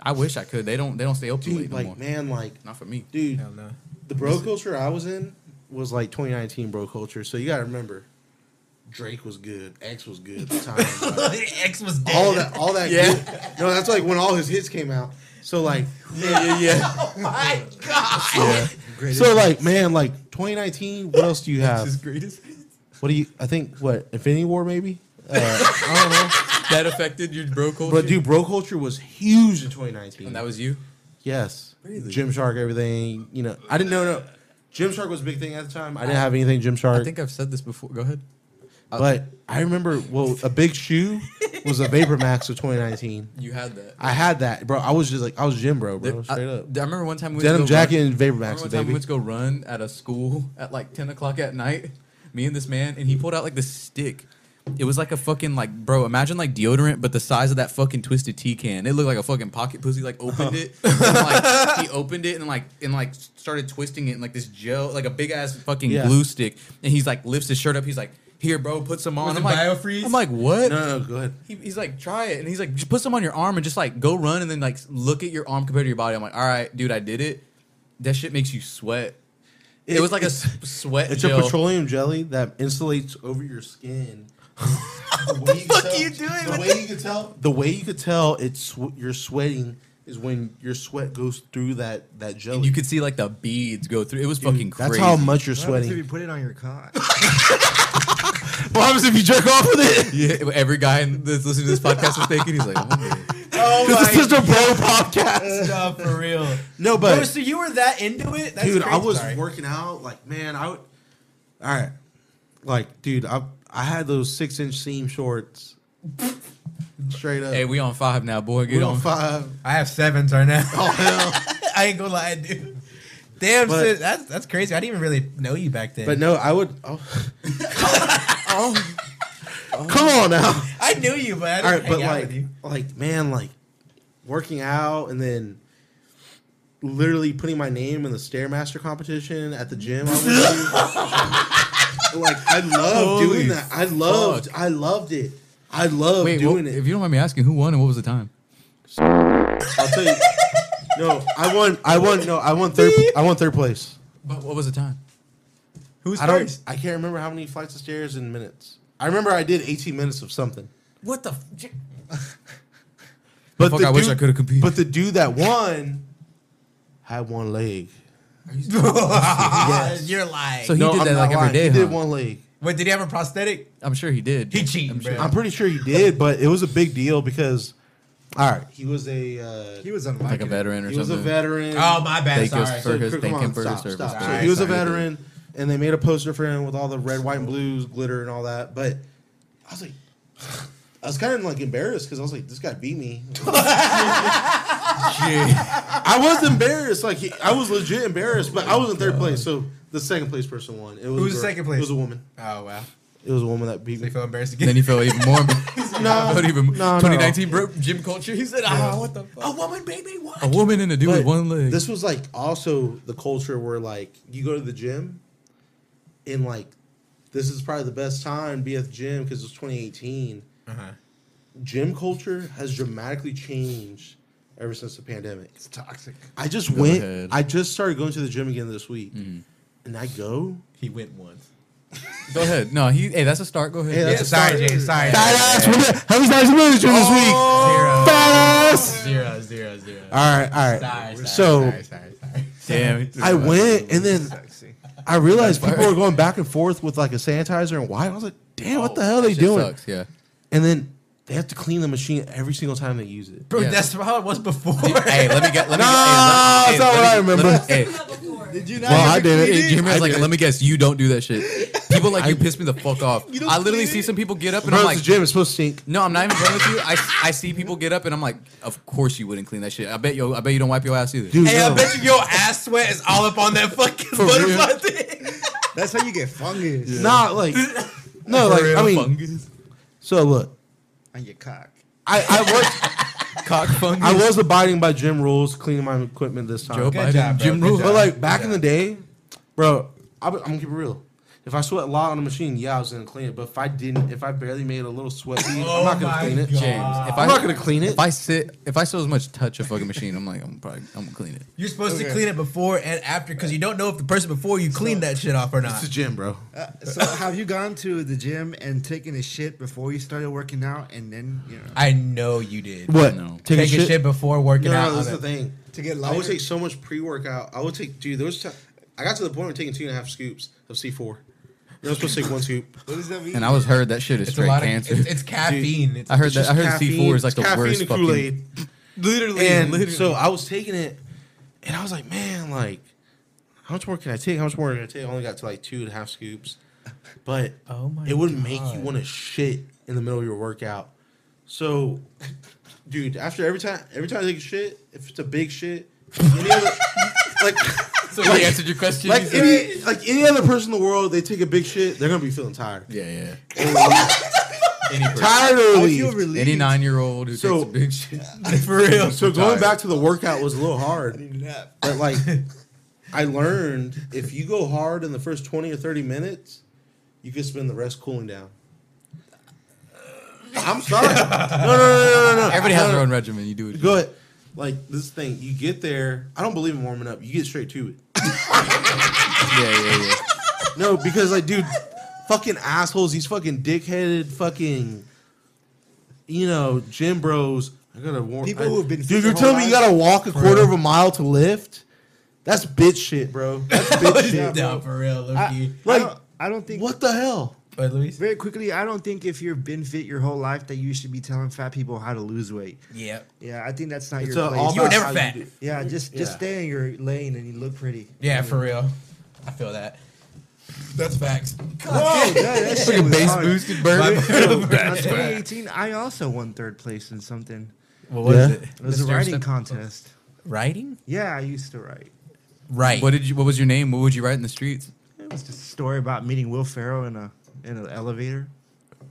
S4: I wish I could. They don't. They don't stay open late
S3: Dude,
S4: no more.
S3: like man, like
S4: Not for me.
S3: dude,
S2: Hell no.
S3: The bro culture I was in was like 2019 bro culture. So you got to remember, Drake was good. X was good at the time.
S2: X was dead.
S3: All that, all that.
S2: Yeah.
S3: Good. No, that's like when all his hits came out. So like,
S9: Yeah, yeah, yeah.
S2: oh my god.
S3: yeah.
S9: Greatest
S3: So like, man, like 2019. What else do you have?
S10: his greatest.
S3: What do you? I think what Infinity War maybe. Uh, I don't know.
S10: That affected your bro culture.
S3: But dude, bro culture was huge in 2019.
S10: and that was you.
S3: yes,
S10: Really?
S3: Jim Shark, everything. You know, I didn't know. No, Jim Shark was a big thing at the time. I didn't have anything Jim Shark.
S10: I think I've said this before. Go ahead.
S3: but I remember, well, a big shoe was a Vapor Max of 2019.
S10: You had that.
S3: I had that, bro. I was just like, I was Jim, bro, bro,
S10: I-
S3: straight up.
S4: I remember one time we went to
S3: Denim
S4: go
S3: jacket
S4: run-
S3: and Vapor
S4: remember
S3: Max,
S4: one time we
S3: baby.
S4: went to go run at a school at like ten o'clock at night. Me and this man, and he pulled out like this stick. It was like a fucking like bro. Imagine like deodorant, but the size of that fucking twisted tea can. It looked like a fucking pocket pussy. Like opened it, and, like he opened it and like and like started twisting it in like this gel, like a big ass fucking
S3: Yeah.
S4: glue stick. And he's like lifts his shirt up. He's like, "Here, bro, put some on."
S2: Was
S4: I'm
S2: it
S4: like,
S2: Biofreeze?
S4: I'm like, what?
S3: No, no, no, go ahead.
S4: He, he's like, try it, and he's like, just put some on your arm and just like go run, and then like look at your arm compared to your body. I'm like, all right, dude, I did it. That shit makes you sweat. It, was like a s- sweat
S3: It's
S4: gel.
S3: a petroleum jelly that insulates over your skin. the way you
S4: fuck
S3: tell-
S4: are you doing
S3: The
S4: with
S3: way you could tell. The way you could tell it's sw- you're sweating is when your sweat goes through that that jelly.
S4: and you could see like the beads go through. It was fucking crazy.
S3: That's how much you're
S8: What happens if you
S3: sweating.
S8: put it on your cock?
S3: What happens if you jerk off with it?
S4: Yeah, every guy in- that's listening to this podcast was thinking. He's like, oh, man.
S2: Oh my
S3: This is a bro podcast.
S2: No, for real.
S3: No,
S2: Bro,
S3: but
S2: Oh, so you were that into it? That's
S3: dude, I
S2: crazy.
S3: was
S2: Sorry.
S3: working out. Like, man, I would. All right, like, dude, I I had those six inch seam shorts. Straight up,
S4: hey, we on five now, boy. Get
S3: we
S4: on.
S3: on five.
S2: I have sevens right now.
S3: Oh hell.
S2: I ain't gonna lie, dude. Damn,
S3: But-
S2: sis, that's that's crazy. I didn't even really know you back then.
S3: But no, I would. Oh. Come on now.
S2: I knew you, but I didn't
S3: All right,
S2: hang out
S3: but like,
S2: with you.
S3: like man, like working out and then literally putting my name in the stairmaster competition at the gym. I went to. like I loved
S4: Holy
S3: doing that. I loved. I loved it. I loved
S4: Wait,
S3: doing
S4: what-
S3: it.
S4: if you don't mind me asking, who won and what was the time?
S3: I'll tell you. No, I won. I won. No, I won third. I won third place.
S4: But what was the time?
S2: Who's
S3: I don't.
S2: first?
S3: I can't remember how many flights of stairs in minutes. I remember I did 18 minutes of something.
S2: What the? F- j-
S3: But
S4: Fuck, I wish I coulda competed.
S3: But the dude that won had one leg.
S2: Uh, You're lying.
S4: So he did that like every
S3: lying.
S4: day.
S3: He did
S4: huh?
S3: one leg.
S2: Wait, did he have a prosthetic?
S4: I'm sure he did.
S2: He cheated,
S4: I'm sure-
S2: bro.
S3: I'm pretty sure he did, but it was a big deal because, all right, he was a uh,
S8: He was on
S4: Like a veteran or
S3: he was
S4: something.
S3: a veteran.
S2: Oh my bad.
S4: Thank us
S2: Sorry.
S4: for- his-
S3: come
S4: thank
S3: on,
S4: him for his
S3: stop,
S4: service.
S3: stop. So
S2: Sorry,
S3: he was a
S4: sorry, dude.
S3: veteran, and they made a poster for him with all the red, white, and blues, glitter, and all that. But I was like, I was kind of like embarrassed because I was like, this guy beat me. I was embarrassed. Like he, I was legit embarrassed, but I was in third place. So the second place person won. It was a
S2: Who's the
S3: girl.
S2: second place?
S3: It was a woman.
S2: Oh wow.
S3: It was a woman that beat
S2: They
S3: me.
S2: feel embarrassed again.
S4: Then he felt even more.
S3: No,
S4: felt even,
S3: no, no.
S4: 2019 broke gym culture. He said, ah, what the fuck?
S2: a woman made me what?
S4: A woman and a dude
S3: But
S4: with one leg.
S3: This was like also the culture where like you go to the gym and like this is probably the best time to be at the gym because it's 2018.
S2: Uh-huh.
S3: Gym culture has dramatically changed ever since the pandemic.
S8: It's toxic.
S3: I just
S4: Go
S3: went.
S4: ahead.
S3: I just started going to the gym again this week, and I go.
S2: He went once.
S4: Go ahead. No, he. Hey, that's a start. Go ahead.
S3: Hey, that's-
S2: Yeah, sorry, Jay. Sorry.
S3: How many times you been to the gym this week?
S2: Zero.
S3: Fat ass.
S2: Zero. Zero. Zero.
S3: Oh. All right, all right.
S2: Sorry, sorry,
S3: so
S2: sorry, sorry, sorry.
S4: Damn.
S3: I went, and then
S8: Sexy.
S3: I realized people were going back and forth with like a sanitizer and why. I was like, damn, what the hell are they
S4: Shit
S3: doing?
S4: Sucks. Yeah.
S3: And then they have to clean the machine every single time they use it.
S2: Bro,
S4: Yeah.
S2: that's how it was before.
S4: hey, let me get. Let me.
S3: No,
S4: hey, let, hey,
S3: that's not
S4: let
S3: what
S4: me-
S3: I remember.
S4: let me- hey,
S5: That before.
S10: you not?
S3: Well, I did
S4: Hey,
S3: it.
S4: Jamer's
S3: I
S4: like,
S3: did
S4: let
S3: it.
S4: me guess, you don't do that shit. People like you piss me the fuck off.
S10: don't
S4: I literally
S10: clean
S4: see
S10: it?
S4: some people get up and
S3: Bro,
S4: I'm like,
S3: it's the gym. It's supposed to stink.
S4: no, I'm not even playing with you. I, I see people get up and I'm like, of course you wouldn't clean that shit. I bet you I bet you don't wipe your ass either.
S3: Dude,
S2: Hey, I
S3: no.
S2: bet you your ass sweat is all up on that fucking butterfly thing.
S8: That's how you get fungus
S3: Nah, like, no, like, I mean,
S4: fungus,
S3: so look,
S8: on your cock.
S3: I, I was
S4: cock fungus.
S3: I was abiding by gym rules, cleaning my equipment this time.
S4: Joe
S2: Good
S4: Biden,
S2: job, bro.
S4: Jim
S2: Good
S4: Rule.
S2: job.
S3: But like back in the day, bro, I'm, I'm gonna keep it real. If I sweat a lot on the machine, yeah, I was gonna clean it. But if I didn't, if I barely made a little sweat, bead, I'm not gonna clean it.
S4: James, if
S3: I'm
S4: I-
S3: not gonna clean it.
S4: If I sit, if I so as much touch a fucking machine, I'm like, I'm probably, I'm gonna clean it.
S2: You're supposed to
S8: Okay.
S2: clean it before and after because you don't know if the person before you cleaned that shit off or not.
S3: It's the gym, bro.
S8: Uh, so have you gone to the gym and taken a shit before you started working out, and then you know
S2: I know you did.
S4: No.
S2: Take, a shit, before working
S3: No,
S2: out.
S3: no, that's
S2: on
S3: the
S2: it.
S3: thing.
S8: to get
S3: I would
S8: lighter?
S3: take so much pre workout. I would take, dude. There was ti- I got to the point of taking two and a half scoops of C four. You're not supposed to take one scoop.
S8: What does that mean?
S4: And I was heard that shit is
S2: It's a
S4: straight
S2: lot of
S4: cancer.
S2: it's, it's caffeine. it's,
S4: I heard that. I heard
S3: Caffeine-
S4: C four is like the
S3: caffeine
S4: worst
S3: and
S4: fucking.
S3: Kool-Aid.
S10: Literally,
S3: And
S10: literally.
S3: so I was taking it, and I was like, man, like, how much more can I take? How much more can I take? I only got to like two and a half scoops, but
S2: Oh my
S3: it would make you want to shit in the middle of your workout. So, dude, after every time, every time I take a shit, if it's a big shit, any other, like.
S4: So he answered your question.
S3: Like any, like any other person in the world, they take a big shit, they're gonna be feeling tired.
S4: yeah,
S3: Any tired or
S8: I feel
S3: relieved.
S4: yeah.
S8: relieved.
S4: Any nine year old who
S3: So-
S4: takes a big shit.
S2: for real.
S3: So going
S4: Tired.
S3: back to the workout was a little hard.
S8: Need a nap.
S3: But like, I learned if you go hard in the first twenty or thirty minutes, you can spend the rest cooling down. I'm sorry. No, no, no, no, no. no.
S4: Everybody has
S3: No,
S4: their
S3: no.
S4: own regimen. You do it.
S3: Go ahead. Like this thing, you get there. I don't believe in warming up. You get straight to it.
S4: Yeah, yeah, yeah.
S3: No, because like, dude, fucking assholes. These fucking dickheaded fucking, you know, gym bros. I gotta warm.
S8: People
S3: I-
S8: who have been fit
S3: Dude, you're
S8: their
S3: telling
S8: whole
S3: me you
S8: lives?
S3: gotta walk a quarter of a mile to lift. That's bitch shit, bro. That's bitch shit.
S2: Down for real, Loki.
S8: I,
S3: Like,
S8: I don't, I don't think
S3: What the hell?
S2: But Luis.
S8: very quickly. I don't think if you've been fit your whole life that you should be telling fat people how to lose weight.
S2: Yeah.
S8: Yeah, I think that's not
S3: It's
S8: your
S3: a-
S8: place.
S3: all
S2: You were
S3: about
S2: never
S3: how
S2: fat.
S3: do it.
S8: yeah, just just
S3: Yeah.
S8: stay in your lane and you look pretty.
S2: Yeah, for real. I feel that. That's facts.
S8: Whoa, Oh, that, that shit was
S4: Base
S8: hard.
S4: boosted burger.
S8: In 2018, I also won third place in something.
S2: What was
S3: Yeah.
S2: it?
S8: It was
S4: Mr.
S8: a writing
S4: Step-
S8: contest.
S2: Writing?
S8: Yeah, I used to write.
S2: Right.
S4: What did you? What was your name? What would you write in the streets?
S8: It was just a story about meeting Will Ferrell in a in an elevator.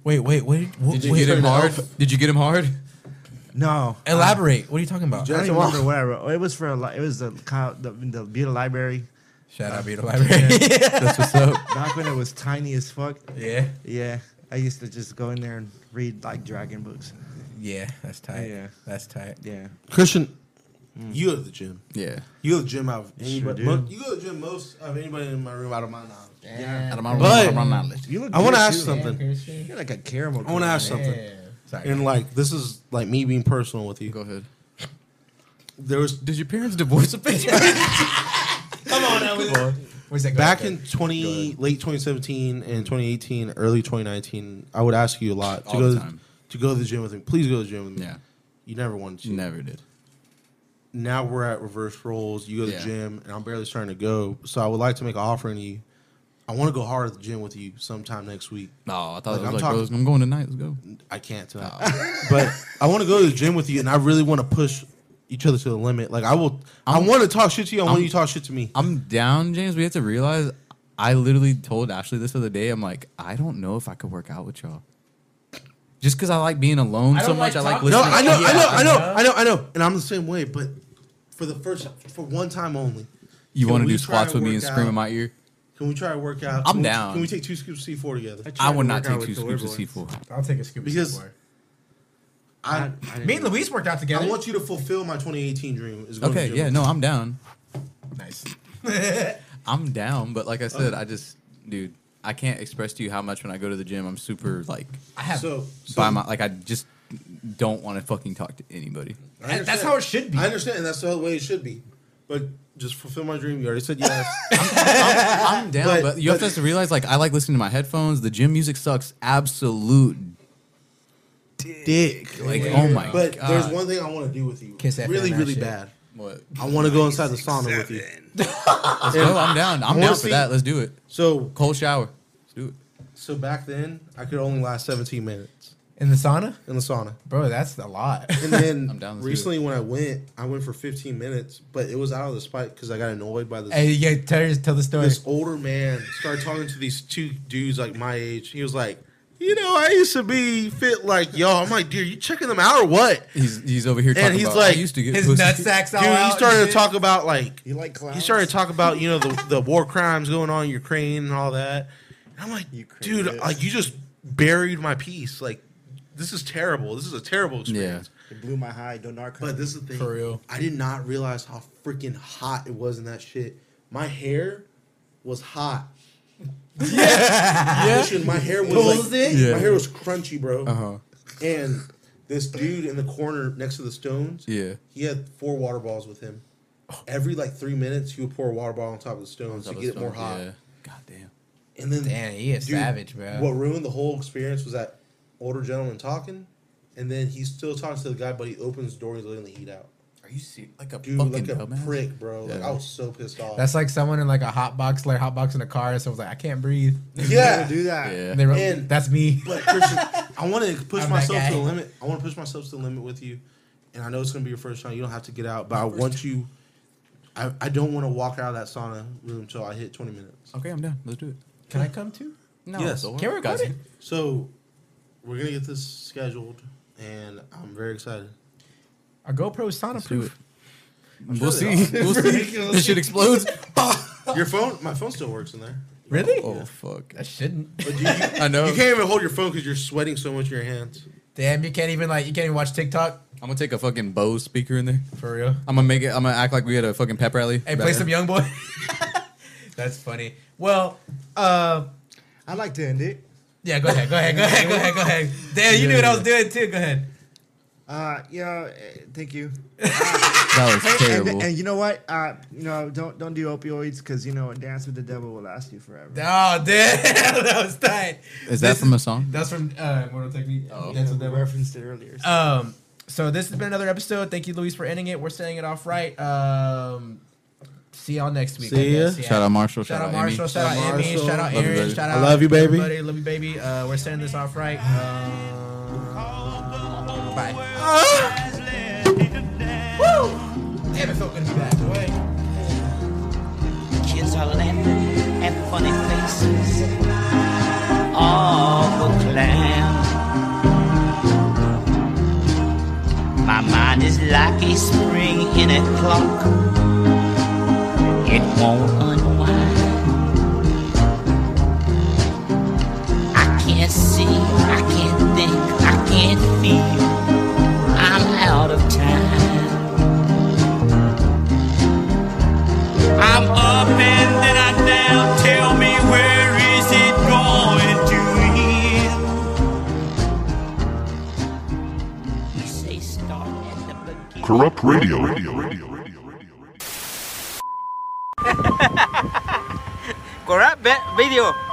S2: wait, wait, wait. What,
S4: Did you
S2: wait,
S4: get him hard? Did you get him hard?
S8: No,
S2: Elaborate. What are you talking about?
S8: I don't
S3: That's
S8: even
S3: why-
S8: remember what I wrote. It was for a li- it was the co- the, the Buda Library
S2: Shout out Beetle Library.
S4: That's what's up.
S8: back when it was tiny as fuck.
S2: yeah.
S8: Yeah, I used to just go in there and read like dragon books.
S2: Yeah, that's tight.
S8: Yeah.
S2: That's tight.
S8: Yeah,
S3: Christian, Mm. you go to the gym.
S4: Yeah.
S3: You go to the gym out of anybody.
S8: do.
S3: mo- you go to the gym most of anybody in my room out of my knowledge.
S4: Out of my
S3: But-
S4: out of my knowledge.
S8: you look.
S3: I want to
S8: good,
S3: ask
S8: too.
S3: something.
S8: You're like a caramel.
S3: I want to
S8: girl.
S3: ask something.
S2: Sorry.
S3: And like, this is like me being personal with
S4: Go
S3: you.
S4: ahead.
S3: There was
S4: Did your parents divorce a bitch?
S2: Come on now. Come on. Where's that
S3: back in 20 late 2017 and 2018 early 2019 i would ask you a lot to
S4: All
S3: go
S4: the
S3: to-
S4: time.
S3: to go to the gym with me please go to the gym with me
S4: yeah.
S3: you never wanted to
S4: Never did.
S3: now we're at reverse roles you go to
S4: Yeah.
S3: the gym and i'm barely starting to go so i would like to make an offering to you i want to go hard at the gym with you sometime next week
S4: No, I thought
S3: Look,
S4: it was
S3: I'm
S4: like,
S3: talking-
S4: bro, listen, I'm going tonight. Let's go.
S3: i can't tonight
S4: Oh.
S3: but i want to go to the gym with you and i really want to push each other to the limit like i will i
S4: I'm-
S3: want to talk shit to you i want
S4: I'm-
S3: you to talk shit to me
S4: I'm down, James. We have to realize. I literally told Ashley this other day. I'm like, I don't know if I could work out with y'all. Just because I like being alone
S2: I
S4: so
S2: don't
S4: much,
S2: like
S4: I like
S2: talking-
S4: listening.
S3: No, I know,
S2: Yeah,
S3: I know, I know,
S2: yeah.
S3: I know, I know, and I'm the same way. But for the first, for one time only,
S4: you
S3: Can
S4: want to
S3: we
S4: do
S3: try
S4: squats with
S3: and
S4: me and
S3: work
S4: scream
S3: out?
S4: in my ear?
S3: can we try to work out?
S4: I'm
S3: Can we-
S4: down.
S3: Can we take two scoops of C4 together?
S8: tried
S4: I
S8: to
S4: would
S8: work
S4: not take
S8: out with
S4: two
S8: the
S4: scoops of
S8: Lord once.
S4: C4.
S2: I'll take a scoop.
S3: Because-
S2: Because
S3: I,
S8: I didn't
S2: me and
S8: do it.
S2: Luis worked out together.
S3: I want you to fulfill my 2018 dream. Is going to
S4: Okay,
S3: gym.
S4: yeah, no, I'm down.
S2: nice.
S4: I'm down, but like I said, I just, dude, I can't express to you how much when I go to the gym, I'm super like
S2: I have.
S3: So, so
S4: by my like I just don't want to fucking talk to anybody.
S3: I
S2: and
S3: understand.
S2: that's how it should be.
S3: I understand. and That's the way it should be. But just fulfill my dream. You already said yes.
S2: Oh
S4: I'm down,
S3: But-
S4: but, you have to realize like I like listening to my headphones. The gym music sucks absolute dick. Like oh my
S3: but
S4: god.
S3: there's one thing I want to do with you.
S2: Kiss FM
S3: really,
S2: that
S3: really
S2: shit.
S3: bad.
S4: What?
S3: I want to go inside the sauna with you.
S4: No, I'm down. I'm
S3: wanna
S4: down for
S3: see-
S4: that. Let's do it.
S3: So,
S4: Cold shower. Let's do it.
S3: so back then, I could only last 17 minutes
S2: in the sauna,
S3: in the sauna.
S2: bro, that's a lot.
S3: And then
S4: I'm down, let's do
S3: recently when I went, I went for 15 minutes, but it was out of the spike because I got annoyed by this.
S2: hey, yeah, tell, tell the story.
S3: This older man started talking to these two dudes like my age. He was like, "You know, I used to be fit like y'all." I'm like, "Dude, you checking them out or what?"
S4: He's he's over here talking
S3: he's
S4: about
S3: like,
S4: I used to get
S2: His
S4: pussy.
S2: nutsacks all
S3: Dude,
S2: out.
S3: he
S2: and
S3: started to
S2: shit.
S3: talk about like
S8: You like clowns?
S3: he started to talk about you know the the war crimes going on in Ukraine and all that. I'm like,
S10: You
S3: dude,
S10: created it.
S3: like you just buried my piece. Like, this is terrible. This is a terrible experience.
S8: It blew my high. Don't narc.
S3: But this is the thing.
S10: For real.
S3: I did not realize how freaking hot it was in that shit. My hair was hot.
S10: Yeah.
S3: Listen, My hair was like,
S10: it?
S3: my hair was crunchy, bro.
S10: Uh
S4: Uh-huh.
S10: huh.
S3: And this dude in the corner next to the stones,
S10: Yeah.
S3: he had four water balls with him. Every like three minutes, he would pour a water bottle on top of the stones to get it more hot.
S4: Yeah. God damn.
S3: And then
S2: Damn, he is savage, bro.
S3: What ruined the whole experience was that older gentleman talking, and then he still talks to the guy, but he opens the door and he's letting the heat out.
S4: Are you serious? Like a
S3: Dude,
S4: fucking
S3: like a
S4: dumbass?
S3: prick, bro. Like
S4: Yeah.
S3: I was so pissed off.
S2: That's like someone in like a hot box, like hot box in a car, and someone's like, I can't breathe.
S3: yeah.
S8: do that.
S2: And they
S4: Yeah.
S2: wrote,
S3: And-
S2: that's me.
S3: But Christian, I want to push
S2: I'm that
S3: myself to
S2: guy.
S3: the limit. I want to push myself to the limit with you, and I know it's gonna be your first time. You don't have to get out, but I want you. I, I don't want to walk out of that sauna room until I hit twenty minutes.
S4: Okay, I'm down. Let's do it.
S2: Can I come too?
S4: No,
S3: Yes.
S4: don't
S2: Can we
S4: worry.
S2: record
S4: Guys,
S2: it?
S3: So we're gonna get this scheduled, and I'm very excited.
S2: Our GoPro is sauna
S4: Let's do it.
S2: proof.
S4: We'll see. We'll see.
S3: Ridiculous.
S4: This shit explodes.
S3: Your phone, my phone still works in there.
S2: Really?
S10: Oh fuck.
S2: I shouldn't.
S3: But you, you
S4: I know.
S3: You can't even hold your phone because you're sweating so much in your hands.
S2: Damn, you can't even like you can't even watch TikTok
S4: I'm gonna take a fucking Bose speaker in there.
S2: for real.
S4: I'm gonna make it. I'm gonna act like we had a fucking pep rally.
S2: Hey,
S4: back
S2: play
S4: then.
S2: some Young Boy. That's funny. Well, uh,
S8: I'd like to end it.
S2: yeah, go ahead, go ahead, go ahead, go ahead, go ahead. Damn, you knew what I was doing too. Go ahead.
S8: Uh, you know, eh, thank you.
S4: That was
S8: And,
S4: terrible.
S8: and you know what? Uh, you know, don't don't do opioids because you know a dance with the devil will last you forever.
S2: Oh, damn, that was tight.
S4: Is that
S2: This
S4: from a song?
S2: That's from uh, Mortal Technique.
S4: Oh.
S8: That's what they referenced it earlier. so-
S2: Um, so this has been another episode. Thank you, Luis, for ending it. We're setting it off right. Um, see y'all next week. I
S3: See ya.
S2: guess. Yeah.
S4: Shout out Marshall.
S2: Shout out
S4: Amy.
S2: Marshall. Shout out Amy.
S3: Marshall.
S2: Shout out
S4: Love you,
S2: Aaron.
S4: baby.
S2: Shout
S3: I
S2: out.
S3: love you, baby.
S2: Everybody, love you, baby. Uh, we're setting this off right. Um, bye.
S3: Ah!
S2: Woo! Damn, it felt good to be back. Wait.
S12: kids are laughing at funny faces. Awful clowns. My mind is like a spring in a clock. It won't unwind. I can't see, I can't think, I can't feel. I'm out of time. I'm up and then I'm down. Tell me where is it going to end? You say start at the beginning.
S1: Corrupt radio. radio, radio, radio, radio.
S12: Corrupt video.